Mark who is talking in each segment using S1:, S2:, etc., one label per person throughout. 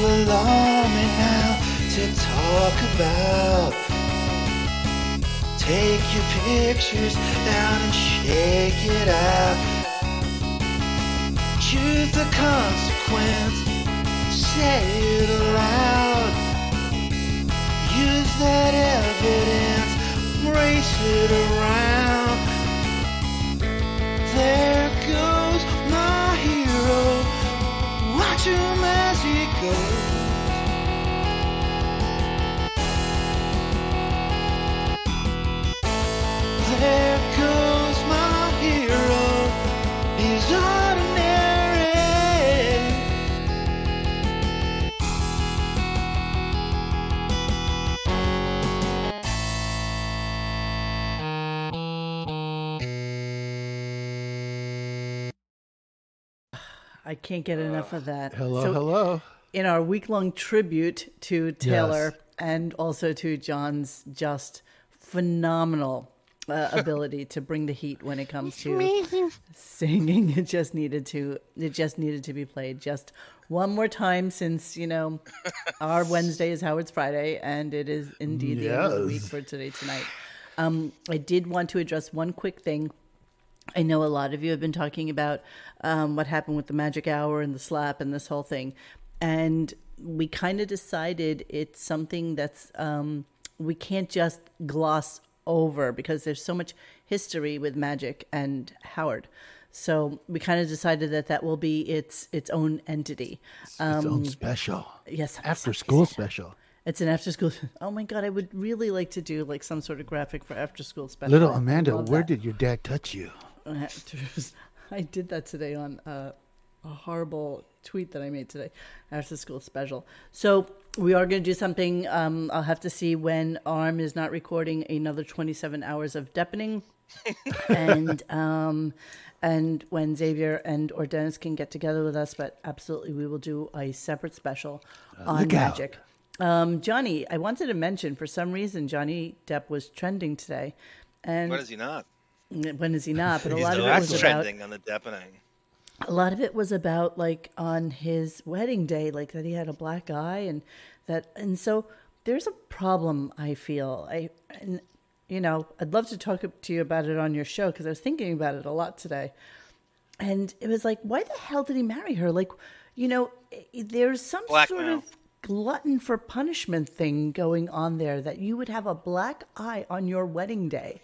S1: alarm and how to talk about. Take your pictures out and shake it out. Choose the consequence, say it aloud. Use that evidence, race it around. There goes my hero. Watch him as he goes. There goes my hero. He's ordinary.
S2: I can't get enough of that.
S3: Hello,
S2: So
S3: hello.
S2: In our week long tribute to Taylor and also to John's just phenomenal uh, ability to bring the heat when it comes to singing, it just needed to it just needed to be played just one more time since you know our Wednesday is Howard's Friday and it is indeed the end of the week
S3: Yes.
S2: for today tonight. Um, I did want to address one quick thing. I know a lot of you have been talking about um, what happened with the magic hour and the slap and this whole thing. And we kind of decided it's something that's um, we can't just gloss over because there's so much history with magic and Howard. So we kind of decided that that will be its its own entity.
S3: its own special.
S2: Um, yes, I'm
S3: After
S2: sorry,
S3: school special.
S2: It's an after school. Oh my god, I would really like to do like some sort of graphic for after school special.
S3: Little
S2: I
S3: Amanda,
S2: love
S3: where
S2: that.
S3: did your dad touch you?
S2: actors. I did that today on uh, a horrible tweet that I made today after school special. So we are going to do something. Um, I'll have to see when ARM is not recording another 27 hours of depening. and um, and when Xavier and or Dennis can get together with us, but absolutely we will do a separate special on
S3: Uh, look out.
S2: magic. Um, Johnny, I wanted to mention for some reason Johnny Depp was trending today, and
S1: What is he not?
S2: when is he not? But a
S1: He's
S2: lot of it
S1: not
S2: was about
S1: trending on the deafening.
S2: a lot of it was about like on his wedding day, like that he had a black eye and that, and so there's a problem. I feel I, and, you know, I'd love to talk to you about it on your show because I was thinking about it a lot today, and it was like, why the hell did he marry her? Like, you know, i- there's some sort
S1: Blackmail.
S2: of glutton for punishment thing going on there that you would have a black eye on your wedding day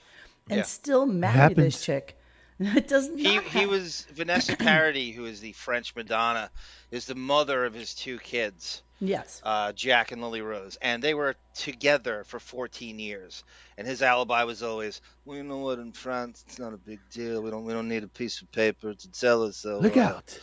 S2: and
S1: Yeah.
S2: still marry this
S3: happens.
S2: chick. It does not.
S1: He he
S2: hap-
S1: was Vanessa Paradis, who is the French Madonna, is the mother of his two kids.
S2: yes.
S1: uh, Jack and Lily Rose, and they were together for 14 years. And his alibi was always, "Well, you know what? In France, it's not a big deal. We don't we don't need a piece of paper to tell us." So
S3: Look
S1: uh,
S3: out.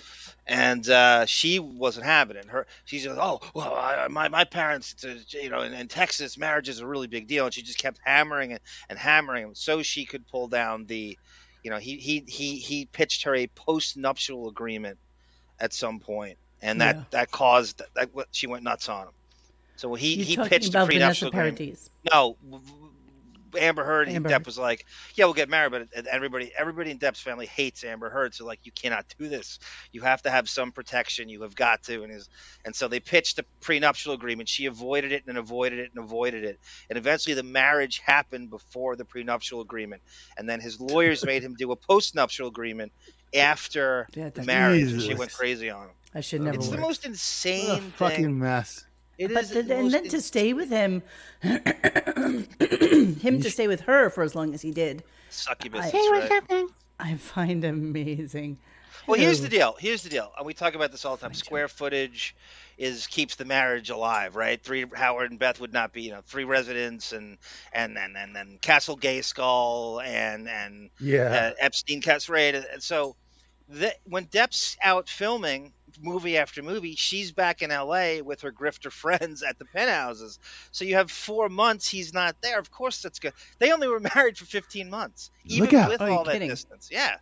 S1: And uh, she wasn't having it. Her she says, "Oh, well, I, my my parents, uh, you know, in, in Texas, marriage is a really big deal." And she just kept hammering it and hammering him, so she could pull down the, you know, he he he he pitched her a post nuptial agreement at some point, and that
S2: Yeah.
S1: that caused that what- she went nuts on him. So he
S2: You're
S1: he
S2: talking
S1: pitched a
S2: about
S1: prenuptial
S2: Vanessa
S1: agreement.
S2: Paradis.
S1: No, w- w- Amber Heard and
S2: Amber
S1: Depp
S2: Heard.
S1: was like, yeah, we'll get married, but and everybody everybody in Depp's family hates Amber Heard, so like you cannot do this. You have to have some protection. You have got to, and is and so they pitched a prenuptial agreement. She avoided it and avoided it and avoided it, and eventually the marriage happened before the prenuptial agreement, and then his lawyers made him do a postnuptial agreement after
S2: Yeah,
S1: the
S2: that's-
S1: marriage, and she
S3: Jesus.
S1: went crazy on him.
S2: I should never.
S1: It's the
S2: work.
S1: most
S3: What a
S1: insane
S3: fucking
S1: thing.
S3: mess.
S1: It
S2: but
S1: is
S2: the,
S1: the
S2: and
S1: most
S2: then to
S1: ins-
S2: stay with him, him to stay with her for as long as he did,
S1: succubus.
S2: Hey,
S1: that's right.
S2: I find amazing.
S1: Well, here's the
S2: Hello.
S1: deal. Here's the deal. And we talk about this all the time. Square footage is keeps the marriage alive, right? Three Howard and Beth would not be, you know, three residents and and and and, and Castle Gay Skull and and
S3: Yeah.
S1: uh, Epstein Cats Raid. And so that when Depp's out filming movie after movie, she's back in LA with her grifter friends at the penthouses. So you have four months he's not there. Of course that's good. They only were married for fifteen months. Even
S3: Look out.
S1: with
S2: Oh, you're
S1: all that
S2: kidding.
S1: distance. Yeah.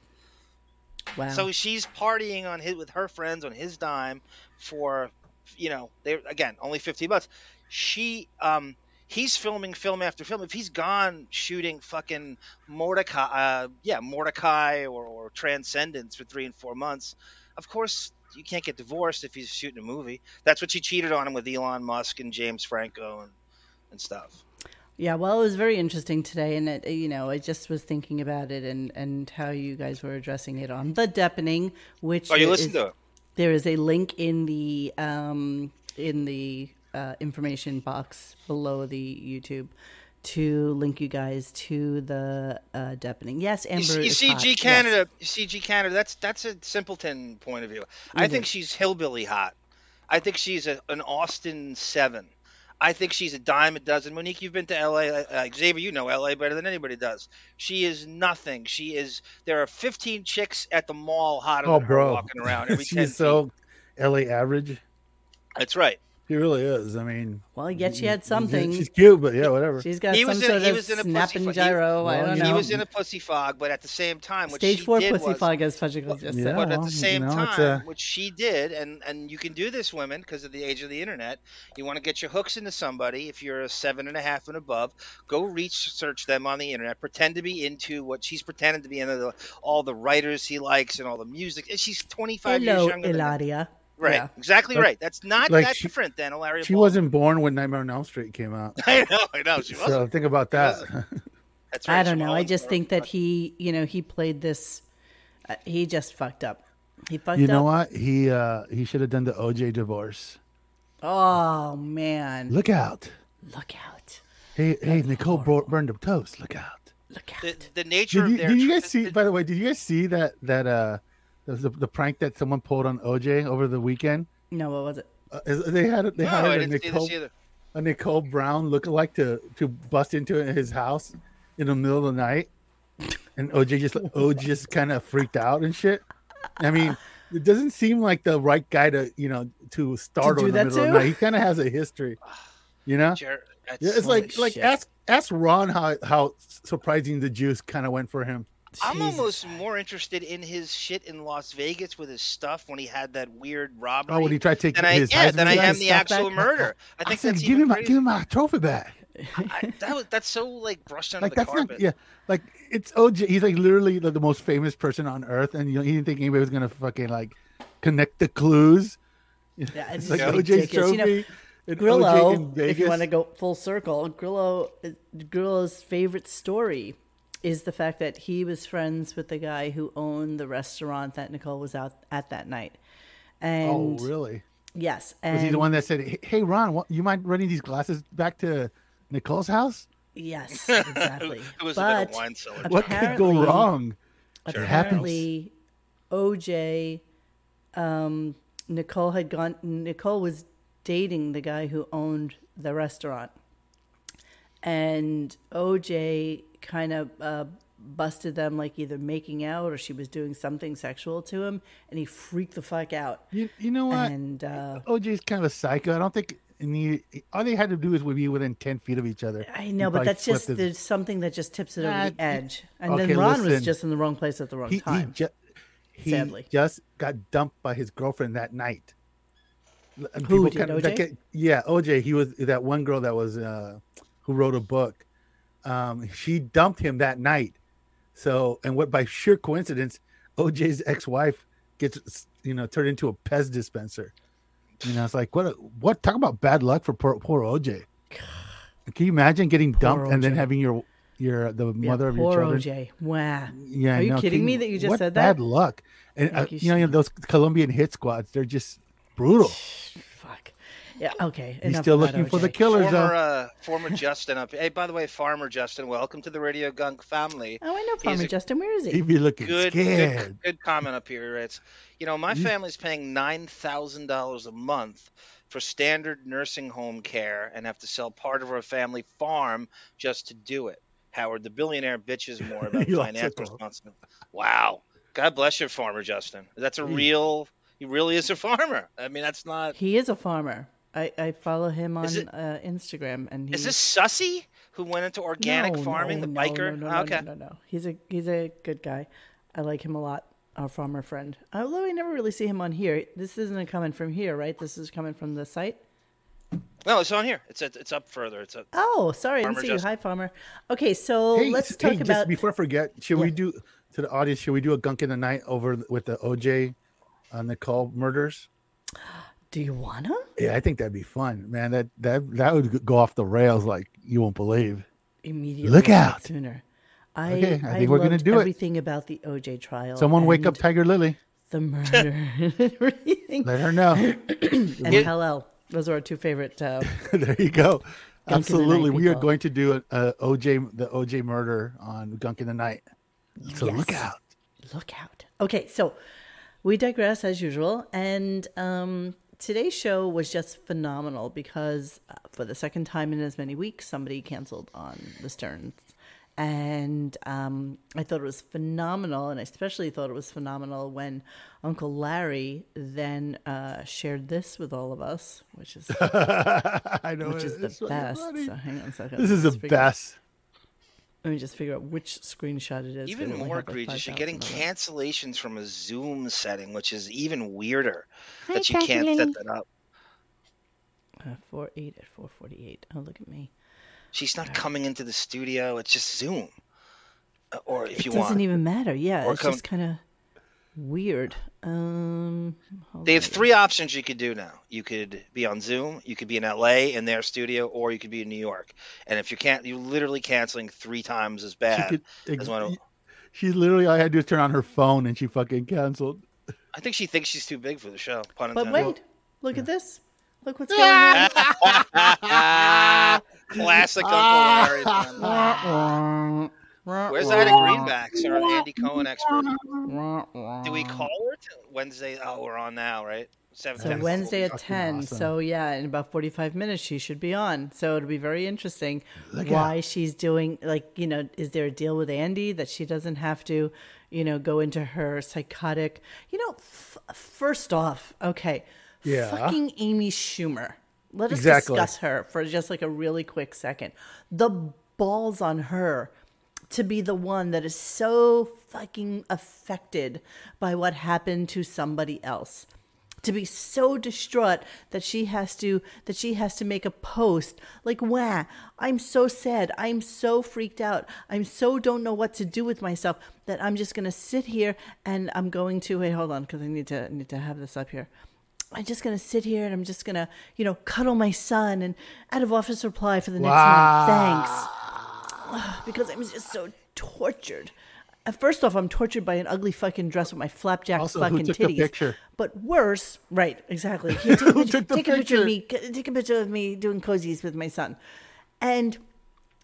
S2: Wow.
S1: So she's partying on his with her friends on his dime for, you know, they again only fifteen bucks. She, um, he's filming film after film. If he's gone shooting fucking Mordecai, uh, yeah, Mordecai or, or Transcendence for three and four months, Of course, you can't get divorced if he's shooting a movie. That's what she cheated on him with Elon Musk and James Franco and, and stuff.
S2: Yeah, well, it was very interesting today, and it, you know, I just was thinking about it and and how you guys were addressing it on the deepening, which
S1: Oh, you
S2: there
S1: listened
S2: is-
S1: to it?
S2: There is a link in the um in the uh, information box below the YouTube to link you guys to the uh, deepening. Yes, Amber.
S1: You see, you
S2: is
S1: see
S2: hot.
S1: G
S2: Yes.
S1: Canada, you see G Canada. That's that's a simpleton point of view. I think she's hillbilly hot. I think she's a, an Austin seven. I think she's a dime a dozen. Monique, you've been to L.A. Uh, Xavier, you know L.A. better than anybody does. She is nothing. She is. There are 15 chicks at the mall hotter
S3: Oh,
S1: than her
S3: bro.
S1: walking around every 10
S3: She's so LA average.
S1: feet. That's right.
S3: She really is. I mean,
S2: Well, yet she had
S3: she's-
S2: something.
S3: She's cute, but yeah, whatever.
S2: She's got
S1: He
S2: some
S1: was in-
S2: sort
S1: he
S2: of
S1: was in a pussy
S2: snap
S1: fight.
S2: and
S1: He-
S2: gyro. Oh, I
S3: Well,
S2: don't
S3: he
S2: know.
S1: He was in a pussy fog, but at the same time, what
S2: Stage
S1: she
S2: four
S1: did
S2: pussy
S1: was,
S2: fog, as Fudgicle just
S3: Yeah.
S2: said.
S1: But at
S3: well,
S1: the
S3: you
S1: same
S3: know, it's,
S1: time,
S3: uh,
S1: which she did, and and you can do this, women, because of the age of the internet. You want to get your hooks into somebody. If you're a seven and a half and above, go reach search them on the internet. Pretend to be into what she's pretending to be into, the, all the writers he likes and all the music. And she's 25
S2: Hello,
S1: years younger. than him.
S2: Ilaria.
S1: Right,
S2: Yeah.
S1: exactly
S3: Like-
S1: right. That's not
S3: like
S1: that
S3: she-
S1: different than Hilaria.
S3: She
S1: Baldwin.
S3: wasn't born when Nightmare on Elm Street came out.
S1: I know. I know. She wasn't.
S3: So think about that.
S1: That's right.
S2: I
S1: she
S2: don't know. I
S1: wasn't.
S2: just think that he, you know, he played this. Uh, he just fucked up. He fucked
S3: You
S2: up.
S3: know what? He uh he should have done the OJ divorce.
S2: Oh man!
S3: Look out.
S2: Look out!
S3: Hey hey Nicole bur- burned up toast. Look out.
S2: Look out!
S1: the, the nature
S3: Did you,
S1: of their
S3: did you guys
S1: the-
S3: see
S1: the-
S3: by the way, did you guys see that that uh the, the, the prank that someone pulled on OJ over the weekend?
S2: no, what was it?
S3: Uh, is- they had they
S1: No, I
S3: hired a
S1: didn't see
S3: Nicole
S1: this either.
S3: a Nicole Brown lookalike to to bust into his house in the middle of the night, and OJ just OJ just kind of freaked out and shit. I mean, it doesn't seem like the right guy to you know to startle
S2: do
S3: in the
S2: that
S3: middle of
S2: too?
S3: the night. He kind of has a history, you know.
S1: Jer- that's-
S3: Yeah, it's like like
S2: shit.
S3: ask ask Ron how how surprising the juice kind of went for him.
S1: I'm
S2: Jesus.
S1: almost more interested in his shit in Las Vegas with his stuff when he had that weird robbery.
S3: Oh, when he tried to take
S1: than I,
S3: his
S1: yeah,
S3: Heisman
S1: than I
S3: back?
S1: am
S2: his
S1: the
S2: stuff
S1: actual
S2: back?
S1: murder. I
S3: I,
S1: think
S3: said,
S1: that's
S3: give me
S1: even
S3: my give me
S1: crazier.
S3: my trophy back.
S1: I, that was, that's so like brushed under
S3: like
S1: the
S3: that's
S1: carpet.
S3: not yeah like it's OJ he's like literally the, the most famous person on earth and you know, he didn't think anybody was gonna fucking like connect the clues
S2: Yeah, it's
S3: it's like
S2: just
S3: OJ's
S2: ridiculous. You know,
S3: trophy and
S2: Grillo,
S3: OJ in
S2: if you
S3: Vegas.
S2: want to go full circle, Grillo, Grillo's favorite story is the fact that he was friends with the guy who owned the restaurant that Nicole was out at that night.
S3: oh
S2: And
S3: really
S2: yes, and
S3: was he the one that said "Hey- hey Ron what, you mind running these glasses back to Nicole's house
S2: yes, exactly.
S1: It was
S2: but
S1: a bit of wine cellar.
S3: what could go
S2: Apparently-
S3: wrong It happens
S2: apparently OJ um Nicole had gone Nicole was dating the guy who owned the restaurant and OJ kind of uh, busted them like either making out or she was doing something sexual to him and he freaked the fuck out
S3: you, you know what
S2: and uh
S3: OJ's kind of a psycho I don't think any, all they had to do is be within ten feet of each other
S2: I
S3: He
S2: know, but
S3: probably
S2: that's just
S3: flipped his-
S2: there's something that just tips it over
S3: Nah,
S2: the edge. And
S3: okay,
S2: then Ron
S3: listen.
S2: was just in the wrong place at the wrong
S3: he, he,
S2: time.
S3: ju- he
S2: sadly.
S3: just got dumped by his girlfriend that night. L- and
S2: Who
S3: people
S2: did,
S3: kinda-
S2: OJ?
S3: That, get- yeah, OJ. He was that one girl that was uh, who wrote a book. Um, she dumped him that night. So, and what by sheer coincidence, OJ's ex-wife gets s- you know turned into a Pez dispenser. You know, it's like what? A, what? Talk about bad luck for poor, poor OJ. Can you imagine getting dumped and then
S2: OJ.
S3: having your your the
S2: Yeah,
S3: mother of your
S2: poor
S3: children?
S2: OJ. Wow.
S3: Yeah,
S2: Are you
S3: no,
S2: kidding
S3: can-
S2: me that you just
S3: what
S2: said that?
S3: Bad luck, and uh,
S2: Like you
S3: you, know, you know those Colombian hit squads. They're just brutal.
S2: Fuck. Yeah. Okay.
S3: He's
S2: enough
S3: still
S2: about
S3: looking for the
S2: OJ.
S3: killers.
S1: Former,
S3: though.
S1: uh, former Justin up. Hey, by the way, Farmer Justin, welcome to the Radio Gunk family.
S2: Oh, I know
S1: He is
S2: Farmer
S1: a
S2: Justin. Where is he?
S3: He'd be looking
S1: good,
S3: scared.
S1: good, good comment up here, It's You know, my family's paying nine thousand dollars a month for standard nursing home care and have to sell part of our family farm just to do it. Howard, the billionaire, bitches more about
S3: He likes
S1: financial
S3: it, though.
S1: responsibility. Wow, God bless your farmer, Justin. That's a real. He really is a farmer. I mean, that's not.
S2: He is a farmer. I, I follow him on
S1: Is it-
S2: uh, Instagram, and he's
S1: Is this Sussy who went into organic farming? the biker. Ah,
S2: No, no, no,
S1: okay.
S2: no, no, no. He's a he's a good guy. I like him a lot. uh, Our farmer friend. Although I never really see him on here. This isn't coming from here, right? This is coming from the site.
S1: No, it's on here. It's it's up further. It's up.
S2: Oh, sorry, I
S1: Farmer
S2: didn't see
S1: Justin.
S2: you. Hi, farmer. Okay, so
S3: Hey,
S2: let's
S3: s-
S2: talk
S3: hey, just
S2: about.
S3: before I forget, should we do to the audience? Should we do a gunk in the night over th- with the OJ on the call uh, murders.
S2: Do you wanna?
S3: Yeah, I think that'd be fun, man. That that that would go off the rails like you won't believe.
S2: Immediately.
S3: Look out.
S2: Sooner. I,
S3: Okay,
S2: I
S3: I think we're gonna
S2: loved
S3: do it.
S2: everything about the OJ trial.
S3: Someone wake up
S2: and
S3: Tiger Lily.
S2: the murder and everything.
S3: Let her know.
S2: and Hellel. Those are our two favorite. Uh,
S3: there you go.
S2: night,
S3: Absolutely, we are
S2: people.
S3: going to do a, a OJ the OJ murder on Gunk in the Night. So look
S2: Yes.
S3: out.
S2: look out. Okay, so we digress as usual, and um, today's show was just phenomenal because uh, for the second time in as many weeks, somebody canceled on the Stearns, and um, I thought it was phenomenal, and I especially thought it was phenomenal when Uncle Larry then uh, shared this with all of us, which is
S3: I know
S2: which is the
S3: it's so
S2: best.
S3: funny.
S2: So hang on a second.
S3: This is the
S2: Let's figure-
S3: best.
S2: Let me just figure out which screenshot it is.
S1: even more egregious, you're getting
S2: canceled.
S1: cancellations from a Zoom setting, which is even weirder that you can't set that up.
S2: Uh, four eight at four forty eight. Oh, look at me.
S1: She's not coming into the studio. It's just Zoom, Uh, or if
S2: It
S1: you
S2: doesn't
S1: want,
S2: even matter. Yeah,
S1: Or
S2: it's
S1: come-
S2: just kind of weird. Um, hold
S1: they
S2: on.
S1: have three options you could do now. You could be on Zoom, you could be in LA in their studio, or you could be in New York. And if you can't, you're literally canceling three times as
S3: She
S1: bad.
S3: could. Ex-
S1: as one of-
S3: she literally all I had to do is turn on her phone and she fucking canceled.
S1: I think she thinks she's too big for the show. Pun
S2: But
S1: intended.
S2: wait, look at this. Look what's going on.
S1: Classic Uncle Larry. man. Where's Ida Greenbacks, our Andy Cohen expert? Do we call her to Wednesday? Oh, we're on now, right? Seven.
S2: So
S1: ten.
S2: Wednesday at
S3: fucking
S2: ten.
S3: awesome.
S2: So yeah, in about forty five minutes she should be on. So it'll be very interesting
S3: Look
S2: why she's doing like you know is there a deal with Andy that she doesn't have to you know go into her psychotic you know f- first off okay
S3: Yeah.
S2: fucking Amy Schumer let us
S3: Exactly.
S2: discuss her for just like a really quick second the balls on her to be the one that is so fucking affected by what happened to somebody else to be so distraught that she has to that she has to make a post like wow i'm so sad i'm so freaked out i'm so don't know what to do with myself that i'm just going to sit here and i'm going to wait hold on because i need to I need to have this up here i'm just going to sit here and i'm just going to you know cuddle my son and out of office reply for the next month thanks because I'm just so tortured. Uh, First off, I'm tortured by an ugly fucking dress with my flapjack
S3: Also, who
S2: fucking
S3: took the
S2: titties.
S3: picture?
S2: But worse, right? Exactly. Here, take a picture,
S3: took the
S2: take a picture of me. c- Take a picture of me doing cozies with my son, and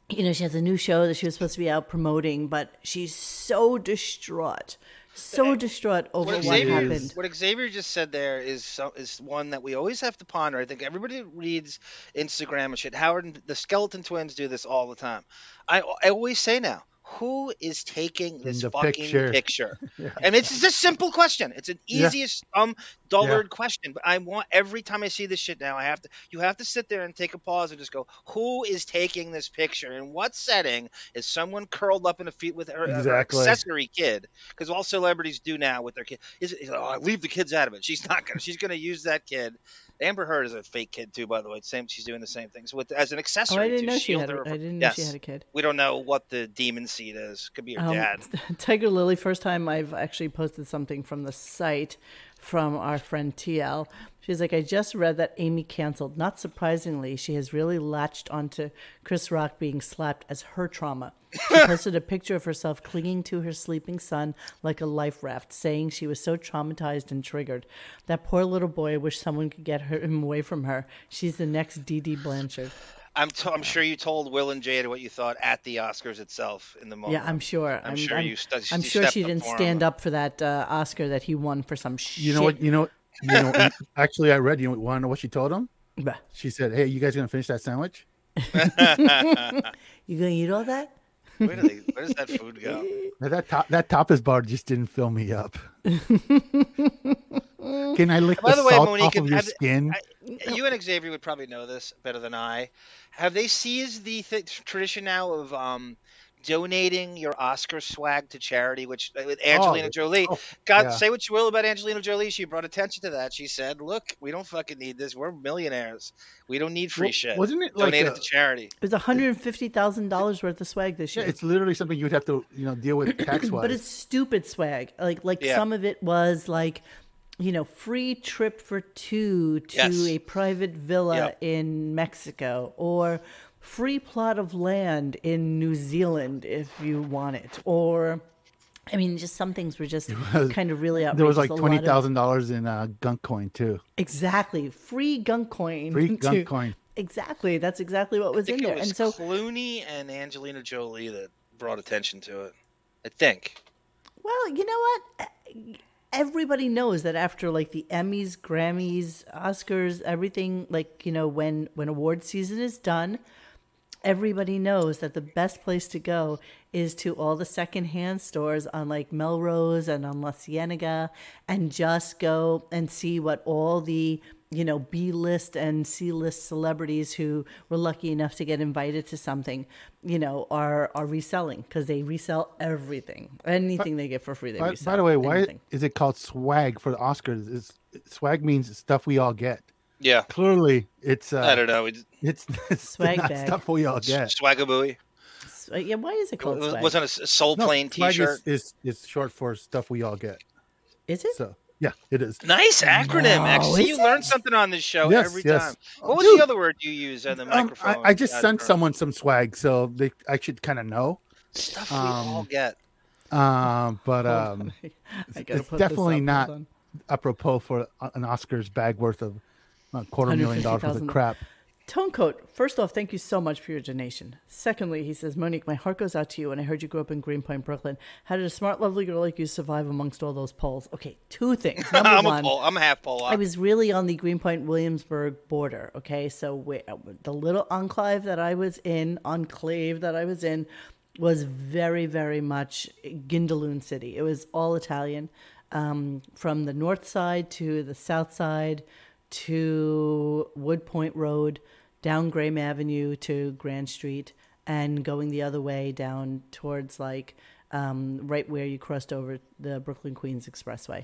S2: you know she has a new show that she was supposed to be out promoting, but she's so distraught, so distraught over
S1: What
S2: what,
S1: Xavier,
S2: happened.
S1: what Xavier just said there is so, is one that we always have to ponder. I think everybody reads Instagram and shit. Howard and the Skeleton Twins do this all the time. I, I always say now, who is taking this
S3: the
S1: fucking
S3: picture.
S1: picture? And it's just a simple question. It's an
S3: Yeah.
S1: easiest um dollared question. But I want every time I see this shit now, I have to you have to sit there and take a pause and just go, who is taking this picture? In what setting is someone curled up in a feet with her, her
S3: Exactly.
S1: accessory kid? Because all celebrities do now with their kid is, is oh, leave the kids out of it. She's not gonna. She's gonna use that kid. Amber Heard is a fake kid too, by the way. Same, she's doing the same things with as an
S2: Oh,
S1: accessory.
S2: I didn't
S1: to
S2: know she
S1: shield
S2: had.
S1: her
S2: A, I
S1: from-
S2: didn't know she
S1: Yes.
S2: had a kid.
S1: We don't know what the demon seed is. Could be her
S2: Um,
S1: dad.
S2: Tiger Lily, first time I've actually posted something from the site from our friend TL. She's like, I just read that Amy canceled. Not surprisingly, she has really latched onto Chris Rock being slapped as her trauma. She posted a picture of herself clinging to her sleeping son like a life raft, saying she was so traumatized and triggered. That poor little boy I wish someone could get her, him away from her. She's the next Dee Dee Blanchard.
S1: I'm, t- I'm sure you told Will and Jada what you thought at the Oscars itself in the moment.
S2: Yeah, I'm sure. I'm,
S1: sure
S2: I'm,
S1: you stu-
S2: I'm
S1: you
S2: sure
S1: stepped
S2: she
S1: up
S2: didn't
S1: for him.
S2: stand up for that uh, Oscar that he won for some shit.
S3: You know what? You know. You know. actually, I read. You want to know what she told him?
S2: Bah.
S3: She said, "Hey, you guys gonna finish that sandwich?"
S2: You gonna eat all that?
S1: Where, do they, where does that food go?
S3: Now, that top, that tapas bar just didn't fill me up. Can I lick
S1: By
S3: the,
S1: the way,
S3: salt
S1: Monique,
S3: off of your
S1: have-
S3: skin?
S1: I- You and Xavier would probably know this better than I. Have they seized the th- tradition now of um, donating your Oscar swag to charity? Which uh, with Angelina
S3: Oh,
S1: Jolie,
S3: oh,
S1: God,
S3: yeah.
S1: say what you will about Angelina Jolie, she brought attention to that. She said, "Look, we don't fucking need this. We're millionaires. We don't need free
S3: Wa-
S1: shit.
S3: wasn't it like
S1: Donate
S3: a-
S1: it to charity."
S2: It was hundred and fifty thousand dollars worth of swag this
S3: Yeah,
S2: year.
S3: it's literally something you'd have to, you know, deal with tax wise.
S2: but it's stupid swag. Like like
S1: Yeah.
S2: some of it was like you know, free trip for two to
S1: Yes.
S2: a private villa
S1: Yep.
S2: in Mexico or free plot of land in New Zealand if you want it or I mean just some things were just kind of really outrageous.
S3: There was like
S2: A lot of-
S3: twenty thousand dollars in uh, gunk coin too.
S2: Exactly. Free gunk coin.
S3: Free
S2: to-
S3: gunk coin.
S2: Exactly. That's exactly what was
S1: I
S2: in
S1: think
S2: there.
S1: it was
S2: and so
S1: Clooney and Angelina Jolie that brought attention to it. I think.
S2: Well, you know what? Everybody knows that after like the Emmys, Grammys, Oscars, everything, like, you know, when when award season is done, everybody knows that the best place to go is to all the secondhand stores on like Melrose and on La Cienega and just go and see what all the you know B list and C list celebrities who were lucky enough to get invited to something you know are are reselling because they resell everything anything they get for free they
S3: By,
S2: resell
S3: by the way, why
S2: anything.
S3: is it called swag for the Oscars? It's, swag means stuff we all get.
S1: Yeah.
S3: Clearly, it's
S1: I
S3: uh,
S1: don't know. It-
S3: it's, it's
S2: Swag
S3: not
S2: bag.
S3: stuff we all get.
S1: Swagabooey.
S2: So, yeah why is it
S1: It
S2: called swag?
S1: wasn't a soul
S3: No,
S1: plane
S3: swag
S1: T-shirt.
S3: is, is is short for stuff we all get.
S2: is it
S3: So yeah, it is.
S1: Nice acronym,
S2: No,
S1: actually. You
S2: is
S1: learn something on this show
S3: Yes,
S1: every
S3: yes.
S1: time.
S3: Oh,
S1: What was
S3: dude.
S1: the other word you used on the
S3: Um,
S1: microphone?
S3: I, I just
S1: Uh,
S3: sent
S1: or-
S3: someone some swag, so they I should kind of know.
S1: stuff we all
S3: um,
S1: get.
S3: Um, but um,
S2: I gotta
S3: it's
S2: put this
S3: definitely
S2: up.
S3: not
S2: Hold on.
S3: apropos for a- an Oscars bag worth of a quarter million dollars worth of
S2: $150,000.
S3: crap.
S2: Tone Coat, first off, thank you so much for your donation. Secondly, he says, Monique, my heart goes out to you, and I heard you grew up in Greenpoint, Brooklyn. How did a smart, lovely girl like you survive amongst all those Poles? Okay, two things. Number
S1: I'm
S2: one,
S1: a pole. I'm a half pole.
S2: I was really on the Greenpoint Williamsburg border. Okay, so we, uh, the little enclave that I was in, enclave that I was in, was very, very much Gindaloon City. It was all Italian, um, from the north side to the south side to Wood Point Road, down Graham Avenue to Grand Street, and going the other way down towards like um, right where you crossed over the Brooklyn Queens Expressway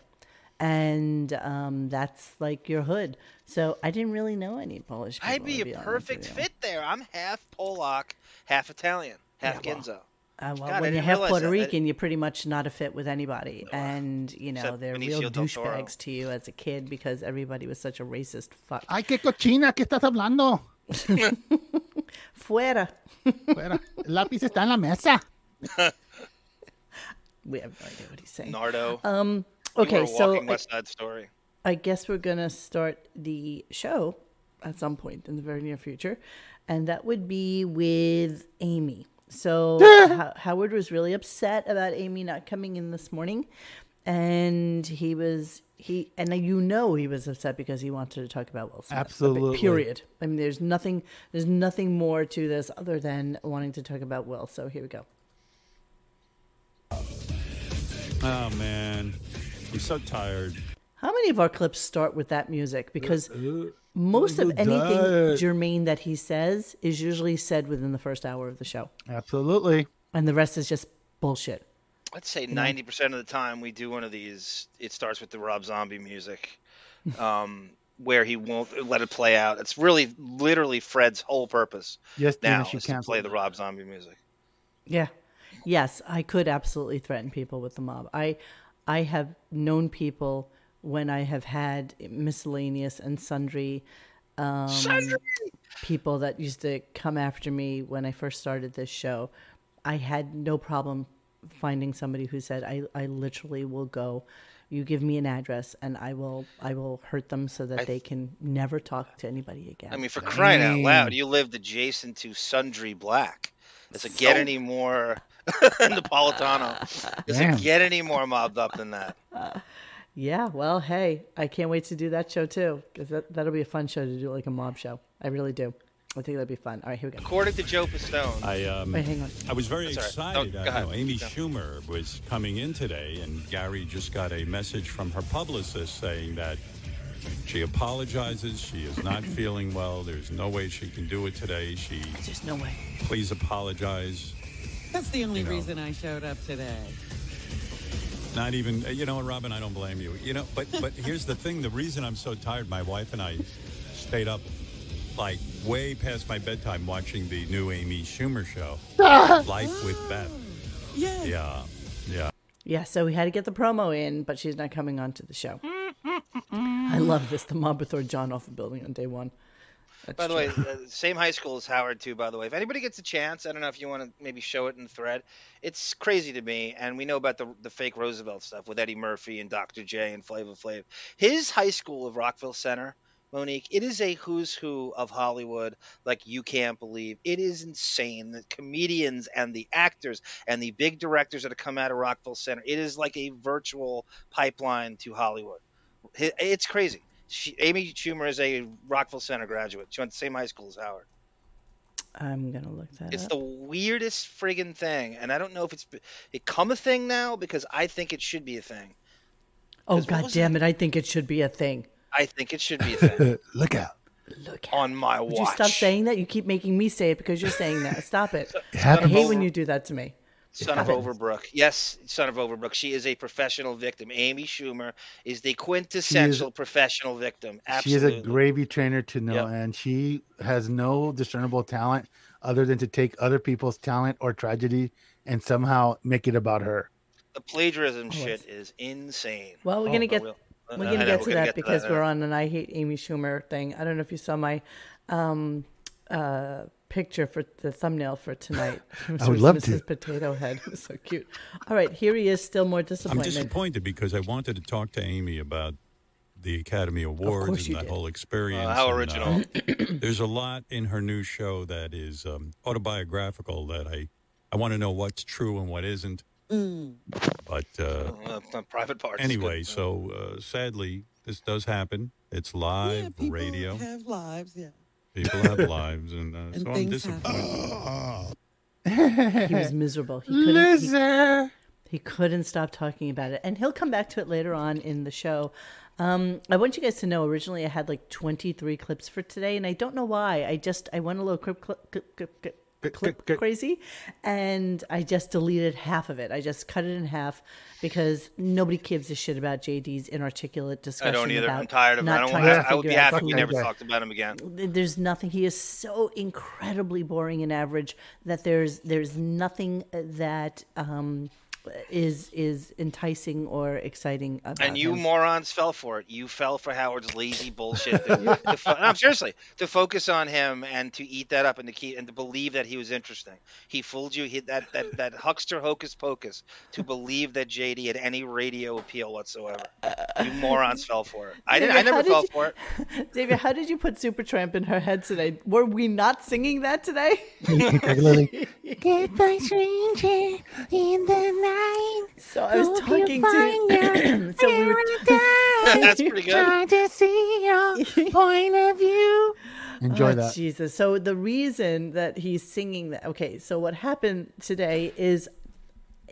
S2: and um, that's like your hood. So I didn't really know any Polish people.
S1: I'd be
S2: to
S1: a
S2: honest
S1: perfect
S2: with you.
S1: fit there. I'm half Polak, half Italian, half
S2: Yeah, well,
S1: Ginzo.
S2: Uh,
S1: God,
S2: well,
S1: I
S2: when you're
S1: didn't
S2: half
S1: realize
S2: Puerto
S1: that. I
S2: Rican, you're pretty much not a fit with anybody, and you know
S1: Except
S2: they're
S1: Benicio
S2: real
S1: del Toro.
S2: douchebags to you as a kid because everybody was such a racist fuck.
S3: Ay, qué cochina, qué estás hablando?
S2: Fuera.
S3: Fuera. El lápiz está en la mesa.
S2: We have no idea what he's saying. Um,
S1: Nardo. you
S2: okay,
S1: were
S2: so uh,
S1: walking
S2: I,
S1: West Side Story.
S2: I guess we're gonna start the show at some point in the very near future, and that would be with Amy. So Ho- Howard was really upset about Amy not coming in this morning, and he was he and you know he was upset because he wanted to talk about Will Smith.
S3: Absolutely.
S2: Period. I mean, there's nothing there's nothing more to this other than wanting to talk about Will. So here we go.
S4: Oh man, I'm so tired.
S2: How many of our clips start with that music? Because most of
S3: Ooh,
S2: anything
S3: that.
S2: germane that he says is usually said within the first hour of the show,
S3: Absolutely.
S2: and the rest is just bullshit.
S1: I'd say ninety percent of the time we do one of these, it starts with the Rob Zombie music, um, where he won't let it play out. It's really, literally Fred's whole purpose
S3: Yes, Dana,
S1: now
S3: she
S1: is to play
S3: canceled.
S1: the Rob Zombie music.
S2: Yeah. Yes, I could absolutely threaten people with the mob. I I have known people when I have had miscellaneous and sundry um, people that used to come after me when I first started this show. I had no problem finding somebody who said I, I literally will go you give me an address and I will I will hurt them so that they can never talk to anybody again.
S1: I mean, for crying out loud, you lived adjacent to Sundry Black. Does it get any more Napolitano? Does
S3: Damn.
S1: it get any more mobbed up than that?
S2: Yeah, well, hey, I can't wait to do that show too because that, that'll be a fun show to do, like a mob show. I really do. I think that'd be fun. All right, here we go.
S1: According to Joe Pistone,
S4: I um,
S2: Wait, hang on.
S4: I was very
S1: That's all right.
S4: excited.
S1: No,
S4: I
S1: go ahead.
S4: know Amy
S1: Go.
S4: Schumer was coming in today, and Gary just got a message from her publicist saying that she apologizes. She is not feeling well. There's no way she can do it today. She
S2: There's no way.
S4: please apologize.
S5: That's the only
S4: You know.
S5: reason I showed up today.
S4: Not even uh, you know what, Robin. I don't blame you. You know, but but here's the thing. The reason I'm so tired, my wife and I stayed up like way past my bedtime watching the new Amy Schumer show, Life with Beth.
S5: Yes.
S4: Yeah, yeah.
S2: Yeah, so we had to get the promo in, but she's not coming on to the show. I love this. The mob would throw John off a building on day one. That's
S1: By the
S2: true.
S1: way, uh, same high school as Howard too. By the way, if anybody gets a chance, I don't know if you want to maybe show it in the thread. It's crazy to me, and we know about the the fake Roosevelt stuff with Eddie Murphy and Dr. J and Flava Flav. His high school of Rockville Center, Monique, it is a who's who of Hollywood. Like you can't believe it is insane. The comedians and the actors and the big directors that have come out of Rockville Center. It is like a virtual pipeline to Hollywood. Hi- It's crazy. She, Amy Schumer is a Rockville Center graduate. She went to the same high school as Howard.
S2: I'm gonna look that
S1: It's
S2: up. Oh,
S1: the weirdest friggin' thing, and I don't know if it's become a thing now because I think it should be a thing.
S2: oh
S1: what
S2: god
S1: was
S2: damn it! I think it should be a thing.
S1: I think it should be a thing
S3: Look out.
S2: Look at.
S1: on my
S2: Would
S1: watch.
S2: you stop saying that? You keep making me say it because you're saying that. Stop it.
S3: happens.
S2: I hate when you do that to me.
S1: Son of Overbrook. Yes, son of Overbrook. She is a professional victim. Amy Schumer is the quintessential professional victim. Absolutely.
S3: She is a gravy trainer to no
S1: Yep.
S3: end. She has no discernible talent other than to take other people's talent or tragedy and somehow make it about her.
S1: The plagiarism shit is insane.
S2: Oh, Well, we're gonna get
S1: Oh, we'll- uh,
S2: we're
S1: I
S2: gonna
S1: know,
S2: get
S1: we're
S2: to
S1: gonna
S2: that
S1: get to that, uh,
S2: because
S1: I
S2: we're
S1: know.
S2: on an I hate Amy Schumer thing. I don't know if you saw my um, uh, picture for the thumbnail for tonight.
S3: I would love
S2: Mrs.
S3: to.
S2: Potato Head, It was so cute. All right, here he is, still more
S4: I'm
S2: disappointment.
S4: disappointed because I wanted to talk to Amy about the Academy Awards
S2: course
S4: and
S2: you
S4: that
S2: did.
S4: whole experience.
S1: Uh, how
S4: and, uh,
S1: original.
S4: there's a lot in her new show that is um, autobiographical that I, I want to know what's true and what isn't.
S2: mm.
S4: But uh,
S1: Uh, uh, private parts. is good.
S4: anyway, so uh, sadly, this does happen. It's live
S5: people
S4: radio.
S5: have lives. Yeah.
S4: people have lives, and, uh,
S5: And
S4: so I'm
S5: things happen.
S4: disappointed.
S2: Oh. He was miserable. He couldn't. he-
S3: Loser.
S2: He couldn't stop talking about it. And he'll come back to it later on in the show. Um, I want you guys to know originally I had like 23 clips for today, and I don't know why. I just, I went a little clip, clip, clip, clip, clip, clip
S3: clip.
S2: crazy, and I just deleted half of it. I just cut it in half because nobody gives a shit about JD's inarticulate
S1: I
S2: discussion.
S1: don't either.
S2: about
S1: I'm tired of it.
S2: not
S1: I don't.
S2: trying
S1: I,
S2: to
S1: I would be
S2: figure out
S1: happy if
S2: who
S1: we
S3: fucking
S1: never
S3: guy.
S1: talked about him again.
S2: there's nothing he is so incredibly boring and average that there's there's nothing uh, that um is is enticing or exciting about
S1: And you
S2: him.
S1: morons fell for it. You fell for Howard's lazy bullshit. to, to fo- no, seriously, to focus on him and to eat that up and to keep and to believe that he was interesting. He fooled you. He, that that that huckster hocus pocus to believe that JD had any radio appeal whatsoever. You morons fell for it. I didn't. I
S2: David, how
S1: never
S2: did
S1: fell
S2: you-
S1: for it.
S2: David, how did you put Supertramp in her head today? Were we not singing that today?
S3: Regularly.
S6: Goodbye, stranger, in the night.
S2: So I was
S6: Hope you
S2: talking
S6: find
S2: to.
S6: out
S2: so we were.
S6: where I
S1: That's pretty good.
S6: Try to see your point of view.
S3: Enjoy
S2: Oh,
S3: that.
S2: Jesus. So the reason that he's singing that. Okay, so what happened today is,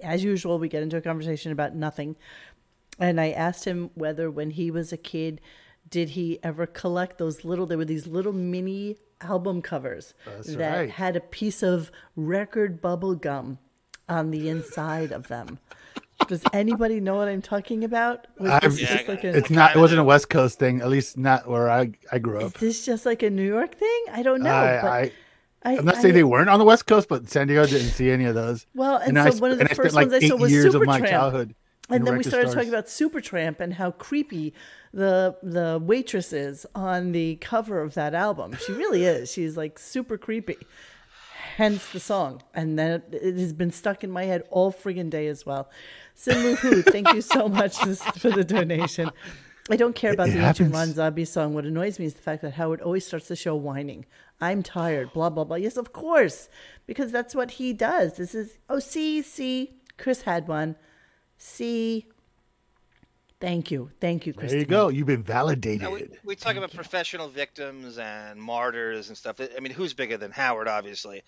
S2: as usual, we get into a conversation about nothing. And I asked him whether when he was a kid, did he ever collect those little, there were these little mini album covers that
S3: right.
S2: had a piece of record bubble gum on the inside of them. Does anybody know what I'm talking about? Was
S3: I've-
S2: this
S1: Yeah, I
S2: just
S1: got
S2: like
S1: it.
S2: a-
S3: It's not. It wasn't a West Coast thing. At least not where I, I grew
S2: is
S3: up.
S2: this just like a New York thing? I don't know.
S3: I,
S2: but
S3: I,
S2: I,
S3: I'm not saying they weren't on the West Coast, but San Diego didn't see any of those.
S2: Well, and
S3: I,
S2: so one of the
S3: and I spent
S2: first
S3: like
S2: ones I saw
S3: eight
S2: was
S3: years of my
S2: Supertramp.
S3: childhood. in
S2: and then we
S3: record
S2: started
S3: stores.
S2: talking about Supertramp and how creepy the the waitress is on the cover of that album. She really is. She's like super creepy. Hence the song, and then it, it has been stuck in my head all friggin' day as well. Simu Hu, thank you so much for the donation. I don't care about
S3: It
S2: the
S3: happens.
S2: ancient Ron Zombie song. What annoys me is the fact that Howard always starts the show whining. I'm tired, blah, blah, blah. Yes, of course, because that's what he does. This is, oh, see, see, Chris had one. See, thank you. Thank you, Chris.
S3: There you go. You've been validated.
S1: Now, we, we talk about professional victims and martyrs and stuff. I mean, who's bigger than Howard? Obviously,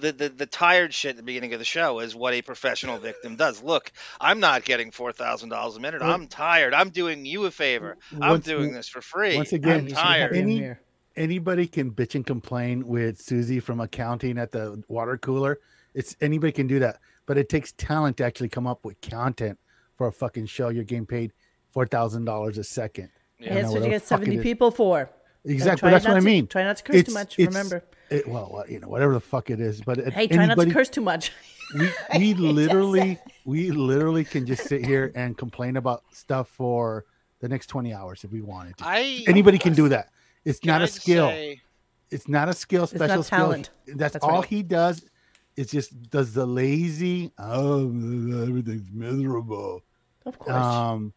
S1: the, the the tired shit at the beginning of the show is what a professional victim does. Look, I'm not getting four thousand dollars a minute. I'm tired. I'm doing you a favor. I'm
S3: Once-
S1: doing this for free.
S3: once again,
S1: I'm
S3: you should
S1: tired.
S2: Happy New
S3: Any-
S2: Year.
S3: anybody can bitch and complain with Susie from accounting at the water cooler. It's anybody can do that, but it takes talent to actually come up with content for a fucking show. You're getting paid four thousand dollars a second. I don't know
S2: That's what you
S3: the
S2: get
S3: fuck it
S2: 70
S3: is.
S2: people for. Now
S3: Exactly,
S2: try
S3: but that's
S2: not
S3: what I
S2: to-
S3: mean.
S2: Try not to curse too
S3: It's-
S2: much.
S3: it's-
S2: Remember,
S3: it, well, what- you know, whatever the fuck it is. But
S2: Hey, try not to curse too much.
S3: we, we literally we literally can just sit here and complain about stuff for the next 20 hours if we wanted to.
S1: I
S3: Anybody can do that. It's
S1: can
S3: not
S1: I
S3: a
S1: just
S3: skill.
S1: say-
S3: it's not a skill,
S2: not
S3: special skill.
S2: talent.
S3: That's,
S2: That's
S3: all
S2: right.
S3: he does. It's just does the lazy. Oh, everything's miserable.
S2: Of course.
S3: Um,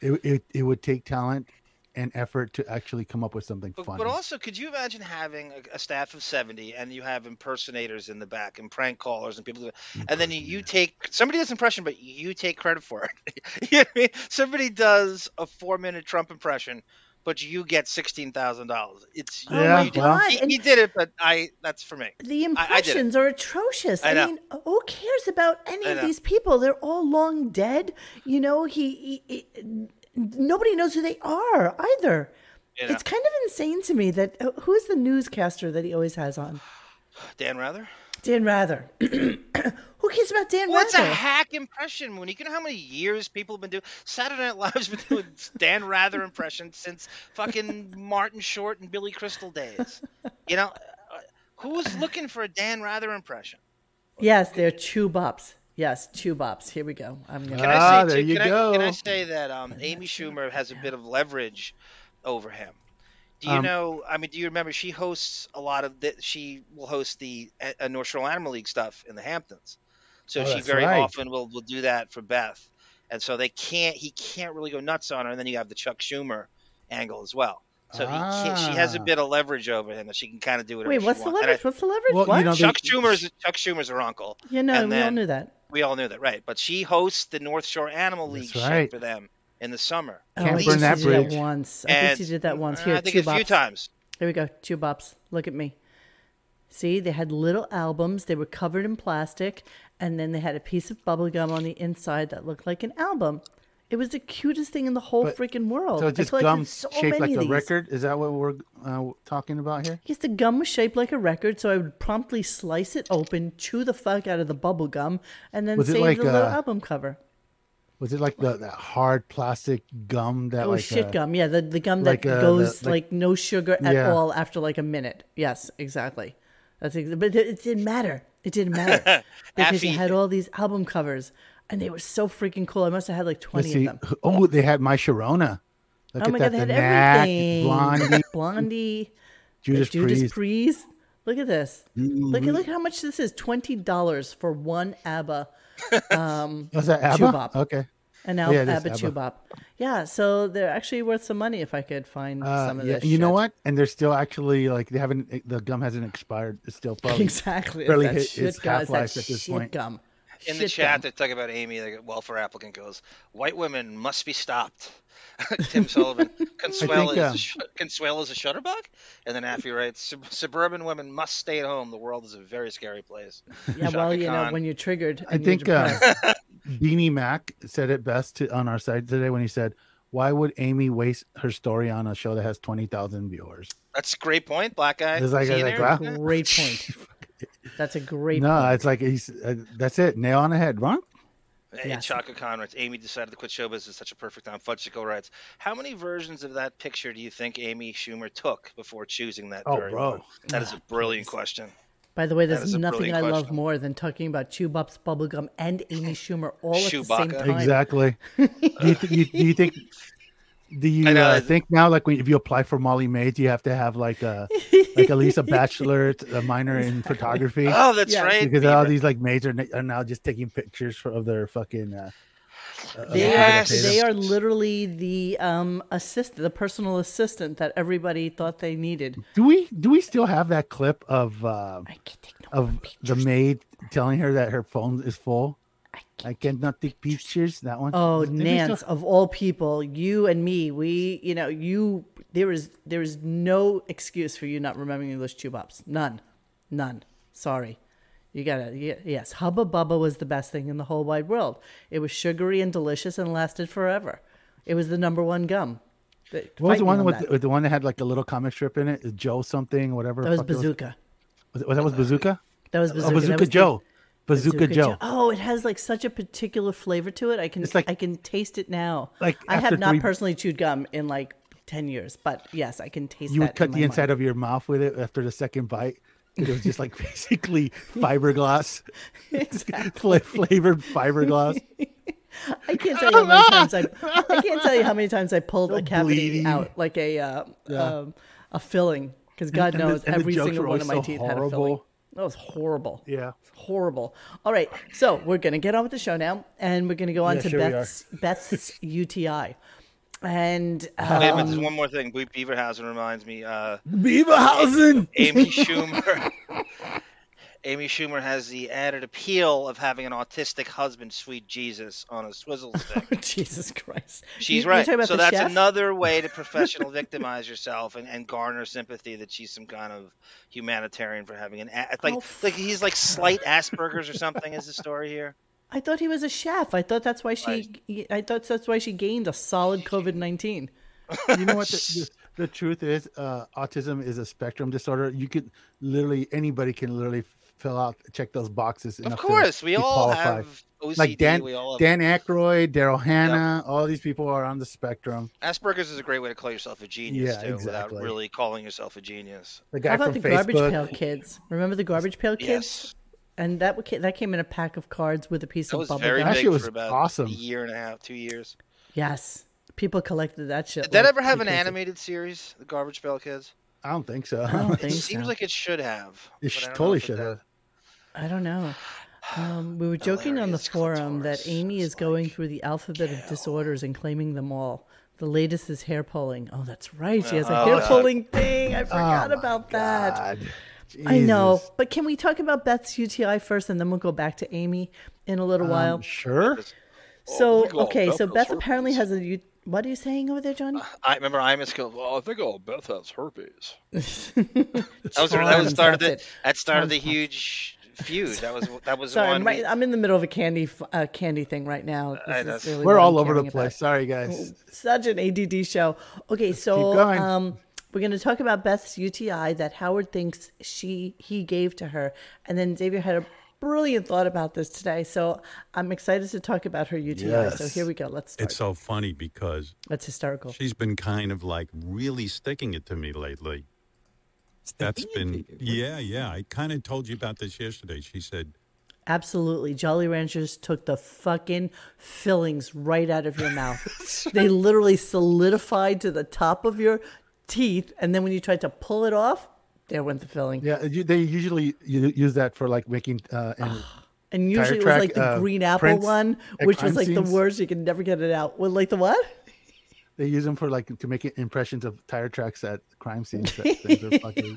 S3: it, it it would take talent and effort to actually come up with something
S1: But,
S3: funny.
S1: but also, could you imagine having a, a staff of seventy, and you have impersonators in the back, and prank callers, and people, and then you, you take somebody does impression, but you take credit for it. you know what I mean? Somebody does a four-minute Trump impression, but you get sixteen thousand dollars. It's
S2: oh
S3: yeah,
S2: my
S3: well.
S2: god!
S1: he,
S2: and
S1: he did it, but I that's for me.
S2: the
S1: I- I did it.
S2: impressions are atrocious.
S1: I
S2: I,
S1: know.
S2: mean, who cares about any
S1: I
S2: of
S1: know.
S2: these people? They're all long dead. You know, he, he, he- nobody knows who they are either.
S1: You know.
S2: It's kind of insane to me that uh, who is the newscaster that he always has on?
S1: Dan Rather.
S2: Dan Rather. who cares about Dan
S1: What's a
S2: Rather?
S1: hack impression, Mooney? You know how many years people have been doing Saturday Night Live's been doing Dan Rather impressions since fucking Martin Short and Billy Crystal days. You know, uh, who's looking for a Dan Rather impression?
S2: yes, they're chew bops. Yes, chew bops. Here we go. I'm gonna.
S1: Can I
S3: Ah,
S1: say,
S3: there
S1: too,
S3: you
S1: can I, can I
S3: go.
S1: say that um, Amy Schumer has a bit of leverage over him? Do you
S3: Um,
S1: know? I mean, do you remember she hosts a lot of the, she will host the uh, uh, North Shore Animal League stuff in the Hamptons, so
S3: Oh,
S1: she
S3: that's
S1: very
S3: right.
S1: often will will do that for Beth, and so they can't he can't really go nuts on her. And then you have the Chuck Schumer angle as well, so he can't, she has a
S3: Ah.
S1: bit of leverage over him that she can kind of do whatever.
S2: Wait,
S1: she
S2: what's the
S1: wants. And I-
S2: leverage? What's the leverage?
S3: Well, you
S2: what?
S3: know, they-
S1: Chuck Schumer's Chuck Schumer's her uncle.
S2: You know,
S1: and
S2: we all
S1: then-
S2: knew that.
S1: We all knew that, right? But she hosts the North Shore Animal
S3: That's
S1: League
S3: right.
S1: shit for them in the summer.
S3: Can't
S1: At
S2: oh, I
S3: burn
S2: think
S1: least-
S3: that
S2: she did
S3: bridge.
S2: that once. I
S1: and-
S2: think she did that once.
S1: uh,
S2: Here,
S1: I think
S2: chew
S1: it's a few
S2: bops.
S1: times.
S2: Here we go. Chew bops. Look at me. See, they had little albums. They were covered in plastic, and then they had a piece of bubble gum on the inside that looked like an album. It was the cutest thing in the whole
S3: But-
S2: freaking world.
S3: so
S2: Oh, I
S3: just
S2: collected
S3: gum
S2: so
S3: shaped
S2: many
S3: like
S2: of
S3: a
S2: these.
S3: record. Is that what we're uh, talking about here?
S2: Yes, the gum was shaped like a record, so I would promptly slice it open, chew the fuck out of the bubble gum, and then
S3: Was it
S2: save
S3: like,
S2: the little
S3: uh,
S2: album cover.
S3: Was it like the that hard plastic gum that
S2: Oh
S3: like
S2: shit
S3: uh,
S2: gum. Yeah, the, the gum
S3: like,
S2: that
S3: uh, the-
S2: goes
S3: like-
S2: like, no sugar at
S3: Yeah.
S2: all after like a minute. Yes, exactly. That's ex- but it, it didn't matter. It didn't matter because they
S1: Affy-
S2: had all these album covers and they were so freaking cool. I must have had like
S3: Let's
S2: twenty of
S3: see.
S2: them.
S3: Oh, they had my Sharona. Look
S2: oh
S3: at
S2: my god,
S3: that.
S2: they had
S3: the Knack,
S2: everything.
S3: Blondie,
S2: Blondie,
S3: Judas,
S2: Judas
S3: Priest. Mm-hmm.
S2: Priest. Look at this. Look at look how much this is. Twenty dollars for one ABBA. um,
S3: Was Oh, that ABBA?
S2: Bop.
S3: Okay.
S2: And now
S3: Yeah, it is
S2: ABBA
S3: ABBA.
S2: Chubop. Yeah, so they're actually worth some money if I could find
S3: Uh,
S2: some of
S3: yeah,
S2: this.
S3: and you know
S2: shit.
S3: what? And they're still actually like they haven't. eh, The gum hasn't expired. It's still probably
S2: Exactly. It's
S3: barely
S2: that
S3: hit
S2: shit
S3: its
S2: gum, it's that
S3: half-life at this
S2: shit
S3: point.
S2: Gum.
S1: In the
S2: Shit
S1: chat,
S2: gum.
S1: they're talking about Amy, the welfare applicant goes, White women must be stopped. Tim Sullivan, Consuela,
S3: think,
S1: is
S3: um,
S1: a sh- Consuela is a shutterbug? And then Affy writes, "Sub- Suburban women must stay at home. The world is a very scary place.
S2: Yeah, well,
S1: Shaka
S2: you know,
S1: Khan.
S2: when you're triggered,
S3: I
S2: and
S3: think
S2: you're
S3: uh,
S2: depressed.
S3: Beanie Mac said it best to, on our side today when he said, "Why would Amy waste her story on a show that has twenty thousand viewers?"
S1: That's a great point, black guy.
S3: It's like-
S1: See you
S3: like,
S1: there?
S3: wow.
S2: great point. That's a great
S3: No,
S2: point.
S3: it's like he's uh, that's it. Nail on the head, right?
S1: Hey,
S2: Yes.
S1: Chaka Khan writes, Amy decided to quit show business. Such a perfect time. Fudgicle writes, How many versions of that picture do you think Amy Schumer took before choosing that?
S3: Oh,
S1: very
S3: bro.
S1: one? That is a brilliant question.
S2: By the way,
S1: is
S2: there's
S1: a
S2: nothing I
S1: brilliant
S2: love
S1: question.
S2: more than talking about Chewbop's bubblegum and Amy Schumer all at the same
S1: Chewbacca.
S2: time.
S3: Exactly. do, you th- you, do you think? Do you
S1: I know,
S3: uh,
S1: it's-
S3: think now, like when, if you apply for Molly Maids, you have to have like a like at least a bachelor, a minor in photography?
S1: Oh, that's
S2: Yes.
S1: right.
S3: because all these like maids are, n- are now just taking pictures for, of their fucking. Uh, of
S2: They,
S3: their
S1: Yes.
S2: are,
S3: potatoes.
S2: they are literally the um, assist, the personal assistant that everybody thought they needed.
S3: Do we do we still have that clip of uh,
S2: I can't take no
S3: of the maid telling her that her phone is full?
S2: I
S3: I cannot take pictures. That one.
S2: Oh,
S3: Did we
S2: Nance,
S3: still-
S2: of all people, you and me, we, you know, you, there is, there is no excuse for you not remembering those chew bops. None. None. Sorry. You gotta, ye- yes. Hubba Bubba was the best thing in the whole wide world. It was sugary and delicious and lasted forever. It was the number one gum. Th-
S3: What was
S2: fight me
S3: the one
S2: on
S3: with
S2: that.
S3: the, with the one that had like a little comic strip in it? Joe something, whatever.
S2: that
S3: the
S2: was
S3: fuck it
S2: Bazooka.
S3: Was, was that was Bazooka?
S2: That was Bazooka.
S3: Oh,
S2: That
S3: Bazooka
S2: was the-
S3: Joe. Bazooka, Joe.
S2: Oh, it has like such a particular flavor to it. I can
S3: It's like-
S2: I can taste it now.
S3: like
S2: I
S3: after
S2: have not
S3: three-
S2: personally chewed gum in like ten years, but yes, I can taste.
S3: You
S2: that
S3: would cut
S2: in
S3: the
S2: my
S3: inside
S2: mind.
S3: of your mouth with it after the second bite, It was just like basically fiberglass,
S2: Exactly.
S3: fla- flavored fiberglass.
S2: I can't tell you how many times I, I can't tell you how many times I pulled a cavity
S3: bleeding.
S2: out like a uh, um, a filling because God
S3: and the-
S2: knows
S3: and the
S2: every
S3: jokes
S2: single
S3: were
S2: one of my
S3: always so
S2: teeth had a filling.
S3: horrible.
S2: That was horrible.
S3: Yeah.
S2: It's horrible. All right, so we're gonna get on with the show now, and we're gonna go on
S3: Yeah,
S2: to
S3: sure we are.
S2: Beth's Beth's UTI, and uh,
S1: Wait a minute, there's one more thing. Be- Beaverhausen reminds me. Uh,
S3: Beaverhausen.
S1: Amy Schumer. Amy Schumer has the added appeal of having an autistic husband, sweet Jesus, on a swizzle stick.
S2: Oh, Jesus Christ,
S1: She's
S2: You- you're
S1: right.
S2: talking about
S1: So
S2: the
S1: that's
S2: chef?
S1: another way to professional victimize yourself and, and garner sympathy that she's some kind of humanitarian for having an a- it's like
S2: Oh,
S1: like he's like slight Asperger's or something is the story here.
S2: I thought he was a chef. I thought that's why she. I thought that's why she gained a solid COVID nineteen.
S3: you know what the, the, the truth is uh, autism is a spectrum disorder you could literally anybody can literally fill out check those boxes
S1: Of
S3: enough to
S1: course, we
S3: be
S1: all
S3: qualified.
S1: have OCD.
S3: like Dan,
S1: we all have
S3: Dan Aykroyd, Daryl Hannah, all these people are on the spectrum.
S1: Asperger's is a great way to call yourself a genius
S3: Yeah,
S1: too,
S3: exactly.
S1: without really calling yourself a genius.
S3: The
S2: How
S3: guy
S2: about
S3: from
S2: the garbage pail
S3: Facebook,
S2: kids? Remember the garbage pail kids?
S1: Yes,
S2: And that wa- ca- that came in a pack of cards with a piece
S1: that
S2: of
S1: was
S2: bubble
S1: very
S2: gum.
S3: That
S1: big
S3: shit was
S1: for about
S3: awesome.
S1: a year and a half, two years.
S2: Yes, people collected that shit.
S1: Did that
S2: like
S1: ever have an
S2: because of-
S1: animated series, The Garbage Pail Kids?
S3: I don't think so.
S2: I don't
S1: It
S2: think
S1: seems
S2: so.
S1: like it should have.
S3: it
S1: but I
S3: sh-
S1: don't know
S3: totally
S1: if it
S3: should
S1: did.
S3: have.
S2: I don't know. Um, we were joking on the
S1: Hilarious
S2: forum that
S1: clitoris
S2: Amy is
S1: is
S2: going
S1: like,
S2: through the alphabet of disorders and claiming them all. The latest is hair pulling. Oh, that's right. She has a
S1: Oh,
S2: hair
S1: God.
S2: pulling thing. I
S6: Oh,
S2: forgot about that. I know.
S3: Oh, Jesus.
S2: But can we talk about Beth's UTI first and then we'll go back to Amy in a little while?
S3: Um, sure.
S2: So,
S7: we go
S2: okay,
S7: Beth
S2: so
S7: has
S2: Beth apparently
S7: herpes.
S2: has a. U- what are you saying over there, Johnny?
S1: I remember I miss
S7: Well, I think all Beth has herpes.
S1: That was that was
S2: Tons,
S1: the start of
S2: that's
S1: the
S2: it.
S1: that started
S2: Tons,
S1: the
S2: tons.
S1: huge feud. That was that was
S2: Sorry,
S1: one.
S2: I'm, right, I'm in the middle of a candy f- uh, candy thing right now. This
S1: I
S2: is
S1: know.
S2: really
S3: We're
S2: what
S3: all
S2: I'm
S3: over the
S2: caring about. Oh,
S3: place. Sorry, guys.
S2: Such an ADD show. Okay, so
S3: going.
S2: um, we're going to talk about Beth's UTI that Howard thinks she he gave to her, and then Xavier had a brilliant thought about this today. So I'm excited to talk about her UTI. So
S3: Yes.
S2: here we go. Let's start.
S4: It's so funny because
S2: That's hysterical.
S4: she's been kind of like really sticking it to me lately. That's been yeah, yeah. I kind of told you about this yesterday. She said,
S2: Absolutely. Jolly Ranchers took the fucking fillings right out of your mouth. they literally solidified to the top of your teeth. And then when you tried to pull it off, there went the filling.
S3: Yeah, you, they usually u- use that for like making uh, and
S2: And usually it was
S3: track,
S2: like the
S3: uh,
S2: green apple
S3: prints
S2: one,
S3: at
S2: which
S3: crime
S2: was like
S3: scenes.
S2: the worst. You could never get it out. Well, like the what?
S3: they use them for like to make impressions of tire tracks at crime scenes. That things are fucking,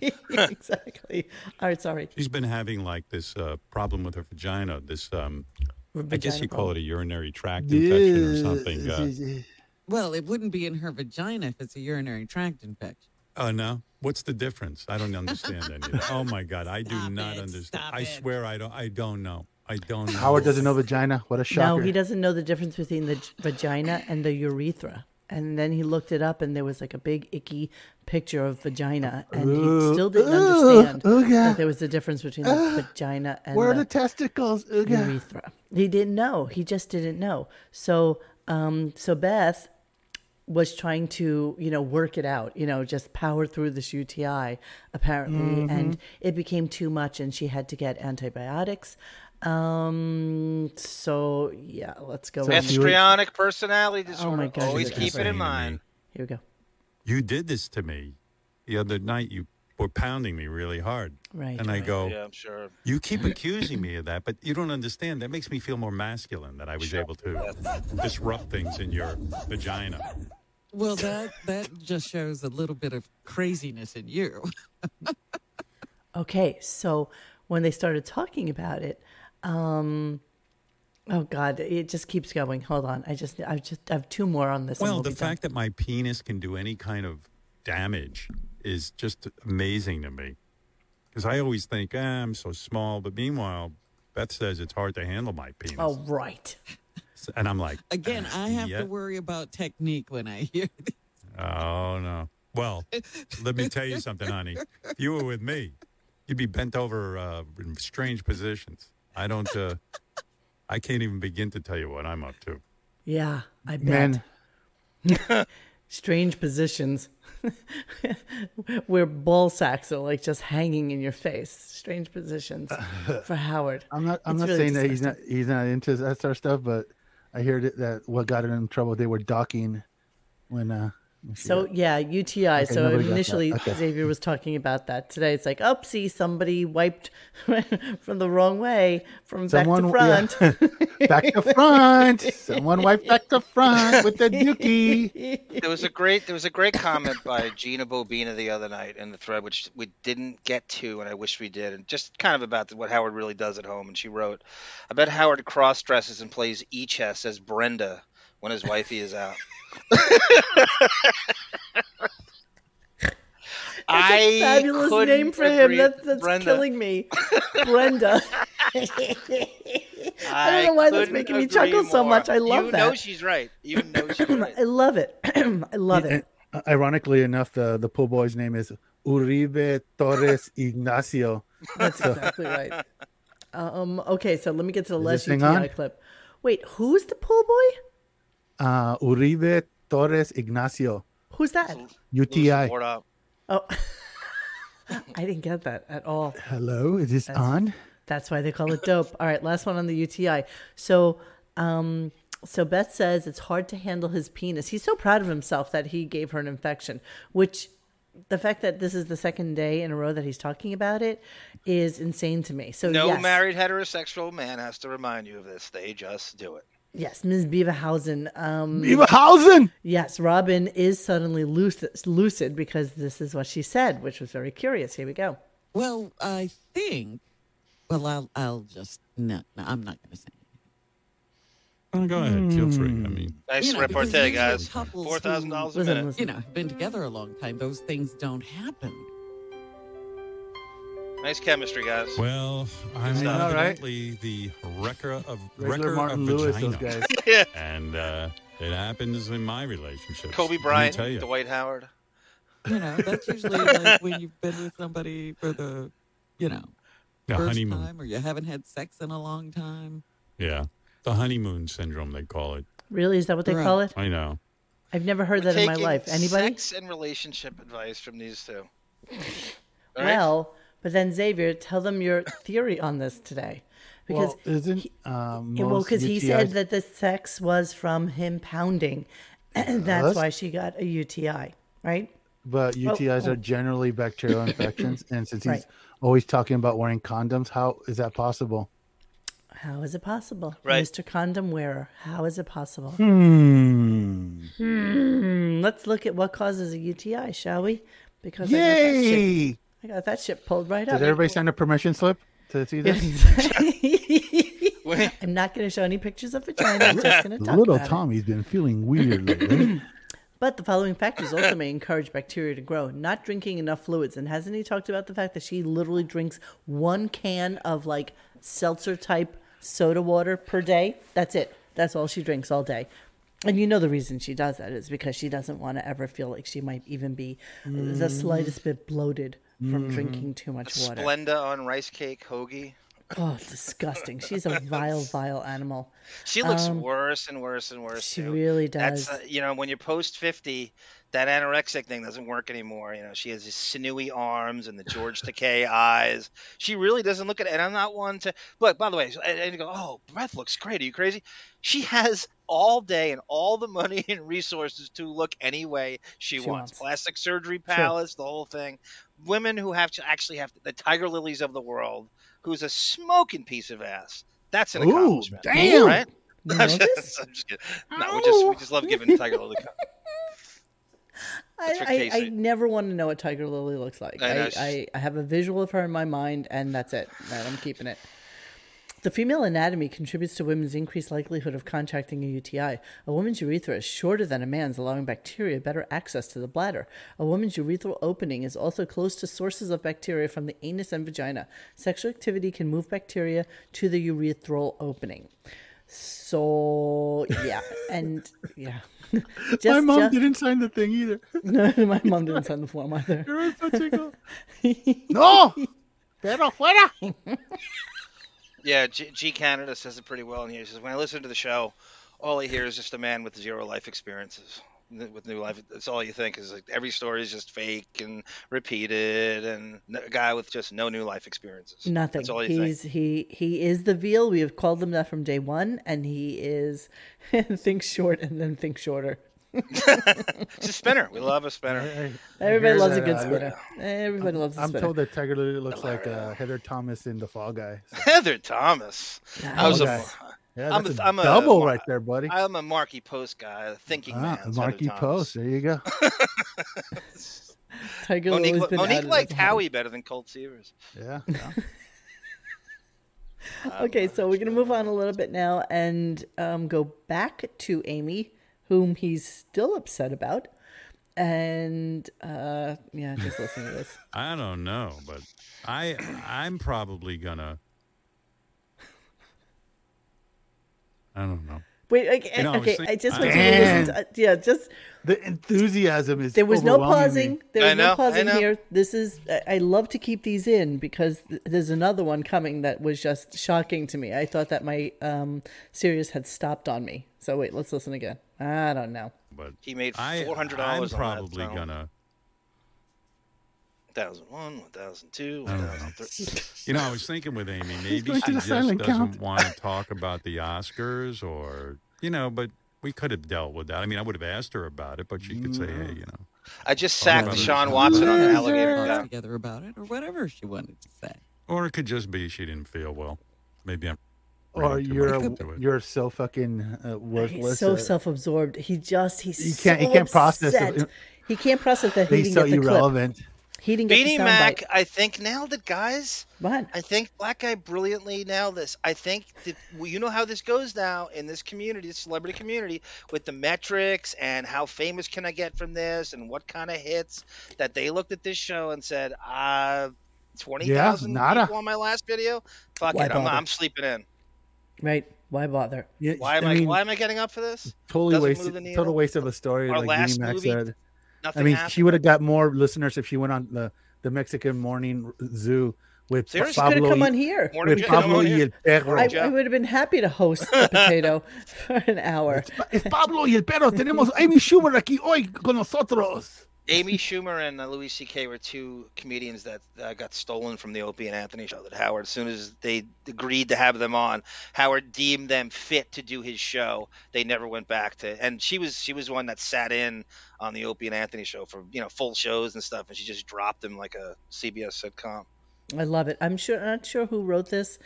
S2: exactly. All right, sorry.
S4: she's been having like this uh, problem with her vagina. This um, I guess you call it a urinary tract infection or something.
S3: Yeah,
S4: Uh,
S3: yeah, yeah.
S5: Well, it wouldn't be in her vagina if it's a urinary tract infection.
S4: oh no, what's the difference? I don't understand any of that. Oh my god, I do
S5: Stop
S4: not
S5: it,
S4: understand.
S5: stop
S4: I
S5: it.
S4: swear I don't. I don't know. I don't. know.
S3: Howard doesn't know vagina. What a shocker!
S2: No, he doesn't know the difference between the g- vagina and the urethra. And then he looked it up, and there was like a big icky picture of vagina, and he
S3: Ooh.
S2: still didn't
S3: Ooh,
S2: understand
S3: ooga.
S2: that there was a difference between the vagina and
S3: Where are the
S2: the
S3: testicles? Ooga.
S2: urethra. He didn't know. He just didn't know. So, um, so Beth was trying to, you know, work it out, you know, just power through this UTI apparently,
S3: Mm-hmm.
S2: and it became too much, and she had to get antibiotics. Um, so yeah, let's go.
S3: So
S2: on.
S3: if you-
S1: Histrionic personality disorder.
S2: my God,
S1: Always
S2: she's
S1: keep
S4: insane
S1: it
S4: to
S1: in
S4: me.
S1: mind.
S2: Here we go.
S4: You did this to me the other night. You were pounding me really hard,
S2: Right,
S4: And I go,
S1: Yeah, I'm sure.
S4: You keep accusing me of that, but you don't understand. That makes me feel more masculine that I was able to disrupt things in your vagina.
S5: Well, that that just shows a little bit of craziness in you.
S2: Okay, so when they started talking about it, um, oh god, it just keeps going. Hold on, I just I just I have two more on this. and
S4: Well,
S2: we'll
S4: the
S2: be done.
S4: fact that my penis can do any kind of damage is just amazing to me. Because I always think, ah, I'm so small. But meanwhile, Beth says it's hard to handle my penis.
S2: Oh right,
S4: And I'm like,
S5: Again, I have
S4: Yeah.
S5: to worry about technique when I hear. This.
S4: oh, no. Well, let me tell you something, honey. If you were with me, you'd be bent over uh, in strange positions. I don't, uh, I can't even begin to tell you what I'm up to.
S2: yeah, I bet.
S3: Men,
S2: strange positions where ball sacks are like just hanging in your face. Strange positions for Howard.
S3: I'm not. I'm
S2: It's
S3: not
S2: really
S3: saying that he's not. He's not into that sort of stuff. But I heard it- that what got her in trouble, they were docking when. uh when she
S2: So
S3: got-
S2: yeah, UTI. so
S3: nobody got that.
S2: initially
S3: Okay.
S2: Xavier was talking about that today. It's like, oh, see, somebody wiped from the wrong way from
S3: Someone- yeah.
S2: back to front.
S3: back to front. Someone wiped back to front with the dookie.
S1: there was a great there was a great comment by Gina Bobina the other night in the thread, which we didn't get to, and I wish we did, and just kind of about what Howard really does at home. And she wrote, "I bet Howard cross dresses and plays e chess as Brenda when his wifey is out." I
S2: That's a fabulous
S1: couldn't
S2: name for him.
S1: agree-
S2: That's that's
S1: Brenda.
S2: killing me, Brenda. I don't know why that's
S1: couldn't
S2: making me
S1: agree
S2: chuckle so
S1: more.
S2: much. I love
S1: you
S2: that.
S1: know she's right. You know she's right.
S2: I love it. I love it.
S3: And ironically enough, the the pool boy's name is Uribe Torres Ignacio.
S2: That's exactly right. Um, okay, so let me get to the
S3: this
S2: last
S3: thing
S2: UTI
S3: on?
S2: clip. Wait, who's the pool boy?
S3: Uh, Uribe Torres Ignacio.
S2: Who's that?
S3: UTI.
S1: Board up.
S2: Oh, I didn't get that at all.
S3: Hello, is this on?
S2: That's why they call it dope. All right, last one on the UTI. So, um, so Beth says it's hard to handle his penis. He's so proud of himself that he gave her an infection, which the fact that this is the second day in a row that he's talking about it is insane to me. So
S1: No
S2: yes,
S1: married heterosexual man has to remind you of this. They just do it.
S2: yes, Ms. Beaverhausen. Um,
S3: Evahausen.
S2: yes, Robin is suddenly lucid, lucid because this is what she said, which was very curious. Here we go.
S5: Well, I think. Well, I'll. I'll just. No, no I'm not going to say.
S4: Oh, go ahead, feel free. I mean,
S1: Nice
S5: You know, because
S1: repartee,
S5: usually
S1: guys.
S5: couples
S1: Four thousand dollars a
S2: Listen,
S1: minute.
S2: listen.
S5: You know, have been together a long time. Those things don't happen.
S1: Nice chemistry, guys.
S4: well, I'm
S1: Is that all
S3: right?
S4: evidently the wrecker of
S3: Regular
S4: wrecker
S3: Martin
S4: of
S3: Lewis.
S4: vagina.
S3: Those guys.
S4: and uh, it happens in my relationship.
S1: Kobe Bryant,
S4: tell you.
S1: Dwight Howard.
S5: You know, that's usually like when you've been with somebody for the, you know,
S4: the
S5: first
S4: honeymoon.
S5: time, or you haven't had sex in a long time.
S4: Yeah, the honeymoon syndrome they call it.
S2: Really, is that what they
S5: Right.
S2: call it?
S4: I know.
S2: I've never heard that in my
S1: Taking
S2: life. Anybody?
S1: Sex and relationship advice from these two. All right?
S2: Well, but then Xavier, tell them your theory on this today, because
S3: Well, isn't um,
S2: yeah, well,
S3: most
S2: because he
S3: UTIs
S2: said that the sex was from him pounding, and that's
S3: Yes.
S2: why she got a UTI, right?
S3: But UTIs are generally bacterial infections, and since he's
S2: Oh, Right.
S3: always talking about wearing condoms, how is that possible?
S2: How is it possible,
S1: Right.
S2: Mr. Condom Wearer? How is it possible?
S3: Hmm.
S4: Hmm.
S2: Hmm, Let's look at what causes a UTI, shall we? Because I got, that shit,
S3: Yay!
S2: I got that shit pulled right
S3: Did
S2: up.
S3: everybody sign a permission slip to see this?
S2: I'm not going to show any pictures of vagina. I'm just going to talk
S3: Little
S2: about it.
S3: Tommy's been feeling weird lately.
S2: But the following factors also may encourage bacteria to grow. Not drinking enough fluids. And hasn't he talked about the fact that she literally drinks one can of like seltzer type soda water per day? That's it. That's all she drinks all day. And you know the reason she does that is because she doesn't want to ever feel like she might even be the slightest bit bloated from drinking too much water.
S1: Splenda on rice cake, hoagie.
S2: oh, it's disgusting. She's a vile, vile animal.
S1: She looks worse and worse and worse.
S2: Um, She
S1: too.
S2: really does.
S1: That's uh, you know when you're post fifty, that anorexic thing doesn't work anymore. You know she has these sinewy arms and the George Takei eyes. She really doesn't look at it. And I'm not one to look. By the way, and, and you go, oh, breath looks great. Are you crazy? She has all day and all the money and resources to look any way she,
S2: She
S1: wants.
S2: wants.
S1: Plastic surgery palace, the whole thing. Women who have to actually have the Tiger Lilies of the world, who's a smoking piece of ass. That's an
S3: Ooh,
S1: accomplishment.
S3: damn.
S1: Right?
S2: You
S1: I'm
S2: know
S1: just, I'm just kidding. No, we just we just love giving Tiger Lily. cum. That's for
S2: I, I, I
S1: Casey.
S2: never want to know what Tiger Lily looks like.
S1: I know,
S2: I, I,
S1: she's-
S2: I, have a visual of her in my mind, and that's it. And I'm keeping it. The female anatomy contributes to women's increased likelihood of contracting a UTI. A woman's urethra is shorter than a man's, allowing bacteria better access to the bladder. A woman's urethral opening is also close to sources of bacteria from the anus and vagina. Sexual activity can move bacteria to the urethral opening. So, yeah. And, yeah. Just,
S3: My mom
S2: just-
S3: didn't sign the thing either.
S2: no, my mom didn't sign the form either.
S3: You're such a girl. no, pero fuera.
S1: Yeah, G-, G Canada says it pretty well in here. He says when I listen to the show, all I hear is just a man with zero life experiences. with New Life, that's all you think is like every story is just fake and repeated, and n- a guy with just no New Life experiences.
S2: Nothing.
S1: That's all you think.
S2: He's he he is the veal. We have called him that from day one, and he is think short and then think shorter.
S1: It's a spinner. We love a spinner.
S2: Everybody
S3: Here's
S2: loves a
S3: that,
S2: good
S3: uh,
S2: spinner. Everybody loves a
S3: I'm
S2: spinner.
S3: told that Tiger Lily looks like uh, Heather Thomas in The Fall Guy. So,
S1: Heather Thomas. I was a,
S3: Nice. yeah,
S1: I'm
S3: that's
S1: a-
S3: a
S1: I'm a-
S3: double right there, buddy.
S1: I'm a Marky Post guy, a thinking man.
S3: Ah,
S1: It's Heather
S3: Marky
S1: Thomas.
S3: Post. There you go.
S2: Tiger Lily's
S1: Monique,
S2: been out of
S1: Monique
S2: it
S1: liked
S2: as a hobby.
S1: Howie better than Colt Seavers.
S3: Yeah. yeah.
S2: Okay, so we're gonna move on a little bit now and um, go back to Amy, whom he's still upset about, and uh, yeah, just listen to this.
S4: I don't know, but I I'm probably gonna. I don't know.
S2: Wait, okay,
S4: You know, I was
S2: okay,
S4: think-
S2: I just
S4: I-
S2: want you to listen.
S3: Damn.
S2: To, yeah, just
S3: The enthusiasm is.
S2: There was no
S3: overwhelming me.
S2: pausing. There was
S1: I know,
S2: no
S1: I
S2: pausing
S1: know.
S2: here. This is. I- I love to keep these in because th- there's another one coming that was just shocking to me. I thought that my um, series had stopped on me. So wait, let's listen again. I don't know.
S4: But
S1: He made
S4: I
S1: four hundred
S4: I'm
S1: dollars.
S4: probably
S1: on that,
S4: gonna.
S1: One thousand one, one thousand two, one thousand three.
S4: You know, I was thinking with Amy, maybe
S3: going
S4: she
S3: to the
S4: just doesn't
S3: silent count.
S4: want to talk about the Oscars, or you know, but we could have dealt with that. I mean, I would have asked her about it, but she could say,
S3: Mm.
S4: hey, you know,
S1: I just
S4: Oh, yeah,
S1: sacked
S4: but-
S1: Sean Watson on an alligator
S5: Talks
S1: guy.
S5: together about it or whatever she wanted to say.
S4: or it could just be she didn't feel well. Maybe I'm.
S3: Or
S4: reading too
S3: you're
S4: much
S3: a-
S4: into it.
S3: you're so fucking uh, worthless.
S2: He's so
S3: uh,
S2: self-absorbed. He just. He's.
S3: You can't-
S2: So
S3: you can't process it.
S2: upset. He can't process that he
S3: He's
S2: didn't
S3: so
S2: get the clip.
S3: irrelevant.
S2: He didn't get
S1: Beanie
S2: the
S1: Mac,
S2: soundbite.
S1: I think nailed it, guys.
S2: What?
S1: I think Black Guy brilliantly nailed this. I think that well, you know how this goes now in this community, this celebrity community, with the metrics and how famous can I get from this and what kind of hits that they looked at this show and said, uh, 20,000
S3: nada.
S1: people on my last video? Fuck
S2: Why
S1: it. I'm,
S2: bother?
S1: I'm sleeping in.
S2: Right. Why bother?
S3: Yeah,
S1: Why am I,
S3: mean,
S1: why am I getting up for this?
S3: totally
S1: doesn't
S3: waste
S1: move the needle?
S3: total waste of a story
S1: Our
S3: like
S1: last
S3: Beanie Mac
S1: movie,
S3: said.
S1: Nothing
S3: I mean,
S1: happened.
S3: she would have got more listeners if she went on the, the Mexican morning zoo with
S1: Seriously? She
S2: Could have
S3: Pablo. E
S2: come on here.
S1: Morning
S3: With
S1: Joe.
S3: Pablo E y el perro.
S2: I, I
S1: Joe.
S2: would have been happy to host the potato for an hour.
S3: Es Pablo y el perro. Tenemos Amy Schumer aquí hoy con nosotros.
S1: Amy Schumer and uh, Louis C.K. were two comedians that uh, got stolen from the Opie and Anthony show. That Howard, as soon as they agreed to have them on, Howard deemed them fit to do his show. They never went back to. And she was she was one that sat in on the Opie and Anthony show for you know full shows and stuff, and she just dropped them like a CBS sitcom.
S2: I love it. I'm sure not sure who wrote this.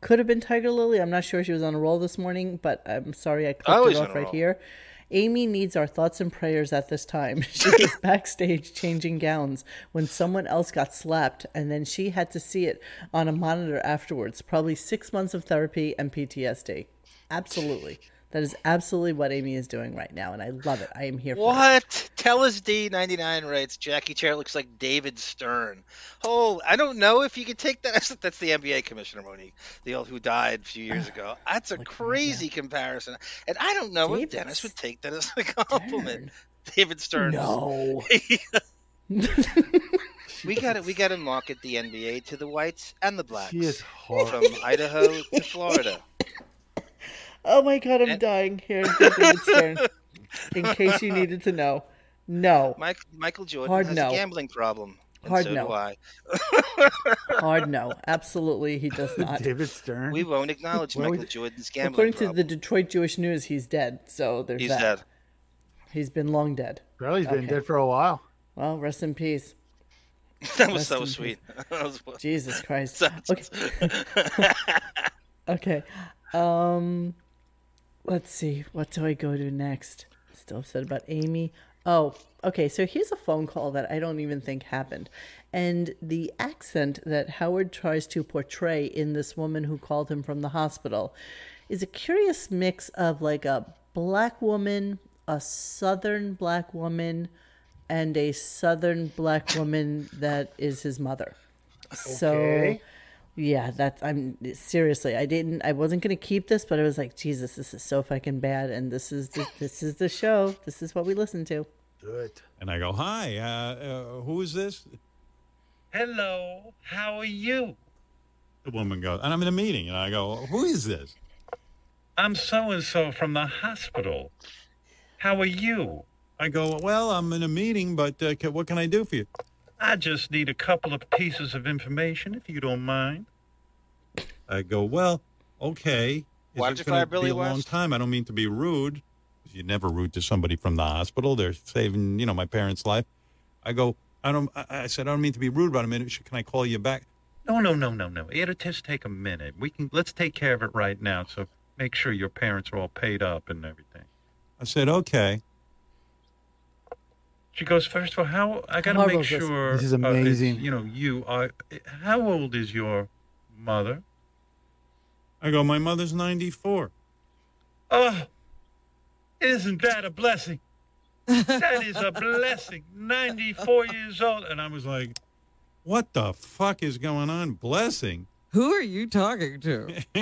S2: Could have been Tiger Lily. I'm not sure she was on a roll this morning, but I'm sorry I clipped it
S1: Always on
S2: off
S1: a
S2: right
S1: roll.
S2: here. Amy needs our thoughts and prayers at this time. She was backstage changing gowns when someone else got slapped, and then she had to see it on a monitor afterwards. Probably six months of therapy and PTSD. Absolutely. That is absolutely what Amy is doing right now, and I love it. I am here for it.
S1: What? Tell us D99 writes Jackie Chair looks like David Stern. Oh, I don't know if you could take that. That's the NBA commissioner, Monique, the old who died a few years ago. That's a crazy comparison. And I don't know
S2: David
S1: if Dennis would take that as a compliment. David Stern.
S2: No.
S1: We got it. We got to market the NBA to the whites and the blacks.
S3: She is
S1: From Idaho to Florida.
S2: Oh my god, I'm dying here. David Stern. In case you needed to know. No.
S1: Mike, Michael Jordan
S2: Hard
S1: has
S2: no.
S1: a gambling problem. And
S2: Hard
S1: so
S2: no.
S1: do I.
S2: Hard no. Absolutely he does not.
S3: David Stern.
S1: We won't acknowledge
S3: Well, we-
S1: Michael Jordan's gambling
S2: According to
S1: problem.
S2: the Detroit Jewish News, he's dead. So there's
S1: He's
S2: that.
S1: dead.
S2: He's been long dead.
S3: Charlie's been
S2: Okay.
S3: dead for a while.
S2: Well, rest in peace.
S1: That was so
S2: Rest in
S1: sweet. That was-
S2: Jesus Christ.
S1: That's-
S2: Okay. okay. Um let's see. What do I go to next? Still upset about Amy. Oh, okay. So here's a phone call that I don't even think happened. And the accent that Howard tries to portray in this woman who called him from the hospital is a curious mix of like a black woman, a southern black woman, and a southern black woman that is his mother. So
S3: Okay.
S2: yeah, that's I'm seriously. I didn't. I wasn't gonna keep this, but I was like, Jesus, this is so fucking bad, and this is the, this is the show. This is what we listen to.
S3: Good.
S4: And I go, hi, uh, uh, who is this?
S8: Hello, how are you?
S4: The woman goes, and I'm in a meeting, and I go, who is this?
S8: I'm so and so from the hospital. How are you?
S4: I go, well, I'm in a meeting, but uh, ca- what can I do for you?
S8: I just need a couple of pieces of information, if you don't mind.
S4: I go, well, okay. Is
S1: Why
S4: it
S1: did you
S4: gonna
S1: fire Billy
S4: be a long
S1: West?
S4: time. I don't mean to be rude. You're never rude to somebody from the hospital. They're saving, you know, my parents' life. I go, I don't. I, I said, I don't mean to be rude, but a minute. Can I call you back?
S8: No, no, no, no, no. It'll just take a minute. We can let's take care of it right now. So make sure your parents are all paid up and everything.
S4: I said, okay.
S8: She goes first of all. How I got
S3: How
S8: to make
S3: goes this?
S8: sure
S3: This is
S8: uh, it's,
S3: amazing.
S8: you know, you are. How old is your mother?
S4: I go, my mother's 94.
S8: Oh, isn't that a blessing? That is a blessing. 94 years old. And I was like,
S4: What the fuck is going on? Blessing.
S5: Who are you talking to?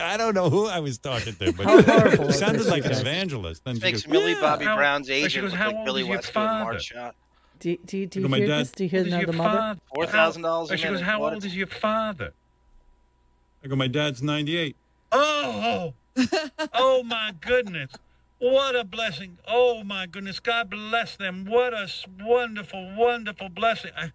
S4: I don't know who I was talking to,
S2: How
S4: but
S2: horrible
S4: it
S2: is
S4: sounded
S2: this,
S4: like
S2: you
S4: an
S2: guys?
S4: evangelist. Then she
S1: Makes
S4: goes,
S1: Millie
S8: yeah,
S1: Bobby
S8: how-
S1: Brown's
S8: but she
S1: agent
S8: goes,
S1: look
S8: "How
S1: like
S8: old
S1: Billy
S8: is your
S1: West in a
S8: father?"
S1: March shot.
S2: Do, do,
S4: Look
S2: do you
S4: at my
S2: hear
S4: dad.
S2: this? Do you hear
S8: "Who's
S2: now
S8: your
S2: the mother?
S8: father?
S1: $4,000 a
S8: How-" She goes,
S1: minute.
S8: how
S1: What
S8: old
S1: a-
S8: is your father?
S4: I go, my dad's 98.
S8: Oh, oh, oh my goodness. What a blessing. Oh my goodness. God bless them. What a s- wonderful, wonderful blessing. I,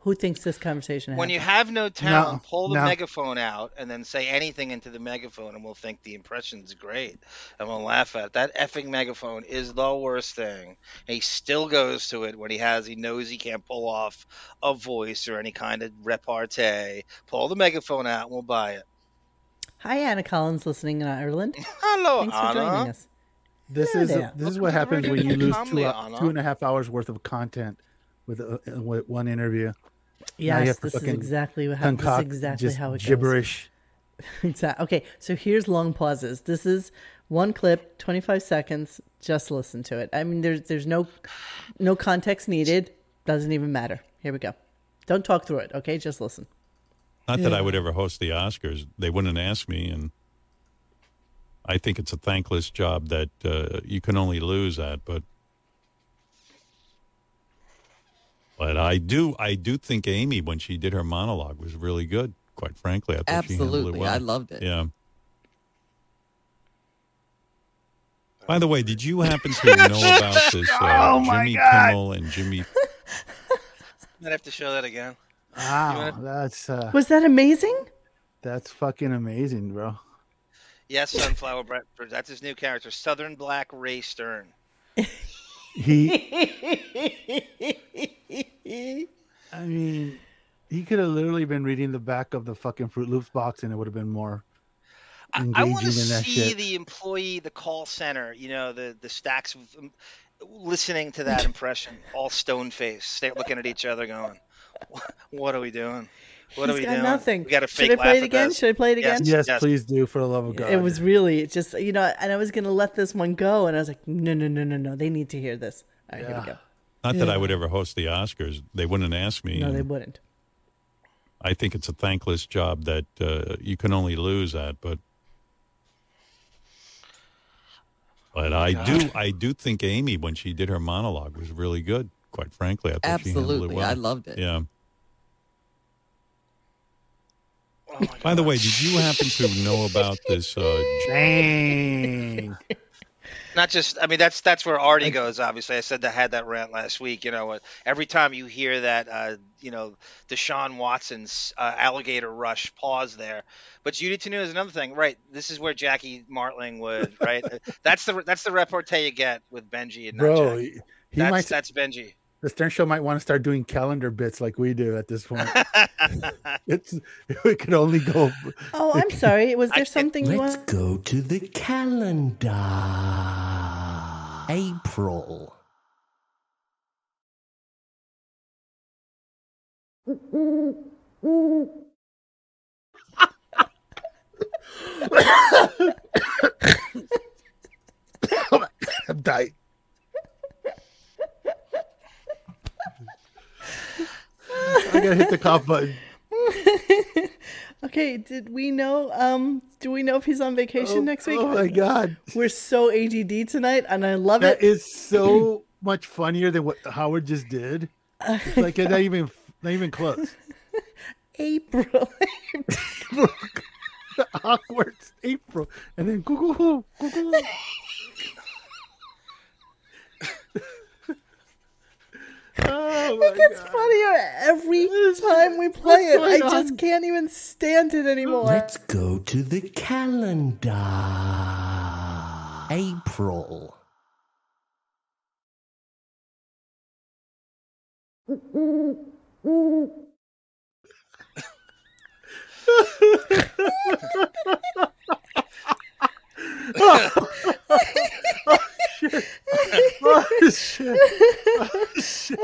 S2: Who thinks this conversation
S1: When
S2: happened?
S1: you have no talent, pull the
S3: no.
S1: megaphone out and then say anything into the megaphone, and we'll think the impression's great, and we'll laugh at it. That effing megaphone is the worst thing. And he still goes to it when he has he knows he can't pull off a voice or any kind of repartee. Pull the megaphone out, and we'll buy it.
S2: Hi, Anna Collins, listening in Ireland.
S1: Hello,
S2: Thanks for
S1: Anna.
S2: joining us.
S3: This
S2: Yeah,
S3: is
S2: there.
S3: this is
S1: Welcome
S3: what
S1: to the
S3: happens when
S1: radio
S3: you lose two, uh,
S1: family, Anna.
S3: two and a half hours worth of content with, uh, with one interview. Now you
S2: Yes,
S3: have to
S2: this is
S3: fucking
S2: exactly what happens. This is
S3: Concoct
S2: exactly
S3: just
S2: how it goes.
S3: gibberish.
S2: Exactly. uh, Okay, so here's long pauses. This is one clip, 25 seconds. Just listen to it. I mean, there's there's no no context needed. Doesn't even matter. Here we go. Don't talk through it. Okay, just listen.
S4: Not that I would ever host the Oscars. They wouldn't ask me, and I think it's a thankless job that uh, you can only lose at. But but I do I do think Amy when she did her monologue was really good. Quite frankly, I think she handled it
S5: Absolutely.
S4: well.
S5: I loved it.
S4: Yeah. By the way, did you happen to know about this uh, Jimmy Kimmel and Jimmy?
S1: I'd have to show that again.
S3: Wow, Ah, that's uh,
S2: Was that amazing?
S3: that's fucking amazing, bro.
S1: Yes, Sunflower Breakfast. That's his new character, Southern Black Ray Stern.
S3: He, I mean, he could have literally been reading the back of the fucking Fruit Loops box, and it would have been more
S1: I- I
S3: engaging
S1: want to
S3: in that
S1: see
S3: shit.
S1: the employee, the call center, you know, the the stacks of um, listening to that impression, all stone faced, they're looking at each other, going, "Wha- "What are we doing? What are
S2: He's
S1: we
S2: got
S1: doing?
S2: nothing.
S1: We got to
S2: Should
S1: fake
S2: I play
S1: laugh
S2: it
S1: at
S2: again?
S1: this."
S2: Should I play it again?
S1: Yes.
S3: Yes, please do for the love of God.
S2: It was really just you know, and I was gonna let this one go, and I was like, no, no, no, no, no. They need to hear this. All right, here we go.
S4: Not that I would ever host the Oscars. They wouldn't ask me.
S2: No,
S4: and-
S2: they
S3: Mm.
S2: wouldn't.
S4: I think it's a thankless job that uh, you can only lose at, but but I do I do think Amy when she did her monologue was really good. Quite frankly, I thought
S5: Absolutely.
S4: she
S5: I
S4: handled
S5: loved
S4: it
S5: it.
S4: well. Yeah.
S1: Oh my
S4: By the
S1: God.
S4: way, did you happen to know about this? Uh, J-
S3: Dang.
S1: not just. I mean, that's that's where Artie goes. Obviously, I said I had that rant last week. You know, uh, every time you hear that, uh, you know, Deshaun Watson's uh, alligator rush pause there. But you need to know is another thing, right? This is where Jackie Martling would, right? Uh, that's the that's the repartee you get with Benji and not
S3: bro.
S1: Jackie.
S3: He, he
S1: That's,
S3: might.
S1: that's Benji.
S3: the Stern Show might want to start doing calendar bits like we do at this point. it's it could only go.
S2: Oh, I'm sorry. Was there
S1: I-
S2: something you
S9: Let's
S2: want?
S9: go to the calendar. April.
S3: I'm dying. I gotta hit the cough button.
S2: Okay, did we know? Um, do we know if he's on vacation next week?
S3: Oh my god,
S2: We're so ADD tonight, and I love
S3: that
S2: it.
S3: is so much funnier than what Howard just did. It's like it's not even not even close.
S2: April.
S3: Awkward April, and then Google, Google.
S9: Oh
S2: it gets funnier every time we play it. I just can't even stand it anymore.
S9: Let's go to the calendar. April.
S3: Oh, shit.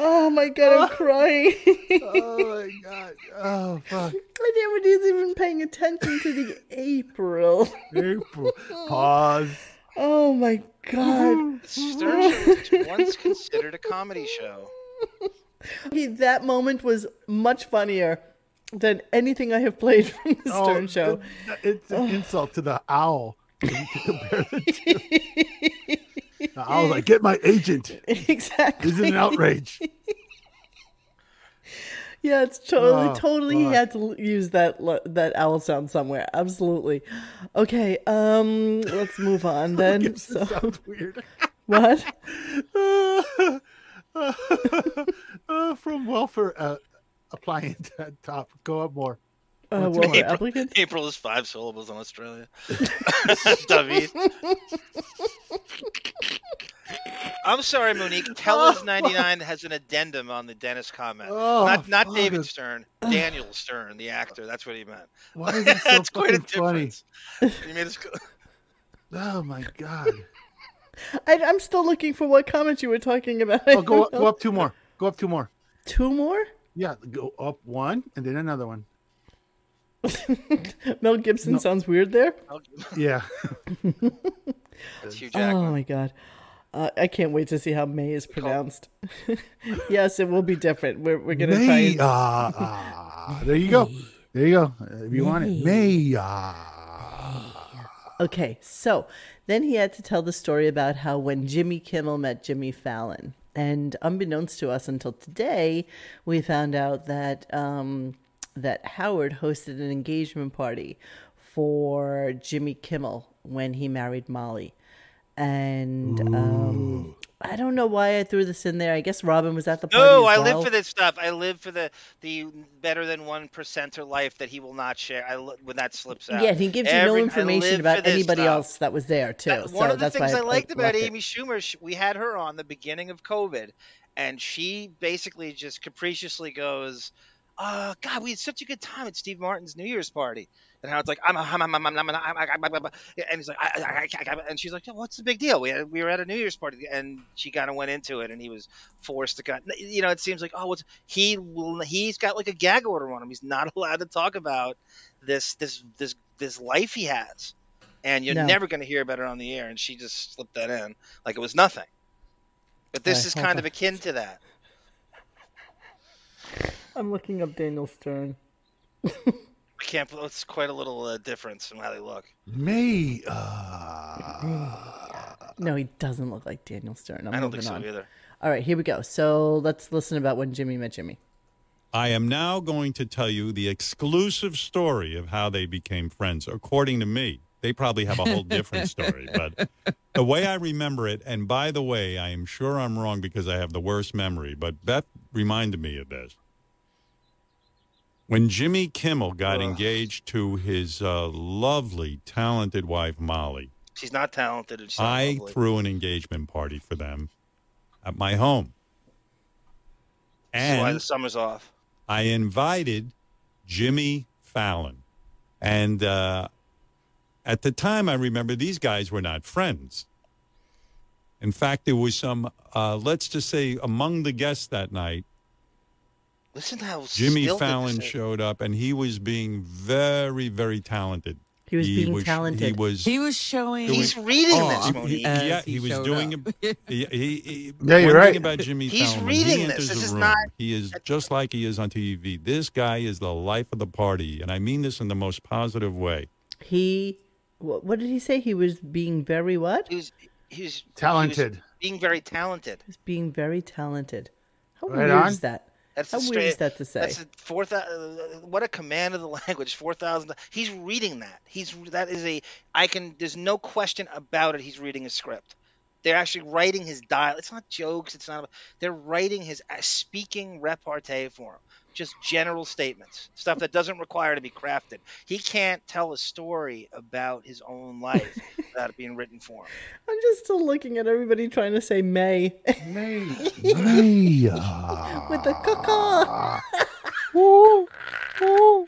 S2: Oh my god, I'm crying.
S3: Oh, my God. Oh, fuck.
S2: Nobody's even paying attention to the April.
S3: April. Pause.
S2: Oh my god.
S1: Stern Show was once considered a comedy show.
S2: Okay, that moment was much funnier than anything I have played from the
S3: Oh,
S2: Stern Show.
S3: it- it's an insult to the owl. the owl's like, get my agent.
S2: exactly.
S3: This is an outrage.
S2: Yeah, it's totally,
S3: Oh,
S2: totally. He
S3: fuck.
S2: had to l- use that lo- that owl sound somewhere. Absolutely. Okay. Um, let's move on then.
S3: Gives
S2: so
S3: it sounds weird.
S2: what?
S3: Uh, from welfare uh, appliant at top. Go up more.
S2: Uh,
S3: What's
S2: well,
S3: it?
S2: for applicant.
S1: April is five syllables in Australia. David. I'm sorry, Monique. Tellers 99 has an addendum on the Dennis comment.
S3: Oh,
S1: not not
S3: fuck
S1: David
S3: it.
S1: Stern, Daniel Stern, the actor. That's what he meant.
S3: Why is it so
S1: That's quite a
S3: fucking funny?
S1: difference. You made us go-
S3: Oh my god!
S2: I, I'm still looking for what comment you were talking about. I
S3: Oh, go
S2: don't
S3: up, go
S2: know.
S3: up two more. Go up two more.
S2: Two more.
S3: Yeah, go up one and then another one.
S2: Mel Gibson sounds weird there.
S3: Yeah.
S1: That's Hugh
S2: Oh
S1: Jackman.
S2: my god. Uh, I can't wait to see how May is pronounced. yes, it will be different. We're, we're gonna try.
S3: May
S2: And...
S3: ah, ah. there you go. There you go. If you want it, May ah.
S2: Okay, so then he had to tell the story about how when Jimmy Kimmel met Jimmy Fallon. And unbeknownst to us until today, we found out that um, that Howard hosted an engagement party for Jimmy Kimmel when he married Molly. And um, I don't know why I threw this in there. I guess Robin was at the party.
S1: No,
S2: as
S1: I
S2: well.
S1: live for this stuff. I live for the the better than one percenter life that he will not share. I li- when that slips out.
S2: Yeah, and he gives you
S1: Every- I
S2: no information
S1: live for
S2: about
S1: this
S2: anybody
S1: stuff.
S2: else that was there too.
S1: That- one
S2: so
S1: of the
S2: that's
S1: things
S2: why
S1: I liked about
S2: left it.
S1: Amy Schumer, sh we had her on the beginning of COVID, and she basically just capriciously goes, "Oh God, we had such a good time at Steve Martin's New Year's party." And how it's like I'm, I'm, I'm, I'm, I'm, I'm, I'm, I'm, I'm, I'm, and he's like, I, I, I, I, and she's like, yeah, what's the big deal? We had, we were at a New Year's party, and she kind of went into it, and he was forced to kind, you know, it seems like, oh, what's he? Will, he's got like a gag order on him. He's not allowed to talk about this, this, this, this life he has and you're
S2: No.
S1: never going to hear about it on the air. And she just slipped that in like it was nothing. But this
S2: Right,
S1: is
S2: hold
S1: kind
S2: on.
S1: of akin to that.
S2: I'm looking up Daniel Stern.
S1: I can't. bel- It's quite a little uh, difference in how they look.
S3: May ah.
S2: No, he doesn't look like Daniel Stern.
S1: I
S2: I'm
S1: don't
S2: moving
S1: think so
S2: on.
S1: either.
S2: All right, here we go. So let's listen about when Jimmy met Jimmy.
S4: I am now going to tell you the exclusive story of how they became friends, according to me. They probably have a whole different story, but the way I remember it, and by the way, I am sure I'm wrong because I have the worst memory, but Beth reminded me of this. When Jimmy Kimmel got engaged to his uh, lovely, talented wife, Molly,
S1: She's not talented. And she's not
S4: I
S1: lovely.
S4: threw an engagement party for them at my home.
S1: This is why
S4: And
S1: the summer's off.
S4: I invited Jimmy Fallon. And uh, at the time, I remember these guys were not friends. In fact, there was some, uh, let's just say, among the guests that night,
S1: Listen to how
S4: Jimmy
S1: stilted this
S4: Fallon
S1: is.
S4: showed up and he was being very, very talented.
S2: He was being
S4: He
S2: talented.
S4: was.
S5: He was showing.
S1: He's reading
S5: Oh,
S1: this,
S5: I'm-
S1: Monique.
S5: as
S4: yeah, he,
S5: he
S4: was
S5: showed
S4: doing
S5: up.
S4: it. He, he- he-
S3: Yeah, you're
S4: one
S3: right.
S4: Thing about Jimmy
S1: He's
S4: Fallon,
S1: reading
S4: he
S1: this.
S4: enters
S1: This
S4: a
S1: is
S4: room,
S1: not-
S4: He is just like he is on TV. This guy is the life of the party, and I mean this in the most positive way.
S2: He, what, what did he say? He was being very what?
S1: He was. He was he was
S3: Talented.
S1: being very talented.
S2: He's being very talented. How
S3: Right
S2: weird
S3: on.
S2: is that?
S1: That's
S2: How
S1: the
S2: weird is
S1: straight-
S2: that to say?
S1: That's a four thousand. What a command of the language. Four thousand. He's reading that. He's that is a. I can. There's no question about it. He's reading a script. They're actually writing his dial. It's not jokes. It's not. They're writing his uh, speaking repartee for him. Just general statements, stuff that doesn't require to be crafted. He can't tell a story about his own life without it being written for him.
S2: I'm just still looking at everybody trying to say May
S9: Yeah.
S2: with the caca.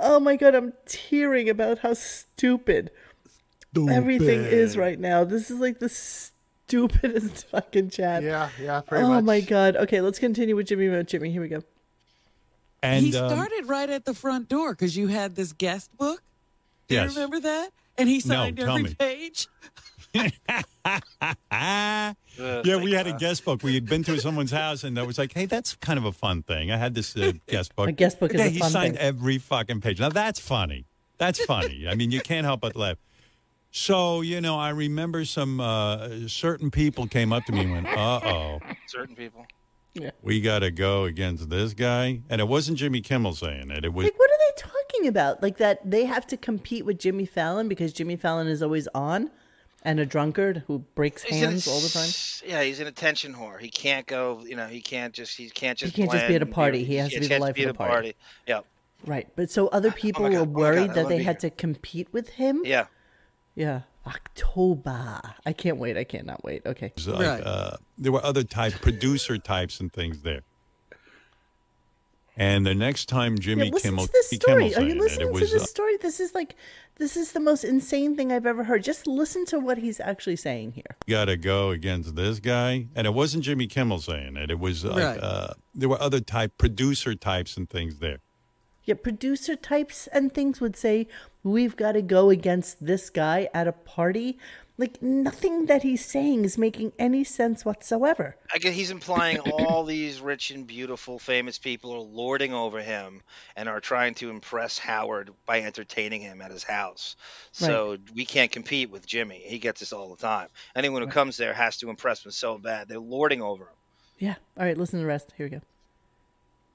S2: oh my god, I'm tearing about how stupid everything is right now. This is like the stupidest fucking chat.
S3: Yeah, yeah, pretty
S2: Oh
S3: much.
S2: my god. Okay, let's continue with Jimmy Mo Jimmy. Here we go.
S4: And
S5: he
S4: um,
S5: started right at the front door because you had this guest book. Do
S4: Yes.
S5: you remember that? And he signed
S4: tell
S5: every
S4: me.
S5: page.
S4: ah,
S7: Uh,
S4: yeah,
S7: thank
S4: we had a
S7: God.
S4: guest book. We had been to someone's house, and I was like, "Hey, that's kind of a fun thing." I had this uh, guest book.
S2: A guest book is
S4: yeah,
S2: a
S4: he
S2: fun
S4: signed
S2: thing.
S4: every fucking page. Now that's funny. That's funny. I mean, you can't help but laugh. So you know, I remember some uh, certain people came up to me and went, "Uh oh,
S1: Certain people.
S4: we got to go against this guy," and it wasn't Jimmy Kimmel saying it. It was
S2: Like, what are they talking about? Like that they have to compete with Jimmy Fallon because Jimmy Fallon is always on and a drunkard who breaks
S1: He's an-
S2: hands all the time.
S1: Yeah, he's an attention whore. He can't go. You know, he can't just. He can't just.
S2: can't just be
S1: blend
S2: at a
S1: and
S2: party. He has to be the
S1: can't
S2: life
S1: just
S2: of the party.
S1: Yeah,
S2: Right. But so other people
S1: God,
S2: were
S1: oh my God,
S2: worried
S1: I
S2: that
S1: love
S2: they
S1: you.
S2: had to compete with him.
S1: yeah.
S2: Yeah. October. I can't wait. I cannot wait. Okay.
S4: like,
S5: Right.
S4: uh, there were other type producer types and things there. And the next time Jimmy
S2: Yeah, listen
S4: Kimmel,
S2: to this
S4: Jimmy
S2: story.
S4: Kimmel
S2: Are
S4: saying
S2: you
S4: it,
S2: listening
S4: it was,
S2: to
S4: uh,
S2: this story? This is like, this is the most insane thing I've ever heard. Just listen to what he's actually saying here.
S4: got to go against this guy. And it wasn't Jimmy Kimmel saying it. It was like,
S5: Right.
S4: uh, there were other type producer types and things there.
S2: Yeah, producer types and things would say, we've got to go against this guy at a party. Like, nothing that he's saying is making any sense whatsoever.
S1: I guess he's implying all these rich and beautiful, famous people are lording over him and are trying to impress Howard by entertaining him at his house. So we can't compete with Jimmy. He gets this all the time. Anyone who comes there has to impress him so bad. They're lording over him.
S2: Yeah. All right, listen to the rest. Here we go.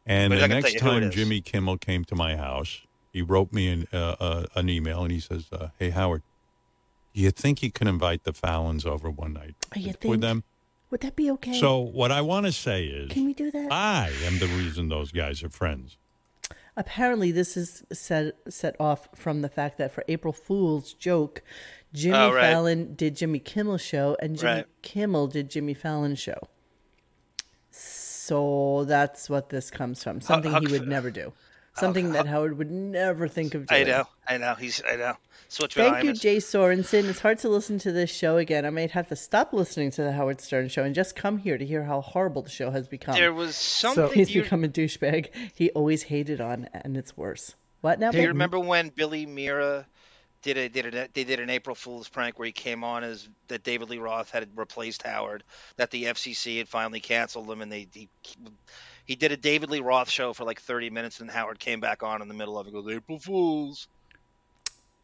S4: And
S1: But
S4: the
S1: I can tell
S4: next
S1: you who it
S4: time
S1: is.
S4: Jimmy Kimmel came to my house, he wrote me an, uh, uh, an email and he says, uh, Hey, Howard, you think you can invite the Fallons over one night
S2: Oh, you
S4: with
S2: think?
S4: them?
S2: Would that be okay?
S4: So, what I want to say is.
S2: Can we do that?
S4: I am the reason those guys are friends.
S2: Apparently, this is set set off from the fact that for April Fool's joke, Jimmy
S1: Oh, right.
S2: Fallon did Jimmy Kimmel show, and Jimmy
S1: Right.
S2: Kimmel did Jimmy Fallon show. So that's what this comes from. Something he
S1: Huck
S2: would
S1: Finn.
S2: never do. Something that Howard would never think of doing.
S1: I know. I know. He's. I know. Switch with
S2: Thank you,
S1: Imus.
S2: Jay Sorensen. It's hard to listen to this show again. I might have to stop listening to the Howard Stern show and just come here to hear how horrible the show has become.
S1: There was something.
S2: He's
S1: you...
S2: become a douchebag. He always hated on, and it's worse. What now?
S1: Do you
S2: babe?
S1: remember when Billy Mira did a did a they did an April Fool's prank where he came on as that David Lee Roth had replaced Howard, that the FCC had finally canceled him, and they he, he did a David Lee Roth show for like 30 minutes, and Howard came back on in the middle of it, and goes April Fools.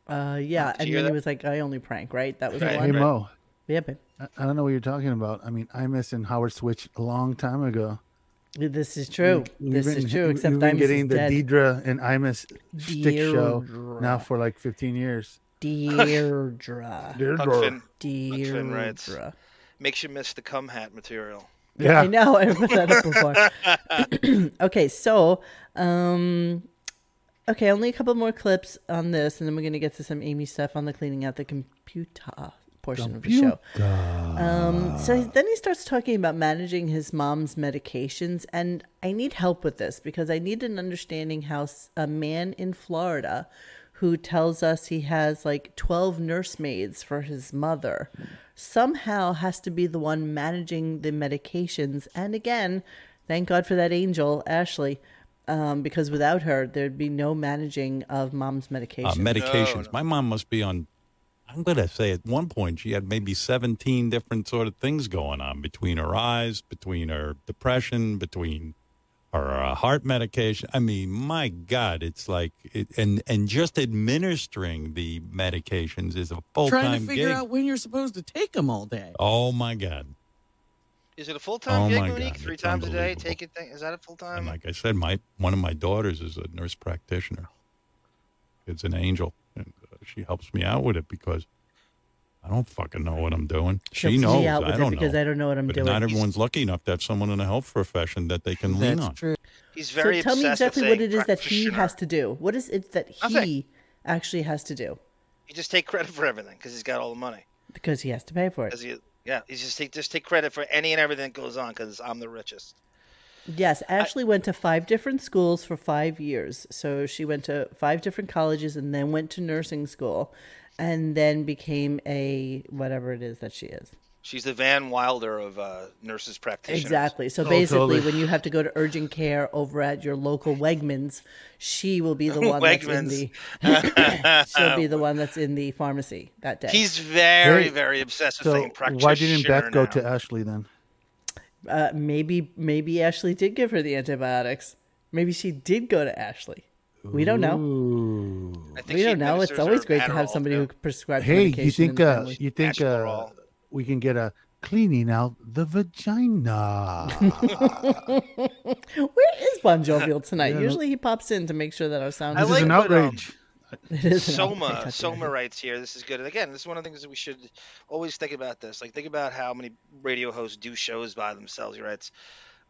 S2: Uh, yeah, and
S1: you
S2: then
S1: hear
S2: he
S1: that?
S2: was like, "I only prank, right?" That was the
S1: Right.
S3: Hey
S2: one.
S3: Mo,
S2: Yeah, but
S3: I I don't know what you're talking about. I mean, I missed and Howard switched a long time ago.
S2: this is true.
S3: We've
S2: this
S3: been-
S2: is true.
S3: we-
S2: Except
S3: we've
S2: I'm
S3: been getting the
S2: dead.
S3: Deidre and Imus stick show now
S2: Deirdre.
S3: for like 15 years.
S2: Deirdre.
S1: Huck Finn Finn writes.
S2: Deirdre.
S1: makes you miss the cum hat material.
S3: Yeah,
S2: I know. I remember that up before. okay, so um, okay, only a couple more clips on this, and then we're gonna get to some Amy stuff on the cleaning out the computer portion of the show. Um, so he- then he starts talking about managing his mom's medications, and I need help with this because I need an understanding how s- a man in Florida who tells us he has like 12 nursemaids for his mother somehow has to be the one managing the medications. And again, thank God for that angel, Ashley. Um, because without her, there'd be no managing of mom's
S4: Uh,
S2: medications.
S4: medications. My mom must be on. I'm going to say at one point she had maybe 17 different sort of things going on between her eyes, between her depression, between her uh, heart medication. I mean, my God, it's like it, and and just administering the medications is a full
S5: Trying to
S4: time
S5: figure
S4: gig.
S5: out when you're supposed to take them all day.
S4: oh my God!
S1: Is it a full
S4: Oh
S1: time gig,
S4: my
S1: Monique?
S4: God,
S1: Three
S4: it's
S1: times a day,
S4: unbelievable.
S1: taking thing. Is that a full
S4: And
S1: time?
S4: like I said, my one of my daughters is a nurse practitioner. It's an angel, and uh, she helps me out with it because I don't fucking know what I'm doing.
S2: So
S4: She knows.
S2: me out with
S4: I
S2: it
S4: don't
S2: because
S4: know.
S2: I don't know what I'm
S4: but
S2: doing.
S4: not everyone's lucky enough to have someone in a health profession that they can lean on.
S5: That's true.
S1: He's
S2: so
S1: very
S2: tell me
S1: obsessed with
S2: exactly what
S1: saying
S2: it is that he
S1: practitioner.
S2: has to do. What is it that
S1: Nothing.
S2: he actually has to do?
S1: You just take credit for everything because he's got all the money.
S2: Because he has to pay for it.
S1: 'Cause he- yeah, he's just take just take credit for any and everything that goes on because I'm the richest.
S2: Yes, Ashley went to five different schools for five years. So she went to five different colleges and then went to nursing school and then became a whatever it is that she is.
S1: She's the Van Wilder of uh, nurses practitioners.
S2: Exactly. So
S3: Oh,
S2: basically,
S3: totally.
S2: when you have to go to urgent care over at your local Wegmans, she will be the one that's in the. she'll be the one that's in the pharmacy that day.
S1: He's very,
S3: Hey,
S1: very obsessed with
S3: So
S1: saying practitioner.
S3: why didn't Beth go
S1: now.
S3: to Ashley then?
S2: Uh, maybe maybe Ashley did give her the antibiotics. Maybe she did go to Ashley. We don't know.
S1: I think
S2: We
S1: she
S2: don't know. It's
S1: administers
S2: always
S1: her
S2: great to have
S1: Adderall,
S2: somebody
S1: too.
S2: who prescribes
S3: Hey,
S2: medication.
S3: you think
S2: in the
S3: uh,
S2: family.
S3: you think uh,
S1: Asperol.
S3: we can get a cleaning out the vagina?
S2: Where is Bon Jovial tonight?
S3: Yeah,
S2: Usually he pops in to make sure that our sound
S1: I
S3: this
S1: like
S3: is an
S1: that, um,
S3: outrage.
S2: it is an outrage
S1: Soma,
S2: at the
S1: Soma
S2: end.
S1: writes here. This is good. And again, this is one of the things that we should always think about. This, like, think about how many radio hosts do shows by themselves. He writes,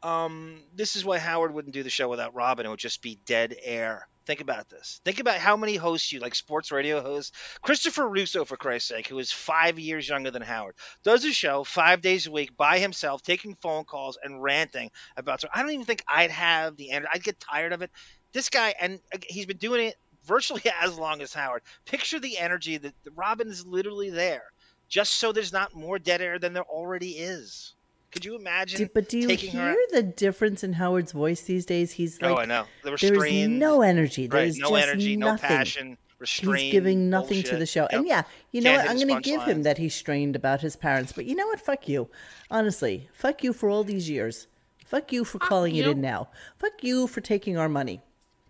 S1: um, "This is why Howard wouldn't do the show without Robin. It would just be dead air." Think about this. Think about how many hosts you like, sports radio hosts. Christopher Russo, for Christ's sake, who is five years younger than Howard, does a show five days a week by himself, taking phone calls and ranting about. So I don't even think I'd have the energy. I'd get tired of it. This guy, and uh, he's been doing it virtually as long as Howard. Picture the energy that that Robin is literally there, just so there's not more dead air than there already is. Could you imagine?
S2: Do- but do you
S1: taking
S2: hear
S1: her?
S2: the difference in Howard's voice these days? He's like,
S1: oh, I know. There were
S2: there is
S1: strained,
S2: no energy.
S1: right,
S2: There is
S1: no
S2: just
S1: energy,
S2: nothing.
S1: no passion, restraint.
S2: He's giving nothing to
S1: bullshit.
S2: the show.
S1: Yep.
S2: And yeah, you know
S1: Can't
S2: what?
S1: hit
S2: I'm
S1: his
S2: going to give him
S1: punchlines.
S2: that he's strained about his parents. But you know what? Fuck you. Honestly, fuck you for all these years. Fuck you for calling it in now. Fuck you for taking our money.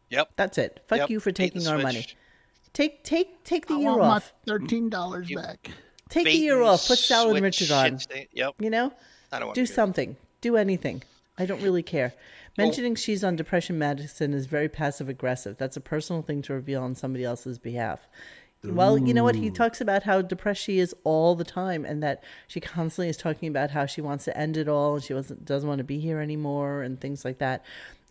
S1: Yep.
S2: That's it. Fuck
S1: Yep.
S2: you for
S1: Bait and
S2: taking our money.
S1: switch.
S2: Take take take the
S6: I
S2: year
S6: want my
S2: off.
S6: thirteen dollars back.
S2: Take the
S1: Bait
S2: year
S1: and
S2: off. Put Sal and
S1: switch
S2: Richard
S1: shit
S2: on.
S1: sta- Yep.
S2: You know,
S1: I don't want
S2: do
S1: to do that.
S2: something. Do anything. I don't really care. Mentioning she's on depression medicine is very passive aggressive. That's a personal thing to reveal on somebody else's behalf. Well, you know what? He talks about how depressed she is all the time and that she constantly is talking about how she wants to end it all and she wasn't, doesn't want to be here anymore and things like that.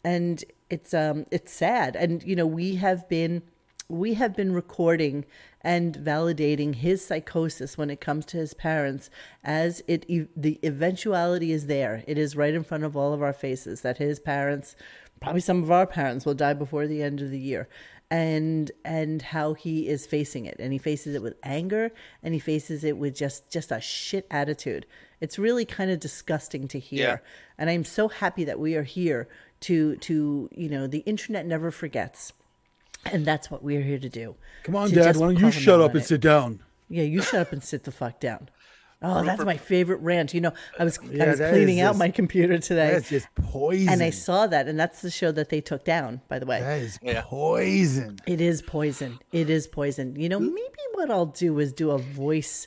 S2: And it's um it's sad. And you know, we have been we have been recording and validating his psychosis when it comes to his parents as it e- the eventuality is there it is right in front of all of our faces that his parents probably some of our parents will die before the end of the year and and how he is facing it and he faces it with anger and he faces it with just just a shit attitude it's really kind of disgusting to hear
S1: Yeah.
S2: and i'm so happy that we are here to to you know the internet never forgets and that's what we're here to do.
S3: Come on,
S2: To
S3: Dad.
S2: just
S3: Why don't you
S2: call them
S3: shut
S2: out
S3: up
S2: on
S3: and
S2: it.
S3: sit down?
S2: Yeah, you shut up and sit the fuck down. Oh, that's my favorite rant. You know, I was I was
S3: that
S2: cleaning
S3: is
S2: out
S3: just-
S2: my computer today,
S3: That's just poison.
S2: and I saw that, and that's the show that they took down. By the way,
S3: that is poison.
S2: it is poison. It is poison. You know, maybe what I'll do is do a voice.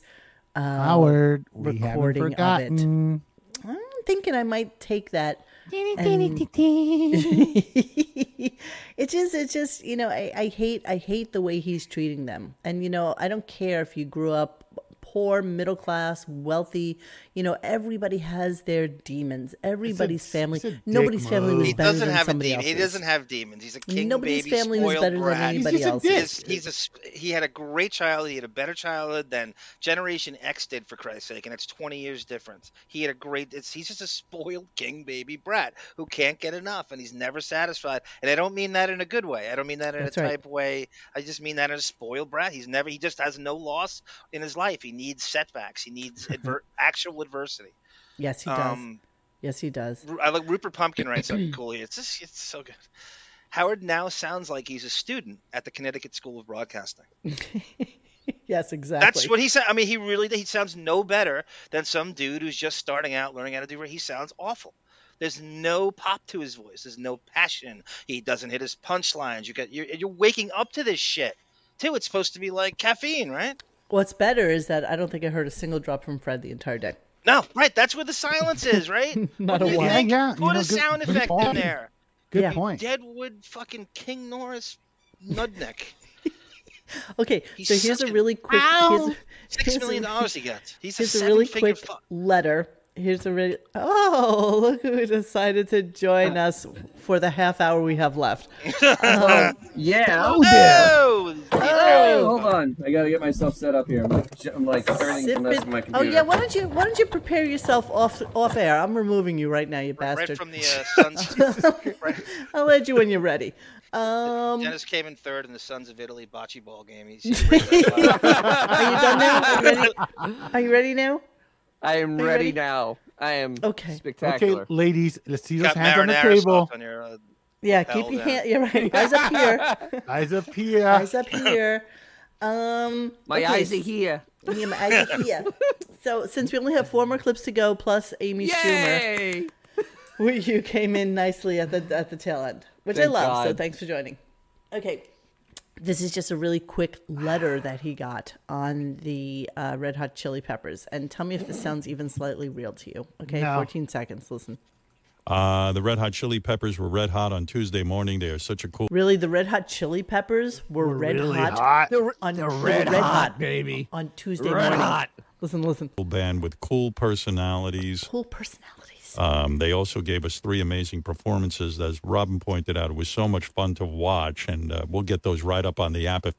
S2: uh,
S3: Howard, Ah, we haven't
S2: recording of it.
S3: forgotten.
S2: I'm thinking I might take that
S6: Dee-dee-dee-dee-dee.
S2: it just it's just you know I, I hate i hate the way he's treating them and you know i don't care if you grew up poor middle class wealthy you know everybody has their demons everybody's family
S3: it's a dick
S2: nobody's family was
S1: He
S3: move.
S2: better
S1: doesn't
S2: than
S1: have a
S2: somebody
S1: demon.
S2: else's
S1: He doesn't have demons. He's a king
S2: nobody's
S1: baby,
S2: family was
S1: spoiled
S2: better
S1: brat.
S2: than anybody
S3: just a
S2: else's
S3: dick.
S1: He's, he's a sp- he had a great childhood. He had a better childhood than Generation X did, for Christ's sake, and it's 20 years difference. He had a great. It's, he's just a spoiled king baby brat who can't get enough, and he's never satisfied. And I don't mean that in a good way. I don't mean that in
S2: That's
S1: a
S2: right.
S1: type way. I just mean that in a spoiled brat. He's never. He just has no loss in his life. He needs setbacks. He needs adver- actual adversity.
S2: yes he does
S1: Um,
S2: yes he does
S1: Ru- I like Rupert Pumpkin writes something cool here. It's just it's so good. Howard now sounds like he's a student at the Connecticut School of Broadcasting.
S2: yes exactly
S1: That's what he said. I mean, he really he sounds no better than some dude who's just starting out learning how to do it. He sounds awful. There's no pop to his voice. There's no passion. He doesn't hit his punchlines. You get you're, you're waking up to this shit too. It's supposed to be like caffeine, right?
S2: what's better is that i don't think i heard a single drop from fred the entire day
S1: No, right. That's where the silence is, right?
S2: Not
S1: What
S2: a
S1: do you
S2: one.
S1: think?
S3: Yeah, yeah, you
S1: Put
S3: know,
S1: a
S3: good-
S1: sound
S3: good
S1: effect in
S3: point.
S1: there.
S3: Good
S2: Yeah.
S3: point.
S1: Deadwood fucking King Norris Nudnik.
S2: Okay,
S1: He's
S2: so here's
S1: such
S2: a
S1: a-
S2: really quick. Here's,
S1: Six million dollars he gets. He's a
S2: Here's a
S1: seven
S2: really
S1: figure
S2: quick letter. Here's a really. Oh, look who decided to join
S1: Uh.
S2: us for the half hour we have left. Um,
S10: Yeah. Oh, yeah.
S1: Oh,
S10: Oh, hold on. I gotta get myself set up here. I'm like, j- I'm like
S2: sip
S10: turning left
S2: it-
S10: to my
S2: oh
S10: computer.
S2: yeah, why don't you why don't you prepare yourself off off air? I'm removing you right now, you bastard.
S1: right from the uh, Suns.
S2: I'll let you when you're ready. Um,
S1: Dennis came in third in the Sons of Italy bocce ball game. He's, he raised us up.
S2: are you done now? Are you ready? Are you ready now?
S11: I am
S2: Are you
S11: ready,
S2: ready?
S11: now. I am
S2: Okay.
S3: Okay,
S11: spectacular.
S3: ladies, let's see those
S1: got
S3: hands on the
S1: marinara
S3: table.
S1: sauce on your, uh,
S2: Yeah,
S1: Hell
S2: keep your
S1: no.
S2: hand. Yeah, right. Eyes up here.
S3: Eyes up here.
S2: Eyes up here. Um,
S11: My
S2: okay,
S11: eyes are
S2: s-
S11: here.
S2: yeah, my eyes are here. So since we only have four more clips to go, plus Amy Schumer,
S11: Yay!
S2: we- you came in nicely at the at the tail end, which I
S11: Thank
S2: love. So
S11: God.
S2: thanks for joining. Okay. This is just a really quick letter that he got on the uh, Red Hot Chili Peppers. And tell me if this sounds even slightly real to you. Okay,
S3: No.
S2: 14 seconds. Listen.
S4: Uh, the Red Hot Chili Peppers were red hot on Tuesday morning. They are such a cool.
S2: Really, the Red Hot Chili Peppers were, red
S3: really
S2: hot.
S3: hot.
S2: They're, on, they were red, hot,
S10: baby.
S2: On Tuesday morning. Listen, listen.
S4: cool band with cool personalities.
S2: Cool personalities.
S4: Um, they also gave us three amazing performances. As Robin pointed out, it was so much fun to watch, and uh, we'll get those right up on the app. If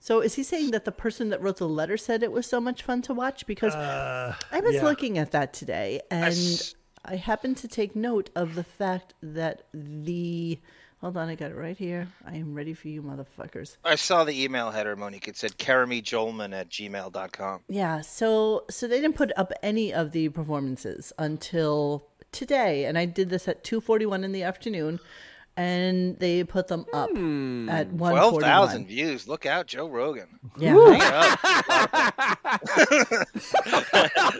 S2: So is he saying that the person that wrote the letter said it was so much fun to watch? Because I was
S3: yeah.
S2: looking at that today, and
S1: Uh, s-
S2: I happened to take note of the fact that the. Hold on, I got it right here. I am ready for you, motherfuckers.
S1: I saw the email header, Monique. It said joelman at gmail.com.
S2: Yeah, so so they didn't put up any of the performances until today, and I did this at two forty one in the afternoon, and they put them up at
S3: Hmm.
S2: one
S1: Twelve
S2: forty
S1: Hmm. thousand
S2: one.
S1: views. Look out, Joe Rogan.
S2: Yeah,
S1: Hang up.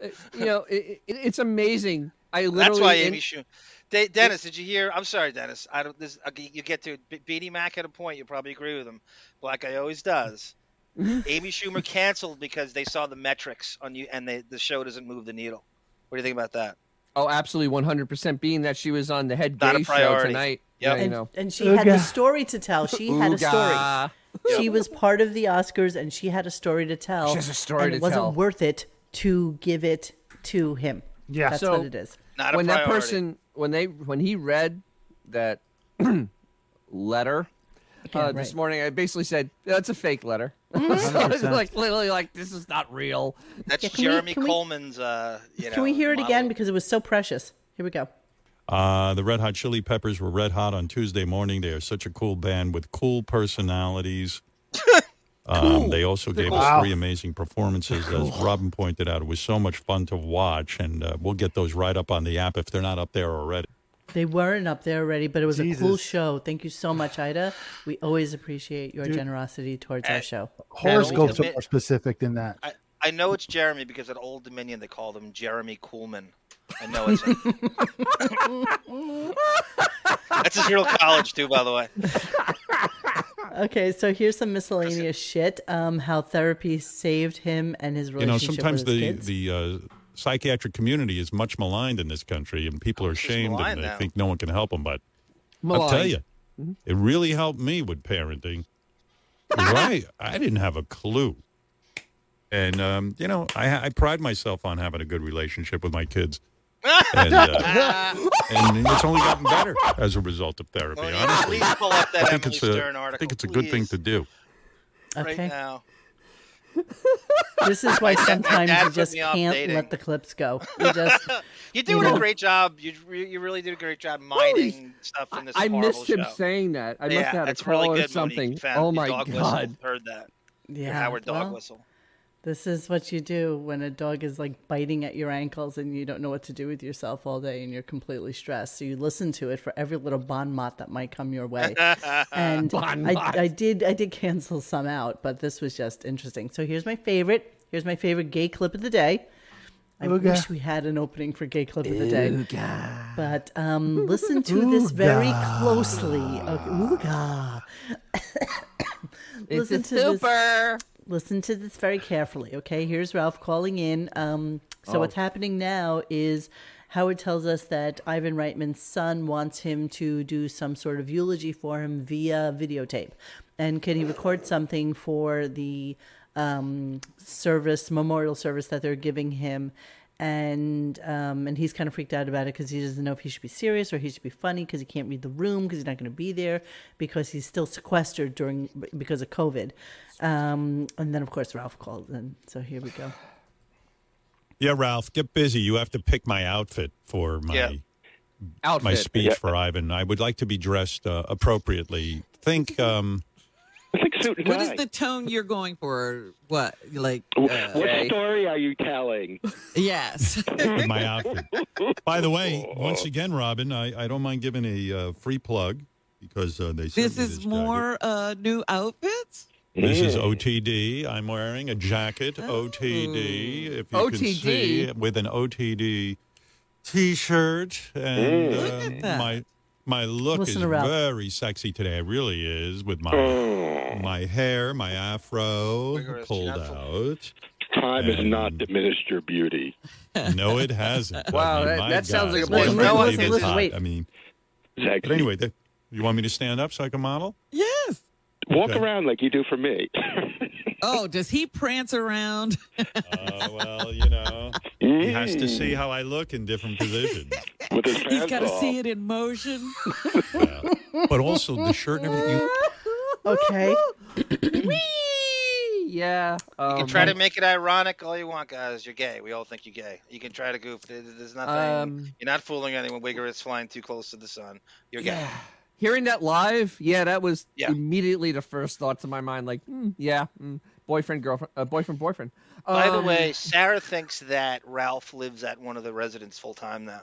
S2: Uh,
S11: you know, it, it, it's amazing. I literally.
S1: That's why
S11: in-
S1: Amy Schumer. De- Dennis, did you hear? I'm sorry, Dennis. I don't. This, okay, you get to B- Beanie Mac at a point. You probably agree with him. Black guy always does. Amy Schumer canceled because they saw the metrics on you, and they, the show doesn't move the needle. What do you think about that?
S11: Oh, absolutely, one hundred percent. Being that she was on the head
S1: Not a
S11: gay show
S1: priority.
S11: tonight.
S1: Yep.
S11: Yeah, you
S2: and,
S11: know.
S2: and she had the
S3: Ooga.
S2: story to tell. She had a story.
S11: Ooga.
S2: She was part of the Oscars, and she had a story to tell.
S11: She has a story
S2: and
S11: to
S2: it wasn't
S11: tell.
S2: worth it to give it to him.
S3: Yeah.
S2: that's
S11: So-
S2: what it is.
S1: Not a
S11: when
S1: priority.
S11: that person when they when he read that letter uh,
S2: Yeah,
S11: this
S2: right.
S11: morning i basically said that's a fake letter so I was
S3: 100%.
S11: like literally like this is not real
S1: That's
S2: Yeah, can we-
S1: Jeremy
S2: can we-
S1: Coleman's. Uh, you know,
S2: Can we hear it again
S1: monologue.
S2: because it was so precious? Here we go.
S4: Uh, the Red Hot Chili Peppers were red hot on Tuesday morning. They are such a cool band with cool personalities. Um, they also gave us
S3: cool.
S4: three amazing performances. As Robin pointed out, it was so much fun to watch, and uh, we'll get those right up on the app if they're not up there already.
S2: They weren't up there already, but it was a cool
S3: Jesus.
S2: show. Thank you so much, Ida. We always appreciate your generosity towards our show.
S3: Horoscopes are
S1: Ultimate-
S3: more specific than that.
S1: I, I know it's Jeremy because at Old Dominion they called him Jeremy Coolman. I know it's him. That's his real college too, by the way.
S2: Okay, so here's some miscellaneous shit. Um, how therapy saved him and his
S4: You know,
S2: relationship
S4: sometimes
S2: with
S4: the
S2: his kids.
S4: the uh, psychiatric community is much maligned in this country, and people
S2: Oh,
S4: are ashamed
S1: maligned
S4: and they
S1: now.
S4: think no one can help them. But I'll
S11: Maligned.
S4: tell you, it really helped me with parenting. 'Cause I I didn't have a clue, and um, you know, I I pride myself on having a good relationship with my kids. and, uh, and it's only gotten better as a result of therapy.
S1: Monique,
S4: Honestly,
S1: please pull up that
S4: I think
S1: Emily
S4: it's a,
S1: Stern
S4: I
S1: article.
S4: think it's a good thing
S1: please,
S4: to do.
S1: right
S2: okay,
S1: now.
S2: this is why sometimes
S1: dad
S2: you
S1: put
S2: just
S1: me off
S2: can't
S1: dating.
S2: let the clips go. You just
S1: You're doing
S2: know.
S1: a great job. You re- you really did a great job mining stuff in this
S11: i
S1: horrible
S11: missed him
S1: show.
S11: saying that i must
S1: yeah,
S11: have had a
S1: that's
S11: call
S1: really good.
S11: or something
S1: Monique. You found
S11: oh
S1: your
S11: my
S1: dog
S11: god
S1: Whistle. Heard that? Your
S2: yeah.
S1: Howard dog
S2: well,
S1: whistle.
S2: this is what you do when a dog is like biting at your ankles and you don't know what to do with yourself all day and you're completely stressed. So you listen to it for every little bon mot that might come your way. and
S11: Bon
S2: I,
S11: mot.
S2: I did I did cancel some out, but this was just interesting. So here's my favorite. Here's my favorite gay clip of the day. I
S3: Ooga.
S2: wish we had an opening for gay clip of the day. But um, listen to this very closely. Okay, ooga.
S11: it's
S2: Listen
S11: a
S2: to this-
S11: super
S2: listen to this very carefully, okay? Here's Ralph calling in. Um, so what's happening now is Howard tells us that Ivan Reitman's son wants him to do some sort of eulogy for him via videotape. and can he record something for the um, service memorial service that they're giving him and um, and he's kind of freaked out about it because he doesn't know if he should be serious or he should be funny because he can't read the room because he's not going to be there because he's still sequestered during because of COVID, um, and then of course Ralph called and so here we go.
S4: Yeah, Ralph, get busy. You have to pick my outfit for my
S1: Yeah.
S4: my
S1: Outfit.
S4: speech
S1: Yeah.
S4: for Ivan. I would like to be dressed uh, appropriately. Think um,
S5: What is the tone you're going for? What like?
S12: What
S5: uh,
S12: story are you telling?
S5: Yes.
S4: with my outfit. By the way, once again, Robin, I, I don't mind giving a uh, free plug because uh, they sent
S5: This
S4: me
S5: is more uh, new outfits.
S4: This is OTD. I'm wearing a jacket,
S5: Oh.
S4: OTD. If you can
S5: OTD?
S4: see, with an OTD T-shirt, and
S5: Mm. Look at
S4: uh,
S5: that.
S4: my my look
S5: Listen
S4: is
S5: to Ralph.
S4: very sexy today. It really is with my my hair, my afro pulled out.
S12: Time has not diminished your beauty.
S4: No, it hasn't.
S12: Wow, that-
S4: my
S12: that sounds like a
S4: what
S12: point.
S4: do you
S12: No,
S4: believe
S12: listen,
S4: it's
S12: listen,
S4: hot?
S12: wait.
S4: I mean,
S12: Sexy.
S4: but anyway, the, you want me to stand up so I can model?
S5: Yes.
S12: Walk
S4: Okay.
S12: around like you do for me.
S5: Oh, does he prance around?
S4: Oh well, you know, he has to see how I look in different positions.
S12: With his
S5: He's got to see it in motion.
S4: But also the shirt and everything. You,
S2: Okay.
S11: yeah.
S1: You
S11: Um,
S1: can try to make it ironic all you want, guys. You're gay. We all think you're gay. You can try to goof. There- There's nothing.
S11: Um,
S1: you're not fooling anyone. Wigger is flying too close to the sun. You're gay.
S11: yeah. Hearing that live, yeah, that was immediately the first thought to my mind. Like, mm, yeah, mm, boyfriend, girlfriend, uh, boyfriend, boyfriend.
S1: By the
S11: Um,
S1: way, Sarah thinks that Ralph lives at one of the residents full time now.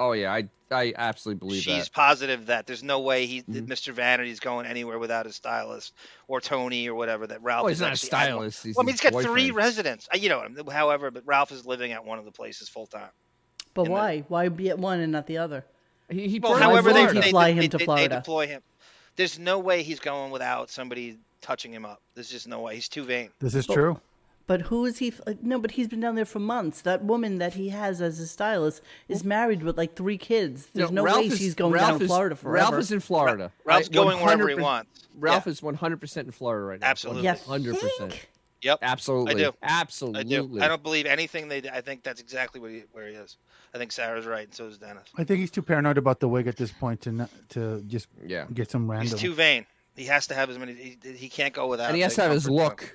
S11: oh yeah, I I absolutely believe
S1: She's
S11: that. Mm-hmm.
S1: positive that there's no way he, that Mr. Vanity's going anywhere without his stylist or Tony or whatever. That Ralph
S11: Oh,
S1: is
S11: he's not a
S1: actually at one-
S11: stylist. He's
S1: well, I mean,
S11: his
S1: he's got three
S11: boyfriend.
S1: residents. Uh, You know, however, but Ralph is living at one of the places full time.
S2: But why? Why be at one and not the other?
S11: He, he
S1: Well, however, they, they, they-
S2: fly him
S1: they-
S2: to
S1: they
S2: Florida.
S1: deploy him. There's no way he's going without somebody touching him up. There's just no way. He's too vain.
S3: This is true.
S2: But who is he? f- uh, No, but he's been down there for months. That woman that he has as a stylist is married with like three kids. There's no,
S11: Ralph
S2: way
S11: is-
S2: she's going
S11: Ralph
S2: down to
S11: is-
S2: Florida forever.
S11: Ralph is in Florida.
S1: Ralph's
S11: I-
S1: going wherever he
S11: 100%
S1: wants.
S11: Ralph is one hundred percent in Florida right now.
S1: Absolutely.
S2: You
S11: hundred percent.
S1: Yep,
S11: absolutely.
S1: I do.
S11: Absolutely.
S1: I do. I don't believe anything they do. I think that's exactly what he, where he is. I think Sarah's right, and so is Dennis.
S3: I think he's too paranoid about the wig at this point to not, to just
S11: yeah.
S3: get some random.
S1: He's too vain. He has to have as many. He, he can't go without.
S11: And he has
S1: the
S11: to have his
S1: comfort
S11: look.
S1: zone.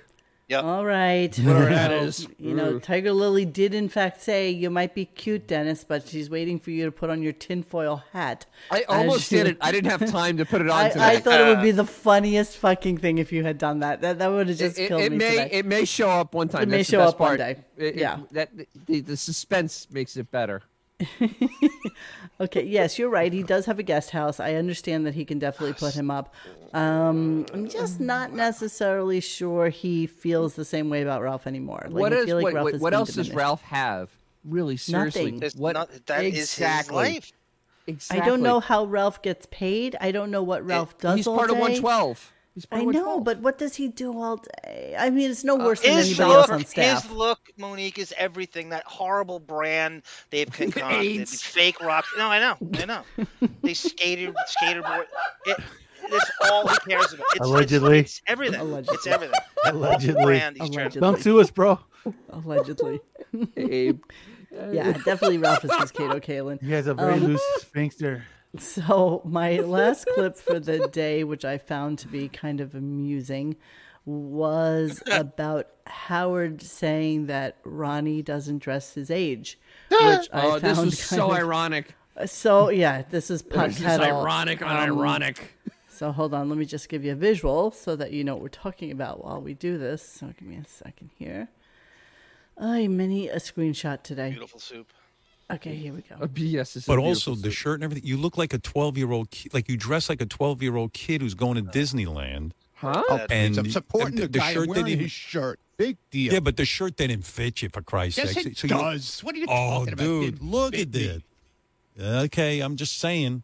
S1: Yep.
S2: All right.
S11: Whatever
S2: So,
S11: that is.
S2: You know,
S11: Ugh.
S2: Tiger Lily did in fact say you might be cute, Dennis, but she's waiting for you to put on your tinfoil hat.
S11: I
S2: As
S11: almost
S2: you-
S11: did it. I didn't have time to put it on
S2: I,
S11: today.
S2: I thought it would be the funniest fucking thing if you had done that. That that would have just
S11: it,
S2: killed
S11: it
S2: me.
S11: may
S2: today.
S11: it may show up one time.
S2: It may
S11: That's the
S2: show
S11: best
S2: up one
S11: part.
S2: day.
S11: It- it-
S2: Yeah.
S11: that the, the suspense makes it better.
S2: Okay, yes, you're right. He does have a guest house. I understand that he can definitely put him up. Um, I'm just not necessarily sure he feels the same way about Ralph anymore. Like,
S11: what
S2: I
S11: is
S2: feel like
S11: wait,
S2: Ralph
S11: wait,
S2: has
S11: what
S2: been
S11: else does
S2: diminished.
S11: Ralph have? Really seriously,
S2: Nothing. There's
S11: what
S1: not- that is his
S11: exactly?
S1: life.
S11: Exactly.
S2: I don't know how Ralph gets paid. I don't know what Ralph does.
S11: He's
S2: all
S11: part of
S2: day.
S11: 112. He's part
S2: I
S11: of Uh,
S2: know, but what does he do all day? I mean, it's no Oh, worse than
S1: His
S2: anybody else
S1: look,
S2: on staff.
S1: his look, Monique is everything. That horrible brand they've concocted,
S11: AIDS.
S1: these fake rocks. No, I know, I know. they skated, skater boy. It, it's all he cares about. It's,
S3: Allegedly.
S1: it's, it's everything. It's everything.
S3: Allegedly.
S1: brand he's trying to-
S3: Don't sue us, bro.
S2: Allegedly. yeah, definitely Ralph is his Kato Kalin.
S3: He has a very
S2: Um,
S3: loose sphincter.
S2: So, my last clip for the day, which I found to be kind of amusing, was about Howard saying that Ronnie doesn't dress his age, which I
S11: Oh,
S2: found
S11: this was
S2: kind
S11: so
S2: of-
S11: ironic.
S2: So, yeah, this is punk
S11: This is
S2: metal.
S11: ironic on ironic.
S2: So, hold on, let me just give you a visual so that you know what we're talking about while we do this. So, give me a second here. I mini a screenshot today.
S1: Beautiful soup.
S2: Okay, here we go.
S11: Uh, yes, this is
S4: but
S11: beautiful.
S4: also the shirt and everything. You look like a twelve-year-old kid. Like you dress like a twelve-year-old kid who's going to Disneyland.
S11: Huh?
S13: Oh,
S4: And
S13: I'm supporting the,
S4: the,
S13: guy
S4: shirt
S13: wearing
S4: that
S13: his shirt. Big deal.
S4: Yeah, but the shirt that didn't fit you for Christ's
S13: Yes,
S4: sake.
S13: it
S4: you-
S13: does. What are you
S4: oh,
S13: talking about? It
S4: dude, look at
S13: fit
S4: this. Okay, I'm just saying.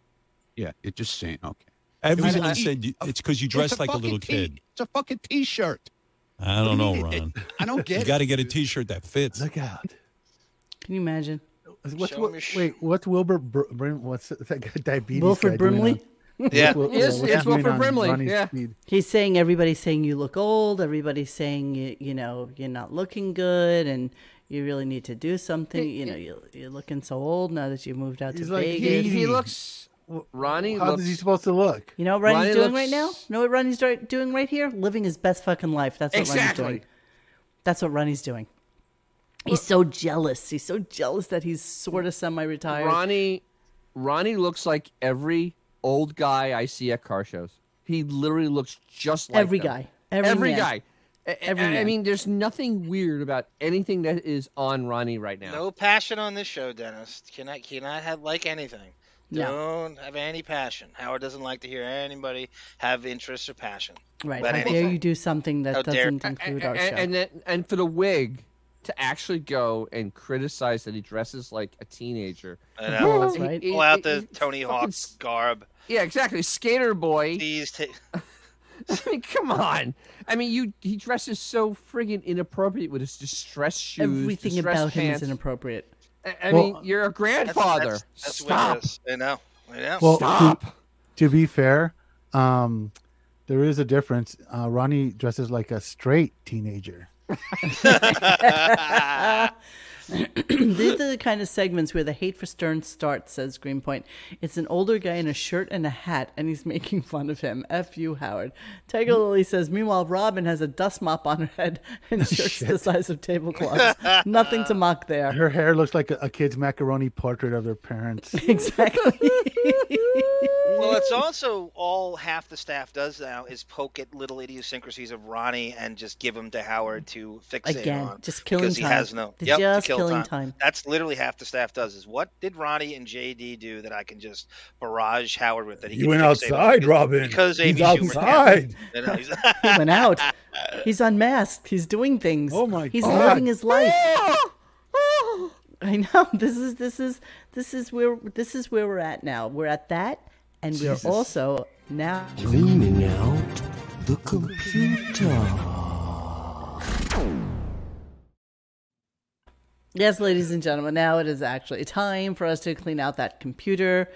S13: Yeah, it just saying. Okay.
S4: Everyone
S13: It was a-
S4: said you- it's because you
S13: It's
S4: dress like a
S13: fucking
S4: little
S13: tee.
S4: kid.
S13: It's a fucking t-shirt.
S4: I don't know,
S13: What do you mean?
S4: Ron.
S13: I don't get
S4: You
S13: it.
S4: got to get a T-shirt that fits.
S3: Look out.
S2: Can you imagine?
S3: What's, what, wait, what's Wilbur Br- Brim? What's that guy? Diabetes.
S2: Wilford
S3: guy doing
S2: Brimley?
S3: on-
S1: Yeah.
S3: Will-
S11: Yes,
S3: will
S11: it's
S3: Smith
S11: Wilford
S3: on
S11: Brimley,
S3: Ronnie
S11: yeah.
S3: Speed.
S2: He's saying everybody's saying you look old. Everybody's saying you, you know you're not looking good, and you really need to do something. You know you're, you're looking so old now that you moved out
S3: He's
S2: to
S3: like
S2: Vegas.
S3: He- he
S11: looks. Ronnie
S3: How
S11: looks.
S3: is he supposed to look?
S2: You know what Ronnie's doing right now? Know what Ronnie's do- doing right here? Living his best fucking life. That's what
S11: Exactly.
S2: Ronnie's doing. That's what Ronnie's doing. He's so jealous. He's so jealous that he's sort of semi-retired.
S11: Ronnie, Ronnie looks like every old guy I see at car shows. He literally looks just like
S2: Every
S11: them.
S2: guy. Every man.
S11: guy. I-
S2: Every
S11: I, I
S2: man.
S11: mean, there's nothing weird about anything that is on Ronnie right now.
S1: No passion on this show, Dennis. Cannot cannot have like anything.
S11: No.
S1: Don't have any passion. Howard doesn't like to hear anybody have interest or passion.
S2: Right.
S1: About
S2: How dare
S1: anything.
S2: you do something that
S1: How dare-
S2: doesn't include our
S11: and,
S2: show?
S11: and then- and for the wig to actually go and criticize that he dresses like a teenager.
S1: I know.
S11: He- he-
S1: Pull out
S11: he-
S1: the Tony Hawk's garb.
S11: Yeah, exactly. Skater boy.
S1: Please take.
S11: I mean, come on. I mean, you he dresses so friggin' inappropriate with his distressed shoes.
S2: Everything
S11: distressed
S2: about him is
S11: pants.
S2: inappropriate.
S11: I, I
S3: Well-
S11: mean, you're a
S1: That's-
S11: grandfather.
S1: That's, that's
S11: Stop.
S1: What it is. I know. I know.
S3: Well, To, to be fair, um, there is a difference. Uh, Ronnie dresses like a straight teenager.
S2: These are the kind of segments where the hate for Stern starts, says Greenpoint. It's an older guy in a shirt and a hat, and he's making fun of him. F you, Howard. Tiger
S1: Hmm?
S2: Lily says, Meanwhile, Robin has a dust mop on her head
S1: Oh,
S2: and shirts the size of tablecloths. Nothing to mock there.
S3: Her hair looks like a, a kid's macaroni portrait of their parents.
S2: Exactly.
S1: well, it's also all half the staff does now is poke at little idiosyncrasies of Ronnie and just give them to Howard to fix
S2: Again,
S1: on.
S2: just killing
S1: because he
S2: time.
S1: has no.
S2: They're
S1: Yep, to
S2: just
S1: kill
S2: killing
S1: time.
S2: time.
S1: That's literally half the staff does is what did Ronnie and JD do that I can just barrage Howard with that he
S3: You
S1: can
S3: went
S1: fixate on?
S3: outside,
S1: Because-
S3: Robin.
S1: Because Amy
S3: He's
S1: Schumer can't.
S3: outside.
S1: You know, he's-
S2: he went out. He's unmasked. He's doing things. Oh
S3: my
S2: He's
S3: God.
S2: living his life. I know. This is this is this is where this is where we're at now. We're at that and
S9: Jesus.
S2: we're also now
S9: Cleaning out the computer.
S2: Yes, ladies and gentlemen, now it is actually time for us to clean out that computer.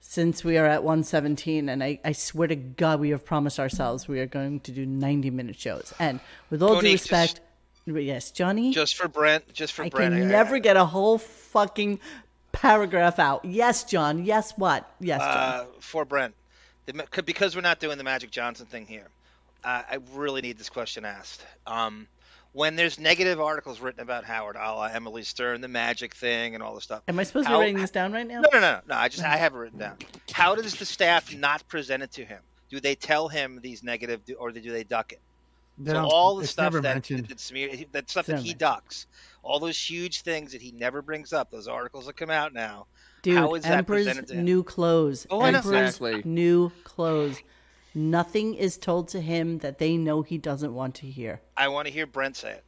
S2: Since we are at 117, and I, I swear to God, we have promised ourselves we are going to do 90 minute shows. And with all due
S1: Tony, just-
S2: respect, yes, Johnny,
S1: just for Brent, just for
S2: I
S1: Brent.
S2: can never get a whole fucking paragraph out. Yes, John. Yes, what? Yes, John.
S1: uh, for Brent, the, ma- c- because we're not doing the Magic Johnson thing here, I, I really need this question asked. Um, when there's negative articles written about Howard, a la Emily Stern, the Magic thing, and all this stuff.
S2: Am I supposed to
S1: how-
S2: be writing this down right now?
S1: No, no, no, no, no. I just I have it written down. How does the staff not present it to him? Do they tell him these negative, or do they duck it?
S3: They
S1: so
S3: don't-
S1: all the
S3: it's
S1: stuff
S3: never
S1: that,
S3: mentioned.
S1: that smear, that stuff
S2: It's never
S1: that he
S2: mentioned.
S1: ducks, all those huge things that he never brings up, those articles that come out now.
S2: Dude,
S1: how is that
S2: Emperor's
S1: presented to him?
S2: new clothes.
S1: Oh, I know.
S2: Emperor's
S1: Exactly.
S2: new clothes. Nothing is told to him that they know he doesn't want to hear.
S1: I want to hear Brent say it.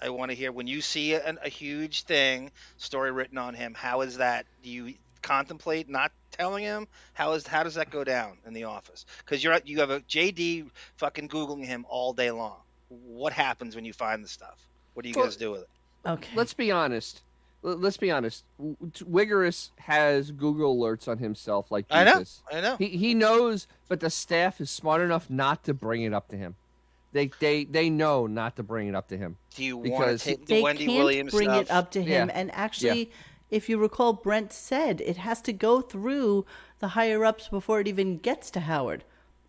S1: I want to hear when you see an, a huge thing story written on him. How is that? Do you contemplate not telling him? How is how does that go down in the office? Because you're you have a JD fucking googling him all day long. What happens when you find the stuff? What do you guys do with it?
S2: Okay.
S11: Let's be honest. L- Let's be honest. W- t- Wigorous has Google alerts on himself like
S1: I know,
S11: Jesus.
S1: I know.
S11: He, he knows, but the staff is smart enough not to bring it up to him. They they they know not to bring it up to him.
S1: Do you want to
S11: because
S1: take the
S2: They
S1: Wendy
S2: can't
S1: Williams
S2: bring
S1: stuff?
S2: it up to him.
S11: Yeah.
S2: And
S11: Yeah.
S2: actually, if you recall, Brent said it has to go through the higher ups before it even gets to Howard.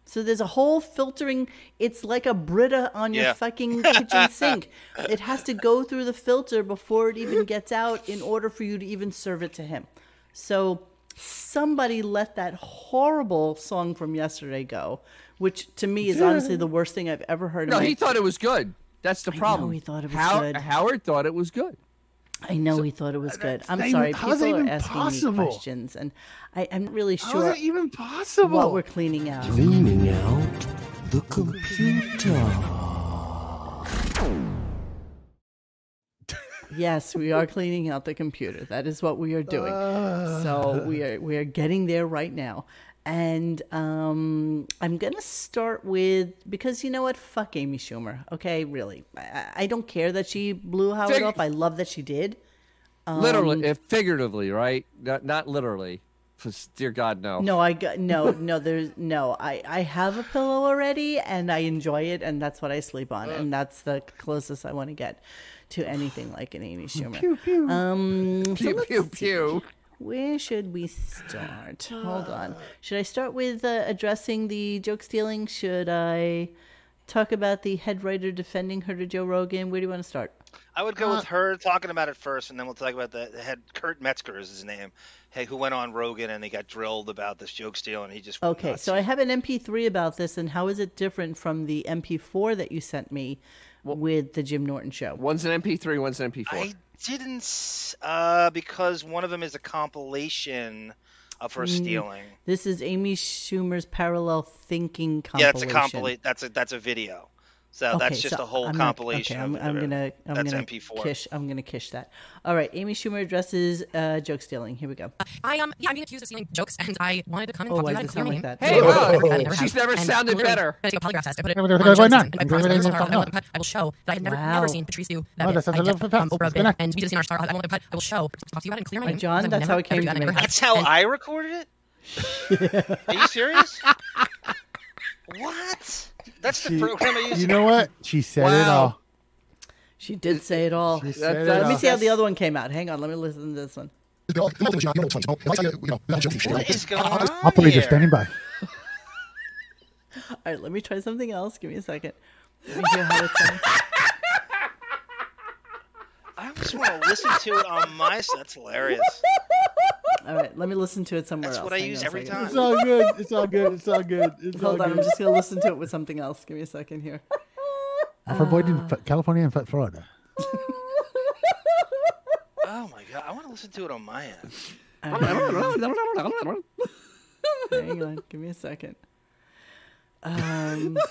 S2: So there's a whole filtering. It's like a Brita on your
S1: Yeah.
S2: fucking kitchen sink. It has to go through the filter before it even gets out in order for you to even serve it to him. So somebody let that horrible song from yesterday go, which to me is honestly the worst thing I've ever heard. in
S11: No,
S2: my-
S11: he thought it was good. That's the
S2: know
S11: problem.
S2: he thought it was
S11: How-
S2: good.
S11: Howard thought it was good.
S2: I know he thought it was good. I'm
S3: uh, not even-
S2: sorry,
S3: how is
S2: people are
S3: that even
S2: asking me
S3: possible?
S2: questions, and I, I'm not really
S3: How is
S2: sure
S3: that even possible?
S2: what we're cleaning out.
S9: Cleaning out the computer.
S2: yes, we are cleaning out the computer. That is what we are doing. so we are we are getting there right now. And um, I'm gonna start with because you know what? Fuck Amy Schumer. Okay, really, I- I, I don't care that she blew Howard
S11: Fig-
S2: off. I love that she did.
S11: literally,
S2: Um,
S11: eh, figuratively, right? Not, not literally. Because dear God, no.
S2: No, I got no, no. There's no. I I have a pillow already, and I enjoy it, and that's what I sleep on, and that's the closest I want to get to anything like an Amy Schumer.
S11: Pew, pew.
S2: Um, so
S11: Pew,
S2: let's
S11: pew,
S2: see.
S11: pew. Uh.
S2: Where should we start? Hold on. Should I start with uh, addressing the joke stealing? Should I talk about the head writer defending her to Joe Rogan? Where do you want to start?
S1: I would go with her talking about it first, and then we'll talk about the, the head. Kurt Metzger is his name. Hey, who went on Rogan and they got drilled about this joke steal, and he just went
S2: Okay,
S1: nuts.
S2: so I have an MP3 about this, and how is it different from the MP4 that you sent me with the Jim Norton show?
S11: One's an MP3, one's an MP4.
S1: I didn't s- uh, because one of them is a compilation of her
S2: Mm,
S1: stealing.
S2: This is Amy Schumer's parallel thinking
S1: Yeah,
S2: compilation.
S1: that's a compilate. That's a that's a video. So that's
S2: Okay,
S1: just
S2: so
S1: a whole
S2: I'm not-
S1: compilation.
S2: okay, I'm,
S1: of
S2: I'm
S1: the-
S2: gonna, I'm
S1: that's
S2: gonna
S1: MP4.
S2: kish. I'm gonna kish that. All right, Amy Schumer addresses uh, joke stealing. Here we go.
S14: I um yeah, I'm being accused of stealing jokes, and I wanted to come and
S2: Oh,
S14: talk to
S2: why
S14: you about
S2: does
S14: it.
S2: it
S14: clear my
S2: sound like
S14: name.
S2: that?
S14: Which
S2: Hey,
S14: I
S2: wow.
S14: never have. I
S2: She's never
S14: And
S2: sounded
S14: I'm literally
S2: better.
S14: gonna do a polygraph test. I put it
S2: Why
S14: on
S2: not?
S14: Johnson,
S2: Why
S14: and my promise
S2: not?
S14: was not- I will put- I will show that I had never,
S2: Wow.
S14: never seen Patricio. That
S2: Wow,
S14: it.
S2: that sounds
S14: I
S2: a
S14: did,
S2: little fast.
S14: um, Oprah
S2: Spin
S14: Bin,
S2: it.
S14: and we just in our star. I will put. I will show. Talk to you about it and clear my
S2: Hi,
S14: name.
S2: Uh, John,
S14: because I
S2: that's
S14: never,
S2: how it came
S14: ever do that,
S2: to
S14: I
S2: me.
S14: never have.
S1: That's how
S14: And-
S1: I recorded it. Are you serious? what? That's the
S3: She-
S1: program I used.
S3: you know what? She said it
S2: Wow.
S3: all.
S2: She did say it all.
S3: She said it
S2: let me
S3: all.
S2: see how the other one came out. Hang on. Let me listen to this one.
S1: What is going on?
S3: Operator
S1: here?
S3: standing by.
S2: All right, let me try something else. Give me a second. Let me hear how it sounds.
S1: I just want to listen to it on my. That's hilarious.
S2: All right, let me listen to it somewhere
S1: That's
S2: else.
S1: what I
S2: Hang
S1: use
S2: on a
S1: every
S2: second.
S1: time.
S3: It's all good. It's all good. It's all good. It's
S2: Hold
S3: all
S2: on,
S3: good.
S2: I'm just gonna listen to it with something else. Give me a second here.
S3: I've avoided
S2: Ah.
S3: F- California and F- Florida.
S1: Oh my god! I want to listen to it on my end.
S2: Hang on, give me a second. Um,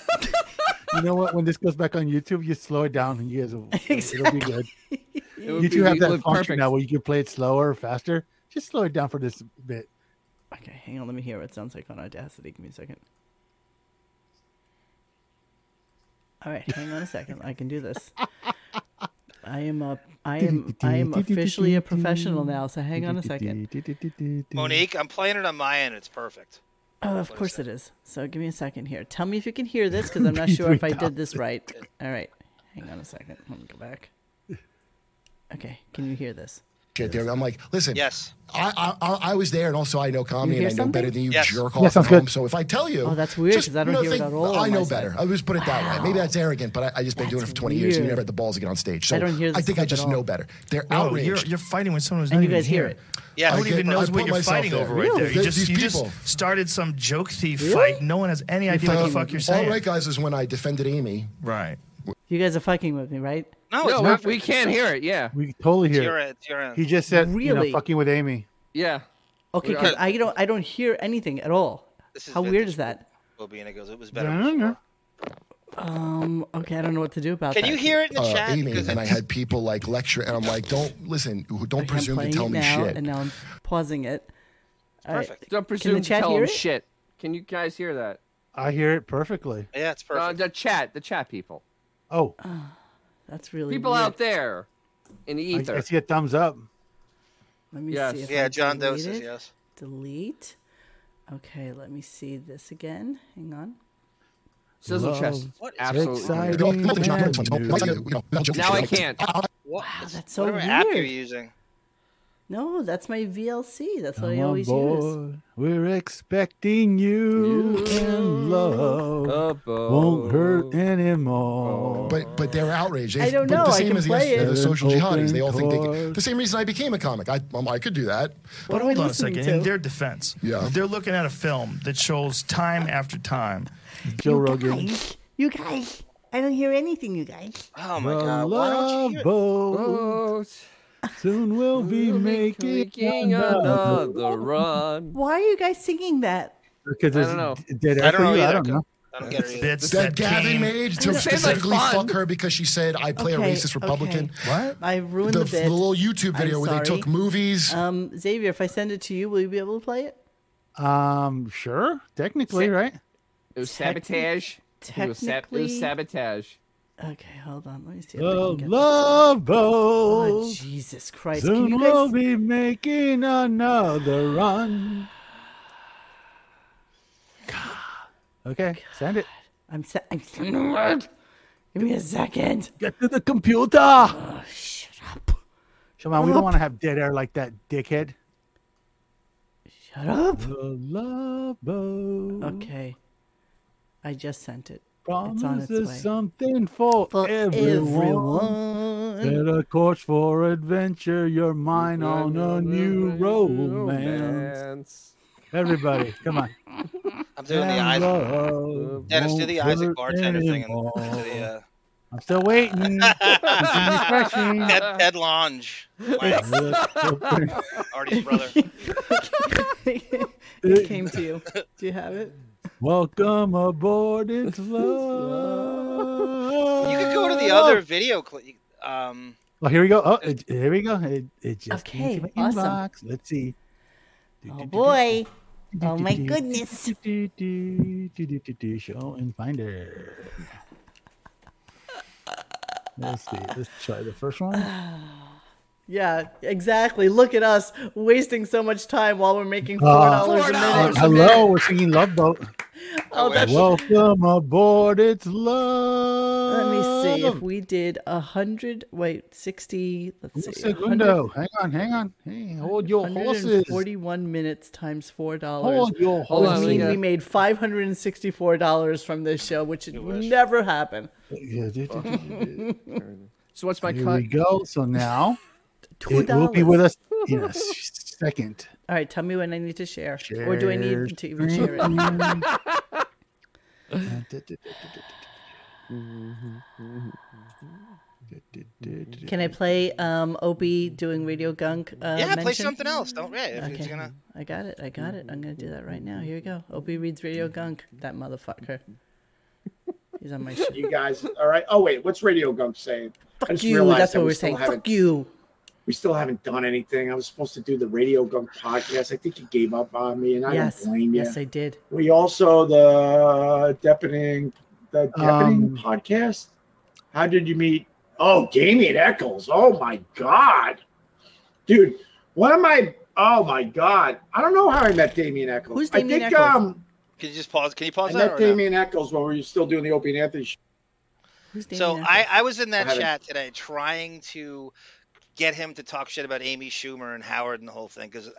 S3: You know what? When this goes back on YouTube, you slow it down, and you guys will it'll be good.
S11: would
S3: you
S11: be-
S3: two have
S11: it
S3: that
S11: would
S3: function
S11: perfect.
S3: now where you can play it slower or faster. Just slow it down for this bit.
S2: okay, hang on. Let me hear what it sounds like on Audacity. Give me a second. All right, hang on a second. I can do this. I am a, I am, I am officially a professional now. So hang on a second.
S1: Monique, I'm playing it on my end. It's perfect.
S2: Oh, of course it is. So give me a second here. Tell me if you can hear this because I'm not sure if I did this right. All right, hang on a second. Let me go back. Okay, can you hear this?
S15: shit there. I'm like, listen.
S1: Yes.
S15: I, I I- I was there, and also I know comedy,
S2: hear
S15: and I know
S2: something?
S15: better than you
S2: Yes.
S15: jerk
S2: Yeah,
S15: off
S2: sounds
S15: at home.
S2: good.
S15: So if I tell you,
S2: Oh, that's weird,
S15: just,
S2: 'cause I don't
S15: you know,
S2: hear it
S15: think,
S2: at all
S15: I
S2: on
S15: know
S2: my
S15: better.
S2: side.
S15: I just put it that way. Maybe that's arrogant, but I, I just been doing it for 20 years, and you
S2: weird.
S15: never had the balls to get on stage. So
S2: I don't hear this
S15: think
S2: clip
S15: I
S2: at
S15: just
S2: all.
S15: know better. They're
S16: Whoa,
S15: outraged.
S16: You're, you're fighting with someone who's
S2: And
S16: not
S2: you
S16: even
S2: guys hear
S16: here.
S2: it.
S1: Yeah,
S16: Who
S15: I
S16: even
S15: get- I
S16: knows
S15: put
S16: what you're
S15: myself
S16: fighting
S15: there.
S16: over
S15: Really?
S16: right there. You
S15: Th-
S16: just,
S15: these
S16: you just
S15: people.
S16: started some joke thief fight. No one has any idea what the fuck you're saying.
S15: um, All right, guys, is when I defended Amy. Right.
S2: You guys are fucking with me, right?
S1: No,
S11: No, we, we can't hear it. Yeah.
S3: We totally hear
S1: You're
S3: it.
S1: it, you're it.
S3: He just said, you know,
S2: Really?
S3: fucking with Amy.
S11: Yeah.
S2: Okay,
S11: We-
S2: because
S11: I-
S2: I don't I don't hear anything at all.
S1: This is
S2: How weird is that?
S1: Bobina goes. It was better. before."
S3: Yeah.
S2: Um. Okay, I don't know what to do about
S1: Can
S2: that.
S1: you hear it in the
S15: uh,
S1: chat?
S15: Amy,
S1: Because
S15: and I had people like lecture, and I'm like, don't listen, don't
S2: Okay, I'm
S15: presume to
S2: playing
S15: tell
S2: it
S15: me
S2: now,
S15: shit.
S2: and now I'm pausing it. All right,
S11: Don't
S2: Can
S11: presume
S2: the
S11: to
S2: chat
S11: tell
S2: hear
S11: them
S2: it?
S11: shit. Can you guys hear that?
S3: I hear it perfectly.
S1: Yeah, it's
S11: Uh, the chat, the chat people,
S3: Oh,
S2: That's really
S11: people
S2: weird.
S11: out there in the
S3: I, I
S11: ether.
S3: see a thumbs up.
S2: Let me
S11: Yes.
S2: see. If
S1: Yeah,
S2: I
S1: John Doe
S2: delete
S1: says
S2: it.
S1: yes.
S2: Delete. Okay, let me see this again. Hang on.
S11: Sizzle
S2: Love.
S11: chest.
S2: What is
S11: Absolutely.
S15: exciting avenue.
S11: Now I can't.
S1: What?
S2: Wow, that's so
S1: Whatever
S2: weird.
S1: app you're using.
S2: No, that's my VLC. That's what I
S3: Come on
S2: always use.
S3: board. We're expecting you, and love won't hurt anymore.
S15: But but they're outraged.
S2: I don't
S15: but
S2: know.
S15: The
S2: I
S15: same
S2: can
S15: as
S2: play
S15: the,
S2: it.
S15: the social jihadis. They all think they
S3: Open
S15: can. The same reason I became a comic. I um, I could do that.
S16: But hold on a second. In their defense,
S15: Yeah.
S16: they're looking at a film that shows time after time.
S3: Joe Rogan.
S2: You guys, I don't hear anything. You guys.
S1: Oh my
S3: The
S1: god! Why don't you?
S3: love
S1: hear-
S3: Oh.
S11: Oh.
S3: boat. Soon we'll be making,
S11: Making
S3: another.
S11: another run.
S2: Why are you guys singing that?
S3: Because
S11: I
S3: it's
S11: don't know.
S3: d- dead
S1: I
S3: air
S1: don't
S3: for
S1: know
S3: you. I
S1: either,
S3: don't know.
S1: I don't get it. either.
S16: It's
S15: that
S16: that,
S15: Gabby
S16: game.
S15: made
S2: I
S15: to
S2: know.
S15: specifically
S11: Sounds like fun.
S15: fuck her because she said I play
S2: Okay,
S15: a racist Republican.
S2: okay. I ruined
S15: The,
S2: the,
S15: the
S2: bit.
S15: little YouTube video
S2: I'm
S15: where they
S2: sorry.
S15: took movies.
S2: Um, Xavier, if I send it to you, will you be able to play it?
S3: Um, sure, technically, right?
S11: It was
S2: Technic-
S11: sabotage. It was, sab- it was
S2: technically-
S11: sabotage.
S2: Okay, hold on. Let me see. If I
S3: The
S2: can get
S3: love
S2: Oh,
S3: boat.
S2: Jesus Christ! Can
S3: Soon
S2: you
S3: we'll
S2: guys?
S3: be making another run. Okay, send it.
S2: I'm se- I'm sending it. Give me a second.
S3: Get to the computer. Oh,
S2: shut
S3: up. Shimon, we don't
S2: Up.
S3: want to have dead air like that, dickhead.
S2: Shut up.
S3: The love boat.
S2: Okay. I just sent it. it's on its way.
S3: Promises something for, everyone. Set a course for adventure. You're mine on a new romance. Everybody, come on.
S1: I'm doing the
S3: And
S1: Isaac.
S3: love
S1: Dennis, do the
S3: won't
S1: Isaac
S3: hurt
S1: bartender thing. And
S3: anymore.
S1: do the, uh,
S3: I'm still waiting.
S1: Ted, Ted Lange. Wow. Artie's brother.
S2: it came to you. Do you have it?
S3: Welcome aboard. It's love.
S1: You could go to the
S2: Oh.
S1: other video clip. Um,
S3: Well, here we go. Oh, it, here we go. It, it just
S2: Okay,
S3: came to my
S2: awesome.
S3: inbox. Let's see.
S2: Oh boy. Oh my
S3: do,
S2: goodness.
S3: Do, do, do, do, do, do, show and finder. Let's see. Let's try the first one.
S2: Yeah, exactly. Look at us wasting so much time while we're making four
S3: Ah,
S2: dollars a minute.
S3: hello, we're singing Love Boat.
S2: Oh, that's-
S3: Welcome aboard. It's love.
S2: Let me see if we did a hundred. Wait, sixty. Let's see.
S3: Segundo. Hang on, hang on. Hey, hold your horses.
S2: Forty-one minutes times four dollars.
S3: Hold your
S2: Hold
S3: horses.
S2: mean we made five hundred and sixty-four dollars from this show, which should never happen.
S3: Yeah, do, do, do, do, do.
S11: So what's my
S3: Here
S11: cut?
S3: we go. So now it will be with us in a s- second.
S2: All right, tell me when I need to share, or do I
S3: Share
S2: need to even share it? Can I play um, Opie doing Radio Gunk? Uh,
S1: yeah, play
S2: mention?
S1: something else. Don't yeah. If it's
S2: Okay.
S1: gonna,
S2: I got it. I got it. I'm gonna do that right now. Here we go. Opie reads Radio Gunk. That motherfucker. He's on my shit.
S17: you guys, all right? Oh wait, what's Radio Gump saying? I
S2: Fuck
S17: just
S2: you.
S17: realized
S2: That's
S17: that
S2: what
S17: we
S2: we're
S17: still
S2: saying.
S17: haven't-
S2: Fuck you.
S17: We still haven't done anything. I was supposed to do the Radio Gump podcast. I think you gave up on me, and I
S2: Yes.
S17: don't blame you.
S2: Yes, I did.
S17: We also uh, the deputing the deputing
S3: Um,
S17: podcast. How did you meet? Oh, Damien Eccles. Oh my god, dude. What am I? Oh my god. I don't know how I met Damien Eccles.
S1: Who's
S17: I
S1: Damien
S17: think
S1: Eccles?
S17: um
S1: can you just pause? Can you pause
S17: I
S1: that?
S17: met
S1: Or no?
S17: Damien Eccles when we were still doing the Opie and Anthony show.
S1: So I, I was in that
S17: I haven't-
S1: chat today trying to get him to talk shit about Amy Schumer and Howard and the whole thing because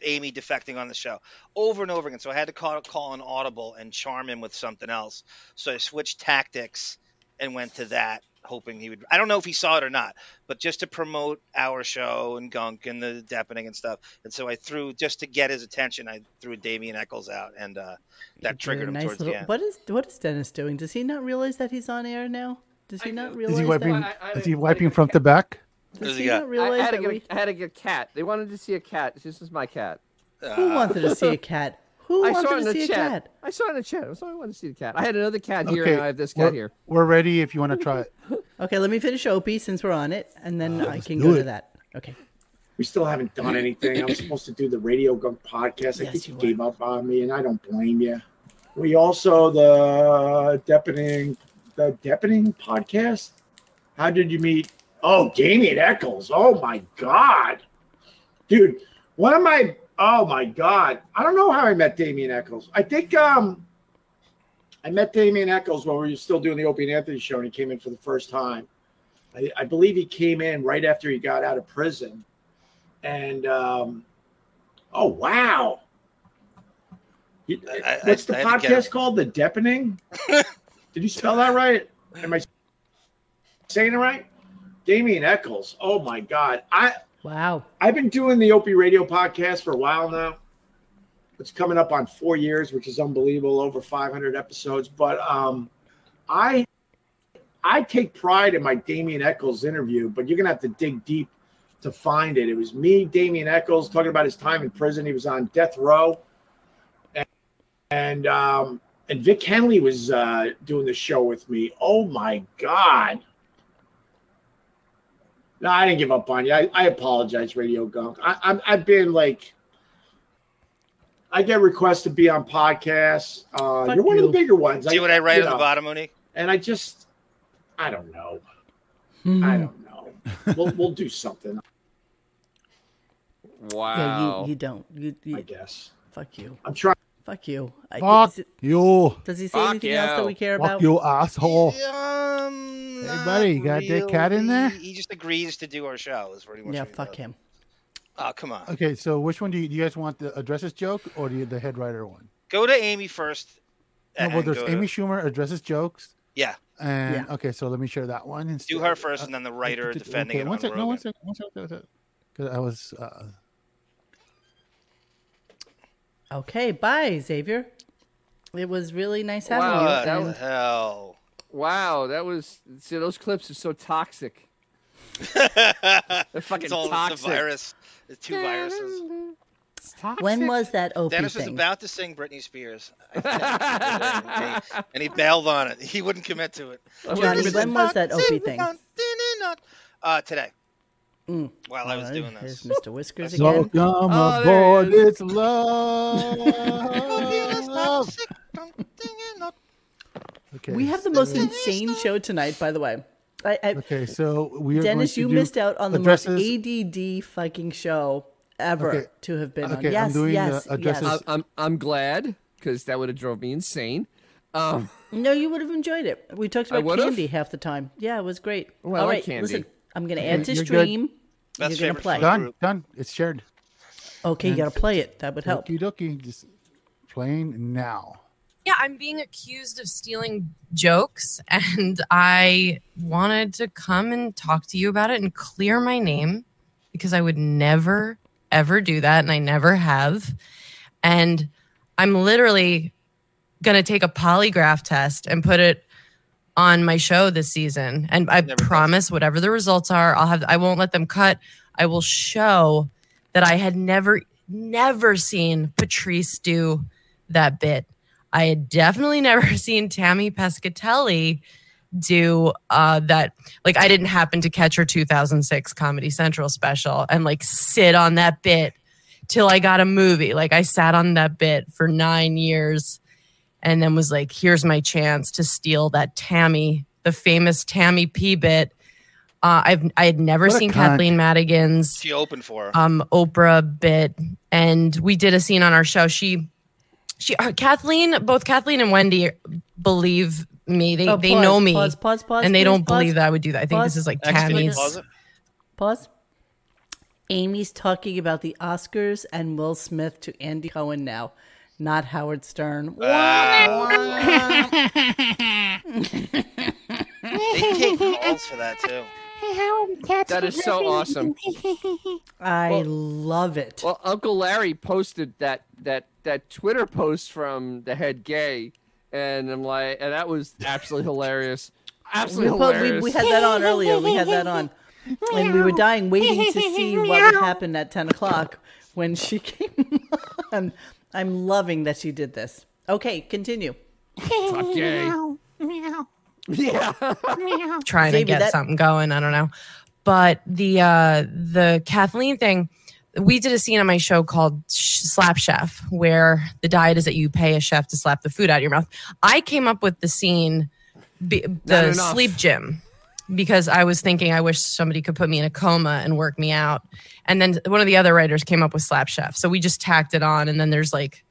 S1: Amy defecting on the show over and over again. So I had to call call an audible and charm him with something else. So I switched tactics and went to that, hoping he would. I don't know if he saw it or not, but just to promote our show and Gunk and the Deafening and stuff. And so I threw just to get his attention. I threw Damien Eccles out, and uh, that
S2: Did a
S1: triggered him
S2: nice
S1: towards
S2: little-
S1: the end.
S2: What is what is Dennis doing? Does he not realize that he's on air now? Does he not realize?
S3: Is he wiping?
S2: That?
S3: is he wiping from the back?
S1: Does
S2: he not realize
S11: I, had to
S2: that
S11: get a-
S2: we-
S11: I had to get a cat. They wanted to see a cat. This is my cat.
S1: Uh,
S2: Who wanted to see a cat? Who
S11: I
S2: wanted
S11: saw it in
S2: to
S11: the
S2: see a
S11: chat.
S2: cat?
S11: I saw it in the chat. That's why I wanted to see the cat. I had another cat here, and I have this cat
S3: we're,
S11: here.
S3: We're ready if you want to try it.
S2: Okay, let me finish Opie since we're on it, and then I can
S3: Ah, do
S2: go to
S3: it.
S2: that. Okay.
S17: We still haven't done anything. I was supposed to do the Radio Gunk podcast. I think you gave up on me, and I don't blame you. We also the deputing the deputing podcast. How did you meet? Oh, Damien Eccles. Oh my god, dude. What am I? Oh my god. I don't know how I met Damien Eccles. I think um, I met Damien Eccles when we were still doing the Opie and Anthony show, and he came in for the first time. I, I believe he came in right after he got out of prison. And um, oh wow, You-
S1: I-
S17: what's the
S1: I had to get
S17: podcast called? The Deepening? Did you spell that right? Am I saying it right? Damien Eccles. Oh my God! I
S2: wow.
S17: I've been doing the Opie Radio podcast for a while now. It's coming up on four years, which is unbelievable. Over 500 episodes, but um, I I take pride in my Damien Eccles interview, but you're gonna have to dig deep to find it. It was me, Damien Eccles, talking about his time in prison. He was on death row, and and, um, and Vic Henley was uh, doing the show with me. Oh my god! No, I didn't give up on you. I, I apologize, Radio Gunk. I, I'm I've been like. I get requests to be on podcasts. Uh,
S1: Fuck
S17: you're one of
S1: you.
S17: the bigger ones.
S1: See what I write
S17: you
S1: on the
S17: know.
S1: bottom, Monique?
S17: And I just, I don't know.
S2: Mm-hmm.
S17: I don't know. We'll, we'll do something.
S2: Yeah, you, you don't. You, you, I
S17: guess.
S2: Fuck you.
S17: I'm trying
S2: Fuck you. I-
S3: Fuck
S2: is it-
S3: you.
S2: Does he say
S3: Fuck
S2: anything else that
S3: you.
S2: we care
S3: Fuck
S2: about?
S3: you, asshole.
S1: Hey,
S3: buddy, you got that cat in there?
S1: He just agrees to do our show. Is pretty much.
S2: Yeah,
S1: what he
S2: fuck
S1: does.
S2: him.
S1: Oh, come on.
S3: Okay, so which one do you, do you guys want the addresses joke or the, the head writer one?
S1: Go to Amy first.
S3: No,
S1: and
S3: well, there's
S1: go to-
S3: Amy Schumer addresses jokes.
S1: Yeah.
S3: And okay, so let me share that one. And
S1: Do her first, and then the writer defending
S3: uh, okay,
S1: it.
S3: one
S1: on
S3: sec- no,
S1: Rogan.
S3: one second, one second, one second. Because I was. Uh,
S2: Okay, bye, Xavier. It was really nice having
S11: Wow,
S2: you.
S11: that
S2: and-
S11: was-
S1: hell.
S11: Wow, that was see those clips are so toxic. They're fucking
S1: It's all it's
S11: toxic.
S1: the virus. The two viruses.
S2: when was that Opie
S1: Dennis was
S2: thing?
S1: about to sing Britney Spears, I think, and he bailed on it. He wouldn't commit to it.
S2: Johnny, when was that Opie thing?
S1: Uh, today,
S2: Mm.
S1: while I was
S2: Well,
S1: doing
S2: there's
S1: this.
S2: Mr. Whiskers
S3: so
S2: again. Oh,
S3: come aboard, it's love. okay.
S2: We have the most insane show tonight, by the way. I, I,
S3: Okay, so we are
S2: Dennis,
S3: going
S2: you
S3: to do
S2: missed out on the
S3: addresses-
S2: most ADD fucking show ever
S11: Okay.
S2: to have been
S11: Okay,
S2: on.
S11: I'm
S2: Yes,
S11: doing uh, the
S2: yes, yes.
S11: addresses- I'm- I'm, I'm glad because that would have drove me insane. Um,
S2: no, you would have enjoyed it. We talked
S11: I
S2: about
S11: would've?
S2: candy half the time. Yeah, it was great.
S11: Well, I
S2: All
S11: like
S2: right,
S11: candy.
S2: listen, I'm going to
S11: Okay,
S2: add to
S11: you're good.
S2: stream.
S11: Best
S2: you're going to
S11: favorite
S2: play.
S3: done, done. It's shared.
S2: Okay, you
S3: And
S2: got to play it. That would help.
S3: Okie dokie, just playing now.
S14: Yeah, I'm being accused of stealing jokes, and I wanted to come and talk to you about it and clear my name because I would never, ever do that, and I never have. And I'm literally going to take a polygraph test and put it on my show this season. And I promise, whatever the results are, I'll have. I won't let them cut. I will show that I had never, never seen Patrice do that bit. I had definitely never seen Tammy Pescatelli do uh, that. Like, I didn't happen to catch her 2006 Comedy Central special and like sit on that bit till I got a movie. Like, I sat on that bit for nine years and then was like, here's my chance to steal that Tammy, the famous Tammy P bit. Uh, I've I had never
S1: What a
S14: seen
S1: cunt.
S14: Kathleen Madigan's
S1: She opened for her.
S14: um Oprah bit and we did a scene on our show. She she uh, Kathleen both Kathleen and Wendy believe me. They
S2: Oh,
S14: they
S2: pause,
S14: know me.
S2: Pause, pause, pause.
S14: and they
S2: please,
S14: don't
S2: pause,
S14: believe that I would do that. I think
S2: pause.
S14: this is like Tammy's
S2: Pause. Amy's talking about the Oscars and Will Smith to Andy Cohen now, not Howard Stern.
S11: Ah.
S6: Ah.
S1: They take calls for that too.
S6: Hey, Howard, catch
S11: That is so awesome.
S2: I love it.
S11: Well, Uncle Larry posted that that that Twitter post from the head gay, and I'm like, and that was absolutely hilarious. Absolutely
S2: we, put- we-
S11: hilarious.
S2: we had that on earlier. We had that on. And we were dying, waiting to see what would happen at 10 o'clock when she came on. I'm loving that she did this. Okay, continue.
S6: Fuck
S11: gay.
S6: Meow, meow,
S11: Yeah.
S6: meow.
S14: trying to
S2: Xavier,
S14: get
S2: that-
S14: something going. I don't know. But the uh, the Kathleen thing, we did a scene on my show called Sh- Slap Chef, where the diet is that you pay a chef to slap the food out of your mouth. I came up with the scene, be, the
S11: enough.
S14: sleep gym, because I was thinking I wish somebody could put me in a coma and work me out. And then one of the other writers came up with Slap Chef, so we just tacked it on. And then there's like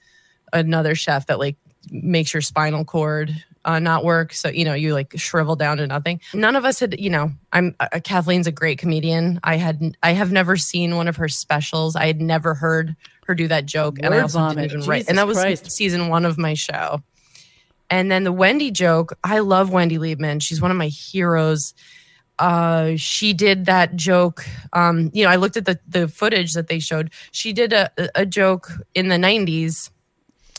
S14: another chef that like makes your spinal cord uh, not work. So you know you like shrivel down to nothing. None of us had, you know, I'm uh, Kathleen's a great comedian. I had I have never seen one of her specials. I had never heard her do that joke, and I
S2: Word
S14: also
S2: vomit.
S14: didn't even write.
S2: Jesus
S14: And that was
S2: Christ.
S14: season one of my show. And then the Wendy joke. I love Wendy Liebman. She's one of my heroes. Uh, she did that joke. Um, you know, I looked at the the footage that they showed. She did a a joke in the '90s,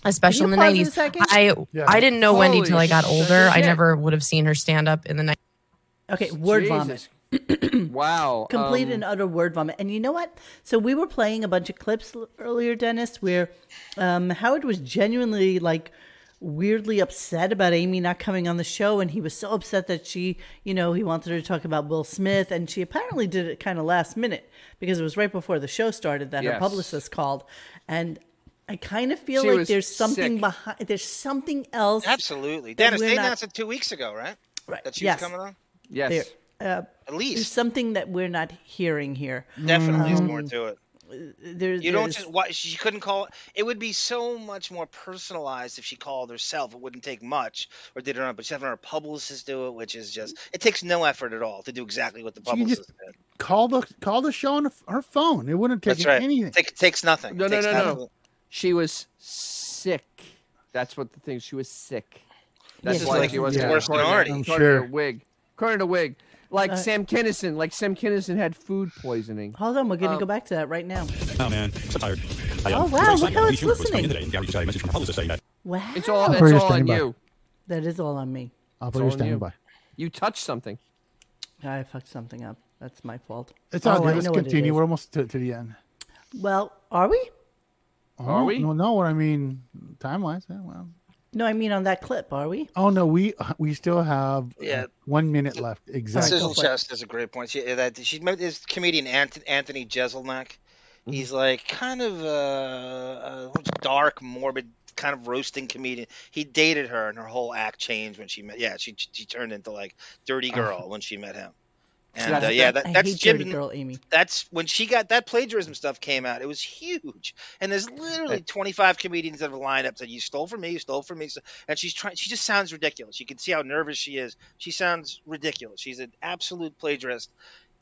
S14: a special in
S2: you
S14: the
S2: pause in a
S14: '90s.
S2: second?
S14: I
S2: Yeah.
S14: I didn't know Wendy
S2: Holy
S14: till I got
S2: shit.
S14: older. I never would have seen her stand up in the night.
S2: Okay, word vomit.
S11: wow.
S2: Mm. complete
S11: um,
S2: and utter word vomit. And you know what? So we were playing a bunch of clips l- earlier, Dennis, where um, Howard was genuinely like weirdly upset about Amy not coming on the show, and he was so upset that she, you know, he wanted her to talk about Will Smith, and she apparently did it kind of last minute because it was right before the show started that her
S11: Yes.
S2: publicist called, and. I kind of feel
S11: She
S2: like
S11: was
S2: there's something
S11: sick.
S2: behind. There's something else.
S1: Absolutely,
S2: that
S1: Dennis.
S2: we're
S1: They
S2: not-
S1: announced it two weeks ago, right? Right. That she
S2: Yes.
S1: was coming on.
S11: Yes.
S2: There, uh,
S1: At least.
S2: there's something that we're not hearing here.
S1: Definitely is
S2: Um,
S1: more to it.
S2: there,
S1: You don't
S2: there's-
S1: just why she couldn't call. It would be so much more personalized if she called herself. It wouldn't take much, or did her own. But she's having her publicist do it, which is just it takes no effort at all to do exactly what the
S3: She can
S1: publicist.
S3: just call the call the show on her- her phone. It wouldn't take
S1: That's right.
S3: anything.
S1: Take, takes nothing.
S11: No, no,
S1: Takes
S11: no,
S1: nothing.
S11: no. She was sick. That's what the thing. She was sick. That's
S1: This is
S11: why
S1: like
S11: she wasn't
S1: worse than
S11: recording.
S1: Artie. I'm
S11: According to
S1: sure.
S11: her wig. According to wig, like
S2: Uh,
S11: Sam Kinison, like Sam Kinison had food poisoning.
S2: Hold on, we're going to
S11: Um,
S2: go back to that right now.
S4: Oh man, so tired. I,
S2: Oh,
S4: um,
S2: wow,
S4: was
S2: look how
S4: excited.
S2: it's
S4: We should- was
S2: listening.
S4: today, and Gary decided message from publicist saying that.
S2: Wow.
S11: It's all. It's
S3: put your
S11: all on
S3: standby.
S11: you.
S2: That is all on me.
S3: I'll
S11: put
S3: put
S11: your
S3: your
S11: It's on you.
S3: standby.
S11: standby. You touched something.
S2: I fucked something up. That's my fault.
S3: It's all
S2: Oh, I
S3: good. Let's
S2: know what it
S3: continue.
S2: is.
S3: We're almost to, to the end.
S2: Well, are we?
S3: Oh, No, no. What I mean, time wise. Yeah, well.
S2: No, I mean on that clip, are we?
S3: Oh no, we we still have uh,
S1: Yeah.
S3: one minute left. Exactly.
S1: Sizzle Chest is a great point. She, that she met this comedian Ant- Anthony Jeselnik.
S2: Mm-hmm.
S1: He's like kind of a, a dark, morbid, kind of roasting comedian. He dated her, and her whole act changed when she met. Yeah, she she turned into like dirty girl when she met him. And
S2: Uh-huh. That's
S1: uh, yeah,
S2: the-
S1: that,
S2: I
S1: that's
S2: hate
S1: Jim.
S2: Dirty Girl Amy.
S1: That's when she got that plagiarism stuff came out. It was huge, and there's literally 25 comedians that have lined up that you stole from me, you stole from me, so- and she's trying. She just sounds ridiculous. You can see how nervous she is. She sounds ridiculous. She's an absolute plagiarist.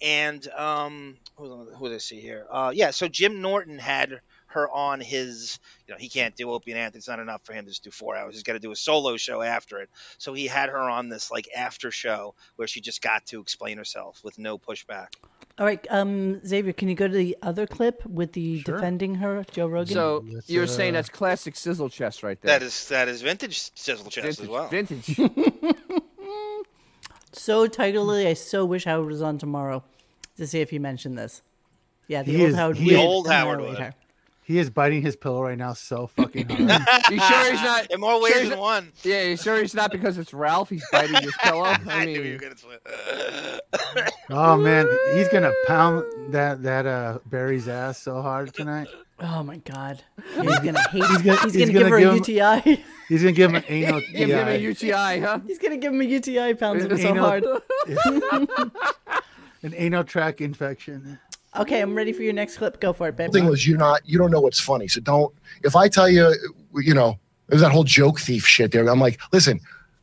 S1: And um, hold on, who did I see here? Uh, yeah, so Jim Norton had her on his. You know, he can't do Opie and Anthony. It's not enough for him to just do four hours. He's got to do a solo show after it. So he had her on this like after show where she just got to explain herself with no pushback.
S2: All right, um, Xavier, can you go to the other clip with the defending her, Joe Rogan?
S11: So you're saying that's classic sizzle chest right there.
S1: That is that is vintage sizzle chest as
S11: Vintage-
S1: well.
S11: Vintage.
S2: so Tiger Lily, I so wish Howard was on tomorrow to see if he mentioned this. Yeah, the
S3: He
S2: old
S3: is-
S2: Howard.
S3: he
S2: would,
S3: is-
S2: and
S3: Old
S2: now
S3: Howard
S2: later.
S3: would. He is biting his pillow right now so fucking hard.
S11: you sure he's not?
S1: In more
S11: sure
S1: ways
S11: he's
S1: than
S11: not-
S1: one.
S11: Yeah, you sure he's not because it's Ralph. He's biting his pillow. I mean,
S3: Oh man, he's gonna pound that that uh Barry's ass so hard tonight.
S2: Oh my God, he's gonna hate. He's gonna,
S3: He's gonna- he's
S2: give
S3: gonna
S2: her
S3: give
S2: a
S3: him-
S2: UTI.
S3: He's gonna give him an anal
S11: Give him a
S3: TI.
S11: UTI, huh?
S2: He's gonna give him a UTI. Pounds him
S3: An
S2: so hard.
S3: anal- an anal tract infection.
S2: Okay, I'm ready for your next clip. Go for it, babe.
S15: The thing was, you're not, you don't know what's funny. So don't, if I tell you, you know, there's that whole joke thief shit there. I'm like, listen,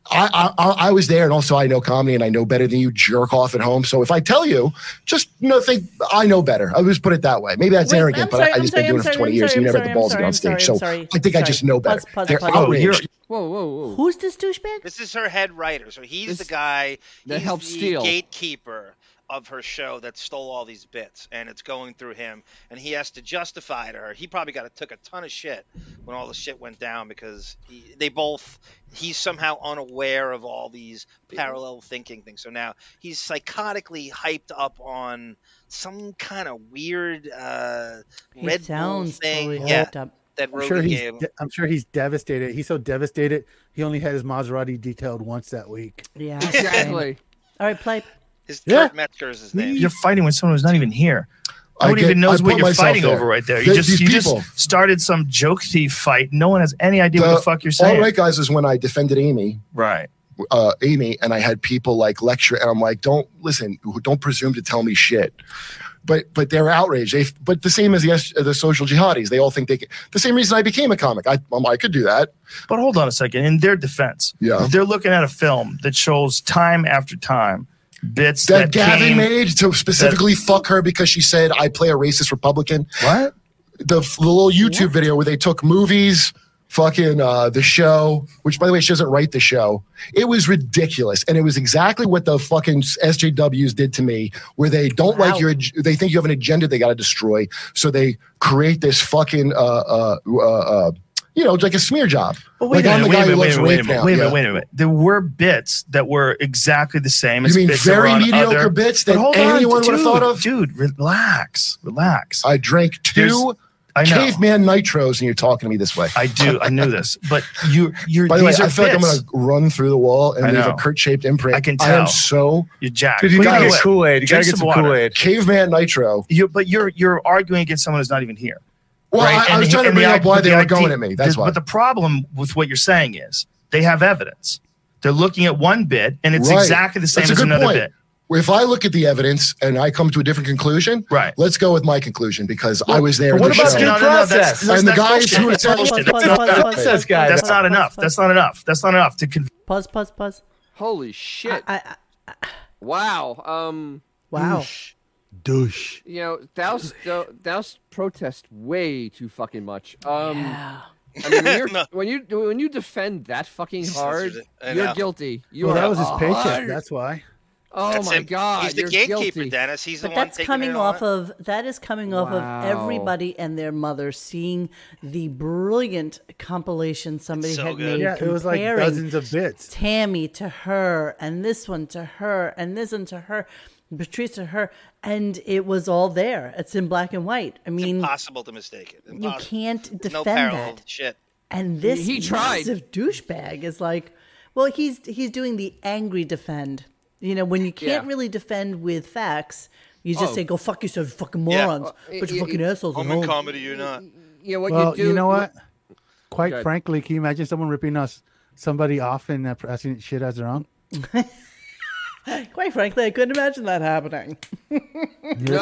S15: I, I, I- I was there and also I know comedy and I know better than you jerk off at home. So if I tell you, just no, think I know better. I'll just put it that way. Maybe that's
S2: Wait,
S15: arrogant,
S2: I'm
S15: but
S2: sorry,
S15: I, I
S2: I'm
S15: just
S2: sorry,
S15: been doing
S2: I'm
S15: it for 20
S2: sorry,
S15: years
S2: I'm
S15: and you never
S2: sorry,
S15: had the
S2: I'm
S15: balls
S2: sorry,
S15: to get
S2: I'm
S15: on stage.
S2: sorry, I'm
S15: so
S2: sorry.
S15: I think I just
S2: Sorry.
S15: know better.
S2: Pause, pause,
S15: They're
S2: pause.
S3: Oh,
S15: outraged.
S11: Whoa, whoa, whoa.
S2: Who's this douchebag?
S1: This is her head writer, so he's the guy
S11: that
S1: he's
S11: helps
S1: the
S11: steal.
S1: gatekeeper of her show that stole all these bits, and it's going through him, and he has to justify to her. He probably got took a ton of shit when all the shit went down because he, they both he's somehow unaware of all these parallel thinking things. So now he's psychotically hyped up on some kind of weird uh,
S2: He
S1: Red Bull
S2: sounds
S1: thing.
S2: totally
S1: yeah,
S2: hyped up.
S1: that
S3: I'm
S1: Rogan
S3: sure he's
S1: gave. him.
S3: de- I'm sure he's devastated. He's so devastated. He only had his Maserati detailed once that week.
S2: Yeah,
S11: exactly.
S2: All right, play.
S1: His
S3: Yeah.
S1: Kurt Metzger is his name.
S16: You're fighting with someone who's not even here.
S15: I
S16: Nobody
S15: get-
S16: even knows
S15: I
S16: what
S15: put
S16: you're
S15: myself
S16: fighting
S15: there.
S16: over right there. You
S15: Th-
S16: just
S15: these
S16: you
S15: people.
S16: just started some joke thief fight. No one has any idea what the fuck you're saying.
S15: All right, guys, is when I defended Amy.
S16: Right.
S15: Uh, Amy and I had people like lecture, and I'm like, don't listen, don't presume to tell me shit. But but they're outraged. They but the same as the S- the social jihadis, they all think they can. The same reason I became a comic. I um, I could do that.
S16: But hold on a second. In their defense,
S15: Yeah.
S16: they're looking at a film that shows time after time bits that,
S15: that, Gavin
S16: came-
S15: made to specifically fuck her because she said I play a racist Republican.
S16: What?
S15: The, f- the little YouTube video where they took movies, fucking uh, the show, which by the way she doesn't write the show. It was ridiculous, and it was exactly what the fucking SJWs did to me, where they don't like your, ag- they think you have an agenda they got to destroy, so they create this fucking uh uh uh. uh you know, like a smear job.
S16: But
S15: like
S16: wait, a
S15: I'm
S16: minute,
S15: the guy
S16: wait, a
S15: who
S16: minute, wait,
S15: loves
S16: a minute, wait,
S15: rape
S16: a minute,
S15: now,
S16: wait a
S15: yeah.
S16: minute, wait a minute. There were bits that were exactly the same as
S15: You mean
S16: bits that were
S15: very
S16: on
S15: mediocre
S16: other-
S15: bits
S16: But
S15: that
S16: hold on,
S15: anyone would've
S16: dude,
S15: thought of?
S16: Dude, relax, relax.
S15: I drank two
S16: I know.
S15: caveman nitros, and you're talking to me this way.
S16: I do. I knew this, but you, you're.
S15: By the way,
S16: these
S15: I
S16: are
S15: feel like I'm
S16: bits.
S15: gonna run through the wall and
S16: I
S15: leave
S16: know.
S15: a Kurt-shaped imprint.
S16: I can
S15: I am
S16: tell.
S15: so
S16: You're jacked.
S15: Dude, you
S16: But
S15: gotta
S16: either
S15: get
S16: way,
S15: Kool-Aid. You
S16: drink
S15: gotta get some
S16: water.
S15: Kool-Aid. Caveman nitro.
S16: You, but you're you're arguing against someone who's not even here.
S15: Well, I- I was trying to
S16: the
S15: bring
S16: i-
S15: up why
S16: but
S15: they
S16: the
S15: were
S16: idea-
S15: going at me. That's
S16: the-
S15: why.
S16: But the problem with what you're saying is they have evidence. They're looking at one bit and it's
S15: Right.
S16: exactly the same
S15: That's a
S16: as
S15: good
S16: another
S15: point.
S16: bit.
S15: if I look at the evidence and I come to a different conclusion, right? Let's go with my conclusion because I was there.
S16: But
S15: at
S16: what
S15: the
S16: about
S15: show.
S16: due process?
S15: and the guys who
S16: that's
S15: attended-
S16: bullshit. That's not enough. That's not enough. That's not enough. That's not enough to convince.
S2: Pause, pause, pause.
S11: Holy shit! wow. Um.
S2: Douche.
S3: Douche.
S11: You know, Douse Dou- Douse protest way too fucking much. Um, I mean, when, you're, when you when you defend that fucking hard,
S1: I
S11: you're
S1: know.
S11: guilty. You
S3: Well,
S11: are
S3: Oh, that was his
S11: a
S3: paycheck.
S11: hard-
S3: That's why.
S11: Oh
S1: That's
S11: my
S1: him.
S11: god!
S1: He's the
S11: you're
S1: gatekeeper,
S11: guilty.
S1: Dennis. He's the
S2: but
S1: one
S2: that's
S1: taking
S2: coming
S1: it
S2: off
S1: on.
S2: of that is coming off
S11: Wow.
S2: of everybody and their mother seeing the brilliant compilation somebody
S3: so
S2: had
S3: good.
S2: made
S3: Yeah, it was like
S2: comparing
S3: dozens of bits.
S2: Tammy to her and this one to her and this one to her Patrice to her and it was all there it's in black and white I mean
S1: Impossible to mistake it. Impossible.
S2: you can't
S1: There's no
S2: defend
S1: parallel
S2: that
S1: shit.
S2: and this
S1: He- he tried.
S2: massive douchebag is like, well, he's he's doing the angry defend. You know, when you can't
S11: Yeah.
S2: really defend with facts, you just
S11: Oh.
S2: say, "Go fuck yourself, you fucking morons,
S11: Yeah.
S2: bunch of
S11: Uh,
S2: fucking
S11: y- y-
S2: assholes."
S11: I'm
S2: at
S11: in
S2: home."
S11: comedy, you're not. You know what
S3: well,
S11: you do?
S3: you know what? Quite
S11: Go ahead.
S3: frankly, can you imagine someone ripping us somebody off and uh, passing shit as their own?
S2: Quite frankly, I couldn't imagine that happening.
S3: No,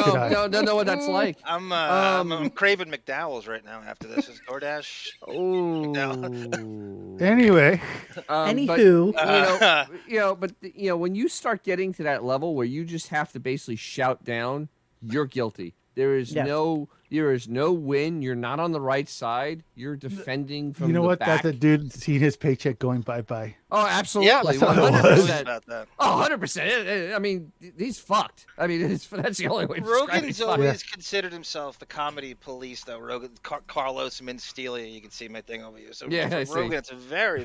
S3: could I.
S11: no, no, no, what that's like. Um,
S1: I'm, uh, I'm, I'm craving McDowell's right now after this. Is DoorDash?
S11: Oh.
S3: Anyway,
S11: Um, but,
S3: Anywho.
S1: uh,
S11: you know, you know, but you know, when you start getting to that level where you just have to basically shout down, you're guilty. There is
S3: Yeah.
S11: no, there is no win. You're not on the right side. You're defending from
S3: you know
S11: the
S3: what?
S11: back.
S3: That's a dude seeing his paycheck going bye bye.
S11: Oh, absolutely,
S3: that's how it
S11: one
S3: was.
S11: hundred percent.
S1: About that.
S11: Oh, 100 percent. I mean, he's fucked. I mean, it's, that's the only way. to describe it.
S1: Rogan's
S11: He's fucked.
S1: always considered himself the comedy police, though. Rogan, Car- Carlos Mencia, you can see my thing over you. So
S11: Yeah,
S1: for
S11: I see.
S1: Rogan, it's a very,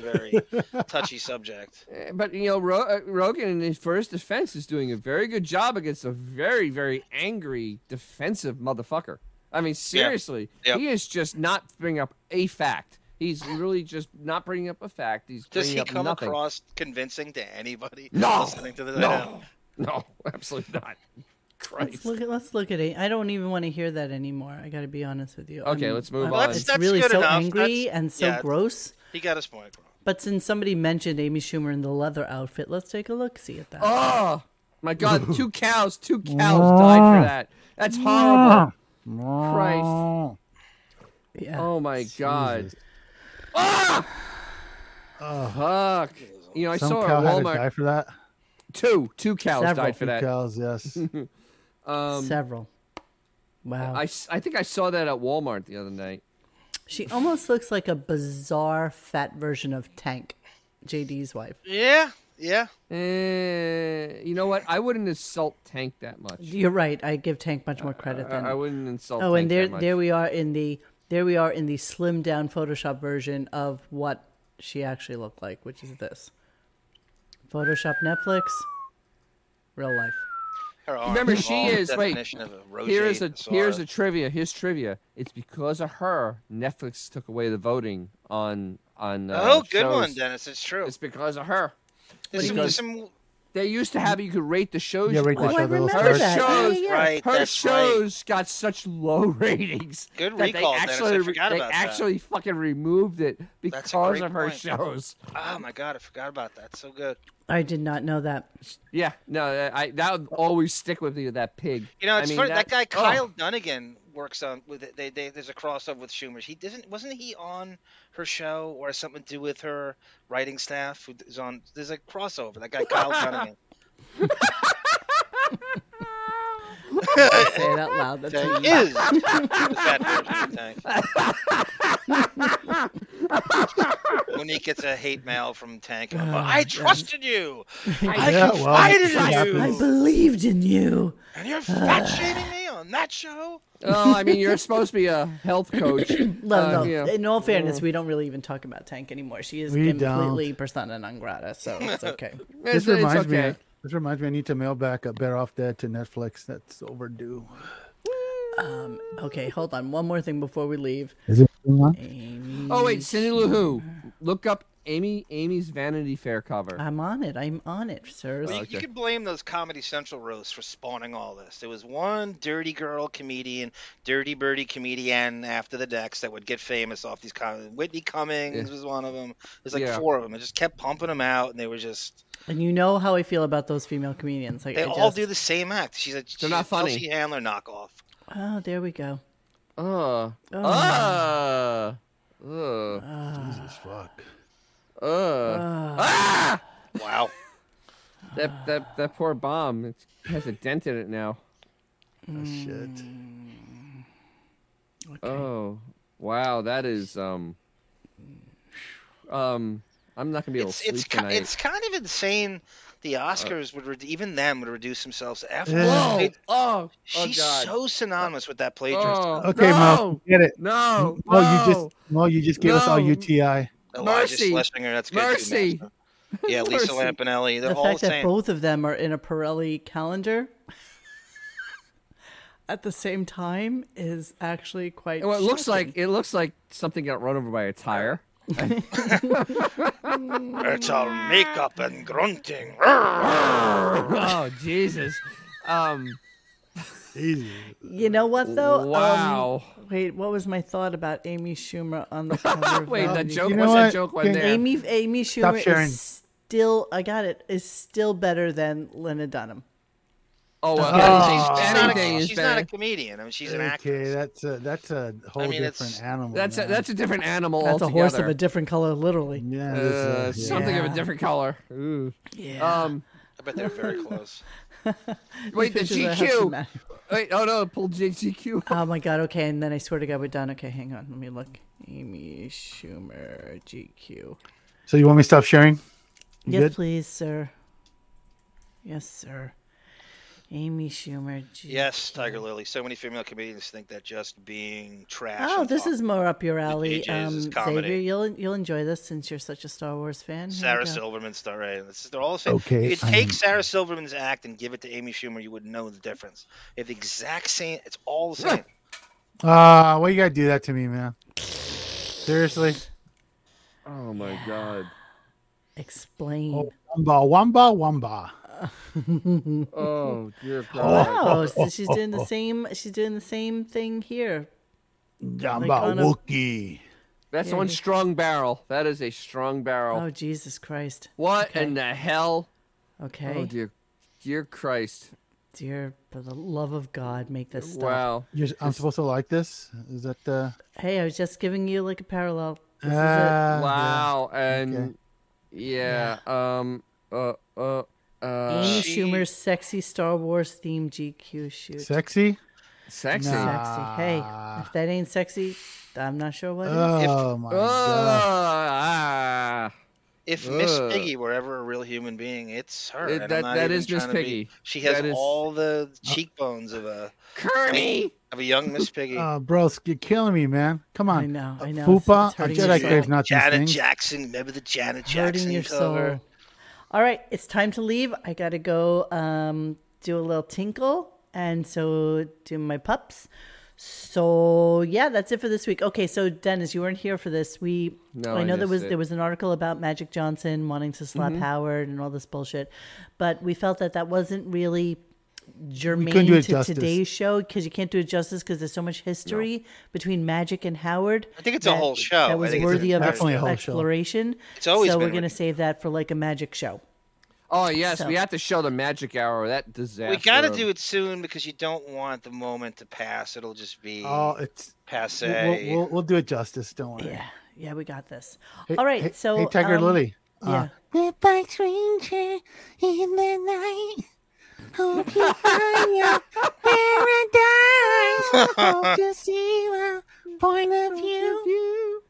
S1: very touchy subject.
S11: Uh, But you know, Ro- uh, Rogan in his first defense is doing a very good job against a very, very angry, defensive motherfucker. I mean, seriously,
S1: Yep.
S11: he is just not bringing up a fact. He's really just not bringing up a fact. He's
S1: Does
S11: bringing
S1: he
S11: up
S1: come
S11: nothing.
S1: across convincing to anybody
S11: No,
S1: listening to this? I
S11: no,
S1: know.
S11: no, absolutely not.
S2: Let's
S11: Christ.
S2: look at let's look at it. I don't even want to hear that anymore. I got to be honest with you.
S11: Okay,
S2: I'm-
S11: let's move
S2: I'm
S11: on.
S2: It's
S11: That's- that's
S2: really
S11: good
S2: so
S11: enough.
S2: angry
S11: That's-
S2: and so
S11: yeah.
S2: gross.
S1: He got his point.
S2: But since somebody mentioned Amy Schumer in the leather outfit, let's take a look. See at that.
S11: Oh my God! Two cows, two cows died for that. That's horrible. Christ.
S2: Yeah.
S11: Oh my God. Ah!
S3: Oh,
S11: fuck. You know, I
S3: Some
S11: saw
S3: cow
S11: a
S3: had to die
S11: Walmart.
S3: for that.
S11: Two, two cows
S3: Several
S11: died for that.
S3: Cows, yes.
S11: Um,
S2: Several. Wow.
S11: I, s- I think I saw that at Walmart the other night.
S2: She almost looks like a bizarre fat version of Tank, JD's wife.
S1: Yeah, yeah.
S11: Eh, you know what? I wouldn't insult Tank that much.
S2: You're right. I give Tank much more credit
S11: I-
S2: than
S11: I wouldn't insult
S2: Oh,
S11: Tank
S2: and
S11: that
S2: there
S11: much.
S2: there we are in the there we are in the slimmed down Photoshop version of what she actually looked like, which is this. Photoshop Netflix, real life.
S1: Her arms
S11: Remember,
S1: are
S11: she
S1: all the
S11: is wait.
S1: definition of a
S11: Here is a
S1: roseate
S11: here's
S1: bizarre.
S11: a trivia. Here's trivia. It's because of her Netflix took away the voting on on. Uh,
S1: oh, good
S11: shows.
S1: one, Dennis. It's true. It's
S11: because of her.
S1: There's some,
S11: Because-
S1: there's some
S11: They used to have you could rate the shows.
S3: Yeah,
S11: you
S3: rate the
S11: watch.
S3: show, Oh, I they'll
S11: Her
S3: remember that.
S11: shows,
S3: Yeah, yeah, yeah. Right,
S11: her
S3: that's right.
S11: shows got such low ratings
S1: Good
S11: that
S1: recall,
S11: they
S1: Dennis. I
S11: actually re-
S1: forgot
S11: they
S1: about that.
S11: actually fucking removed it
S1: that's
S11: because
S1: a great
S11: of her
S1: point.
S11: shows.
S1: Oh my god, I forgot about that. So good.
S2: I did not know that.
S11: Yeah, no, I that would always stick with you. That pig.
S1: You know,
S11: I
S1: it's
S11: mean,
S1: funny. That, guy
S11: oh.
S1: Kyle Dunnigan works on with they, they. There's a crossover with Schumer. He doesn't. Wasn't he on her show or has something to do with her writing staff? Who is on? There's a crossover. That guy Kyle Dunnigan.
S2: Say it out loud. That's
S1: Tank
S2: what you-
S1: is. that Tank. when he gets a hate mail from Tank,
S2: Oh,
S1: I
S2: yeah.
S1: trusted you. I
S2: Yeah, well,
S1: confided
S2: I-
S1: in you.
S2: I believed in you.
S1: And you're fat shaming me on that show.
S11: Oh, I mean, you're supposed to be a health coach.
S2: No,
S11: Uh,
S2: no.
S11: you know.
S2: In all fairness,
S11: Yeah.
S2: we don't really even talk about Tank anymore. She is
S3: We
S2: completely persona non grata, so it's okay.
S3: This reminds me. This reminds me. I need to mail back a Better Off Dead to Netflix. That's overdue.
S2: Um, okay, hold on. One more thing before we leave.
S3: Is it?
S11: Oh wait, Cindy Lou Who. Look up Amy Amy's Vanity Fair cover.
S2: I'm on it. I'm on it, sir.
S1: Well, you, you can blame those Comedy Central roasts for spawning all this. There was one dirty girl comedian, dirty birdie comedian after the Dex that would get famous off these comedy. Whitney Cummings
S2: Yeah.
S1: was one of them. There's like
S2: Yeah.
S1: four of them. I just kept pumping them out, and they were just
S2: And you know how I feel about those female comedians. Like
S1: they
S2: I
S1: all
S2: just-
S1: do the same act. She's a she's
S2: not
S1: a
S2: funny.
S1: Chelsea Handler knockoff.
S2: Oh, there we go.
S11: Uh,
S2: Oh.
S11: uh,
S2: Ah.
S11: uh,
S3: Jesus fuck.
S11: Uh, ah! Wow. that that that poor bomb it has a dent in it now.
S3: Oh, shit.
S1: Mm.
S11: Oh wow, that is um um. I'm not gonna be able
S1: It's
S11: to sleep
S1: it's ki-
S11: tonight.
S1: it's kind of insane. The Oscars would re- even them would reduce themselves to F.
S11: Whoa!
S1: They-
S11: Oh,
S1: she's
S11: God.
S1: so synonymous with that plagiarist.
S2: Oh,
S3: Okay, Mo, get it.
S11: No,
S3: Mo, you just Mo, you just gave us all
S1: No.
S3: UTI.
S1: Elijah
S2: Mercy.
S1: Schlesinger, that's good
S2: Mercy.
S1: Too, man. yeah, Lisa
S2: Mercy.
S1: Lampanelli. They're
S2: the
S1: all
S2: fact
S1: the
S2: that
S1: same.
S2: both of them are in a Pirelli calendar at the same time is actually quite.
S11: Well, it looks like it looks like something got run over by a tire.
S1: it's all makeup and grunting.
S11: oh Jesus! Um,
S2: You know what though? Um,
S11: Wow.
S2: wait, what was my thought about Amy Schumer on the cover? of
S11: Wait, that
S2: Vanity
S11: joke
S2: Fair?
S11: You know wasn't- what? joke wasn't Can- there.
S2: Amy Amy
S11: Stop
S2: Schumer
S11: sharing.
S2: is still I got it is still better than Lena Dunham.
S11: Oh, well,
S1: she's,
S11: anything,
S1: not a,
S11: anything is
S1: she's not a
S11: better.
S1: comedian. I mean, she's an actor.
S3: Okay, that's a that's a whole
S1: mean, it's-
S3: different animal.
S11: That's a,
S3: man.
S11: that's a different animal
S2: That's a horse of
S11: altogether.
S2: a different color, literally.
S3: Yeah,
S11: Uh, something of a
S2: Yeah.
S11: different color. Ooh.
S2: Yeah.
S11: Um,
S1: I bet they're very close.
S11: Wait, the
S2: Pictures I have to
S11: GQ.
S2: ma-
S11: Wait, oh no, pull GQ.
S2: Oh my god, okay, and then I swear to god we're done. Okay, hang on, let me look. Amy Schumer GQ.
S3: So you want me to stop sharing? You
S2: Yes,
S3: good?
S2: please, sir. Yes, sir. Amy Schumer GQ.
S1: Yes, Tiger Lily. So many female comedians think that just being trash.
S2: Oh,
S1: and
S2: this
S1: awful-
S2: is more up your alley,
S1: JJ's is
S2: um,
S1: comedy.
S2: Xavier. You'll you'll enjoy this since you're such a Star Wars fan. Here we
S1: Sarah
S2: go.
S1: Silverman star. Right? This is- They're all the same.
S3: Okay,
S1: you could take
S3: I'm-
S1: Sarah Silverman's act and give it to Amy Schumer, you wouldn't know the difference. They have the exact same. It's all the same.
S3: Ah, why you gotta do that to me, man? Seriously.
S11: Oh my god.
S2: Explain.
S3: Oh, wamba, wamba, wamba.
S11: Oh dear
S2: Oh, so she's doing the same. She's doing the same thing here.
S3: Jamba
S2: Like on a-
S3: Wookie.
S11: That's
S2: Yeah,
S11: one
S2: you-
S11: strong barrel. That is a strong barrel.
S2: Oh Jesus Christ!
S11: What in the hell?
S2: Okay.
S11: Oh dear, dear Christ.
S2: Dear, for the love of God, make this stop.
S11: Wow.
S3: You're, I'm supposed to like this? Is that the?
S2: Hey, I was just giving you like a parallel. This is it.
S3: Ah,
S11: Wow.
S3: yeah.
S11: And
S3: Okay.
S11: yeah, Um. Uh. Uh. Uh.
S2: Amy Schumer's sexy Star Wars themed GQ shoot.
S3: Sexy.
S11: Sexy.
S2: Sexy. Hey, if that ain't sexy, I'm not sure what is.
S3: Oh my god.
S11: Ah.
S1: If Miss
S11: Ugh.
S1: Piggy were ever a real human being, it's her.
S11: It-
S1: and I'm
S11: that-
S1: not
S11: that
S1: even
S11: is Miss
S1: trying to be-
S11: Piggy.
S1: she has
S11: That is-
S1: all the cheekbones of a
S11: Kermit.
S1: of a young Miss Piggy.
S3: Oh, bro, you're killing me, man. Come on.
S2: I know, I know. It's-
S3: Fupa,
S2: it's hurting
S3: a
S2: your
S3: Jedi
S2: soul.
S3: craves not these
S1: Janet
S3: things.
S1: Jackson. Remember the Janet
S2: hurting
S1: Jackson
S2: your
S1: cover?
S2: soul. All right, it's time to leave. I gotta go um, do a little tinkle and so do my pups. So yeah, that's it for this week. Okay, so Dennis, you weren't here for this. We
S11: No,
S2: I
S11: I
S2: know there
S11: missed
S2: was
S11: it.
S2: there was an article about Magic Johnson wanting to slap
S11: Mhm.
S2: Howard and all this bullshit, but we felt that that wasn't really
S3: couldn't
S2: germane
S3: do
S2: to
S3: it justice.
S2: today's show because you can't do it justice because there's so much history between Magic and Howard.
S1: I think it's a whole show. I
S2: that was
S1: think it's
S2: worthy of
S3: definitely a whole show.
S2: exploration.
S1: It's always
S2: so
S1: been
S2: we're gonna
S1: worth
S2: save that for like a magic show.
S11: Oh yes, we
S2: So-
S11: have to show the magic hour. That disaster.
S1: We got to
S11: of-
S1: do it soon because you don't want the moment to pass. It'll just be
S3: Oh, it's
S1: passe.
S3: We'll, we'll, we'll do it justice. Don't worry.
S2: Yeah, yeah, we got this.
S3: Hey-
S2: All right,
S3: hey-
S2: so
S3: hey, Tiger
S2: um,
S3: Lily. Uh,
S2: yeah.
S6: Goodbye, stranger, in the night. Hope you find your paradise. Hope to see your point of view.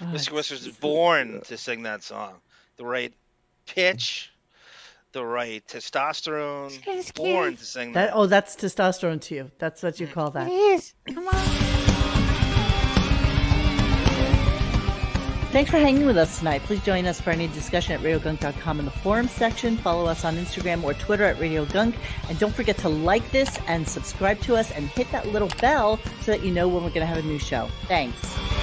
S1: Mr. Whisters was born to sing that song. The right pitch, the right testosterone. Born to sing
S2: That oh, that's testosterone to you. That's what you call that.
S6: Yes, come on.
S2: Thanks for hanging with us tonight. Please join us for any discussion at radiogunk.com in the forum section. Follow us on Instagram or Twitter at Radio Gunk. And don't forget to like this and subscribe to us and hit that little bell so that you know when we're going to have a new show. Thanks.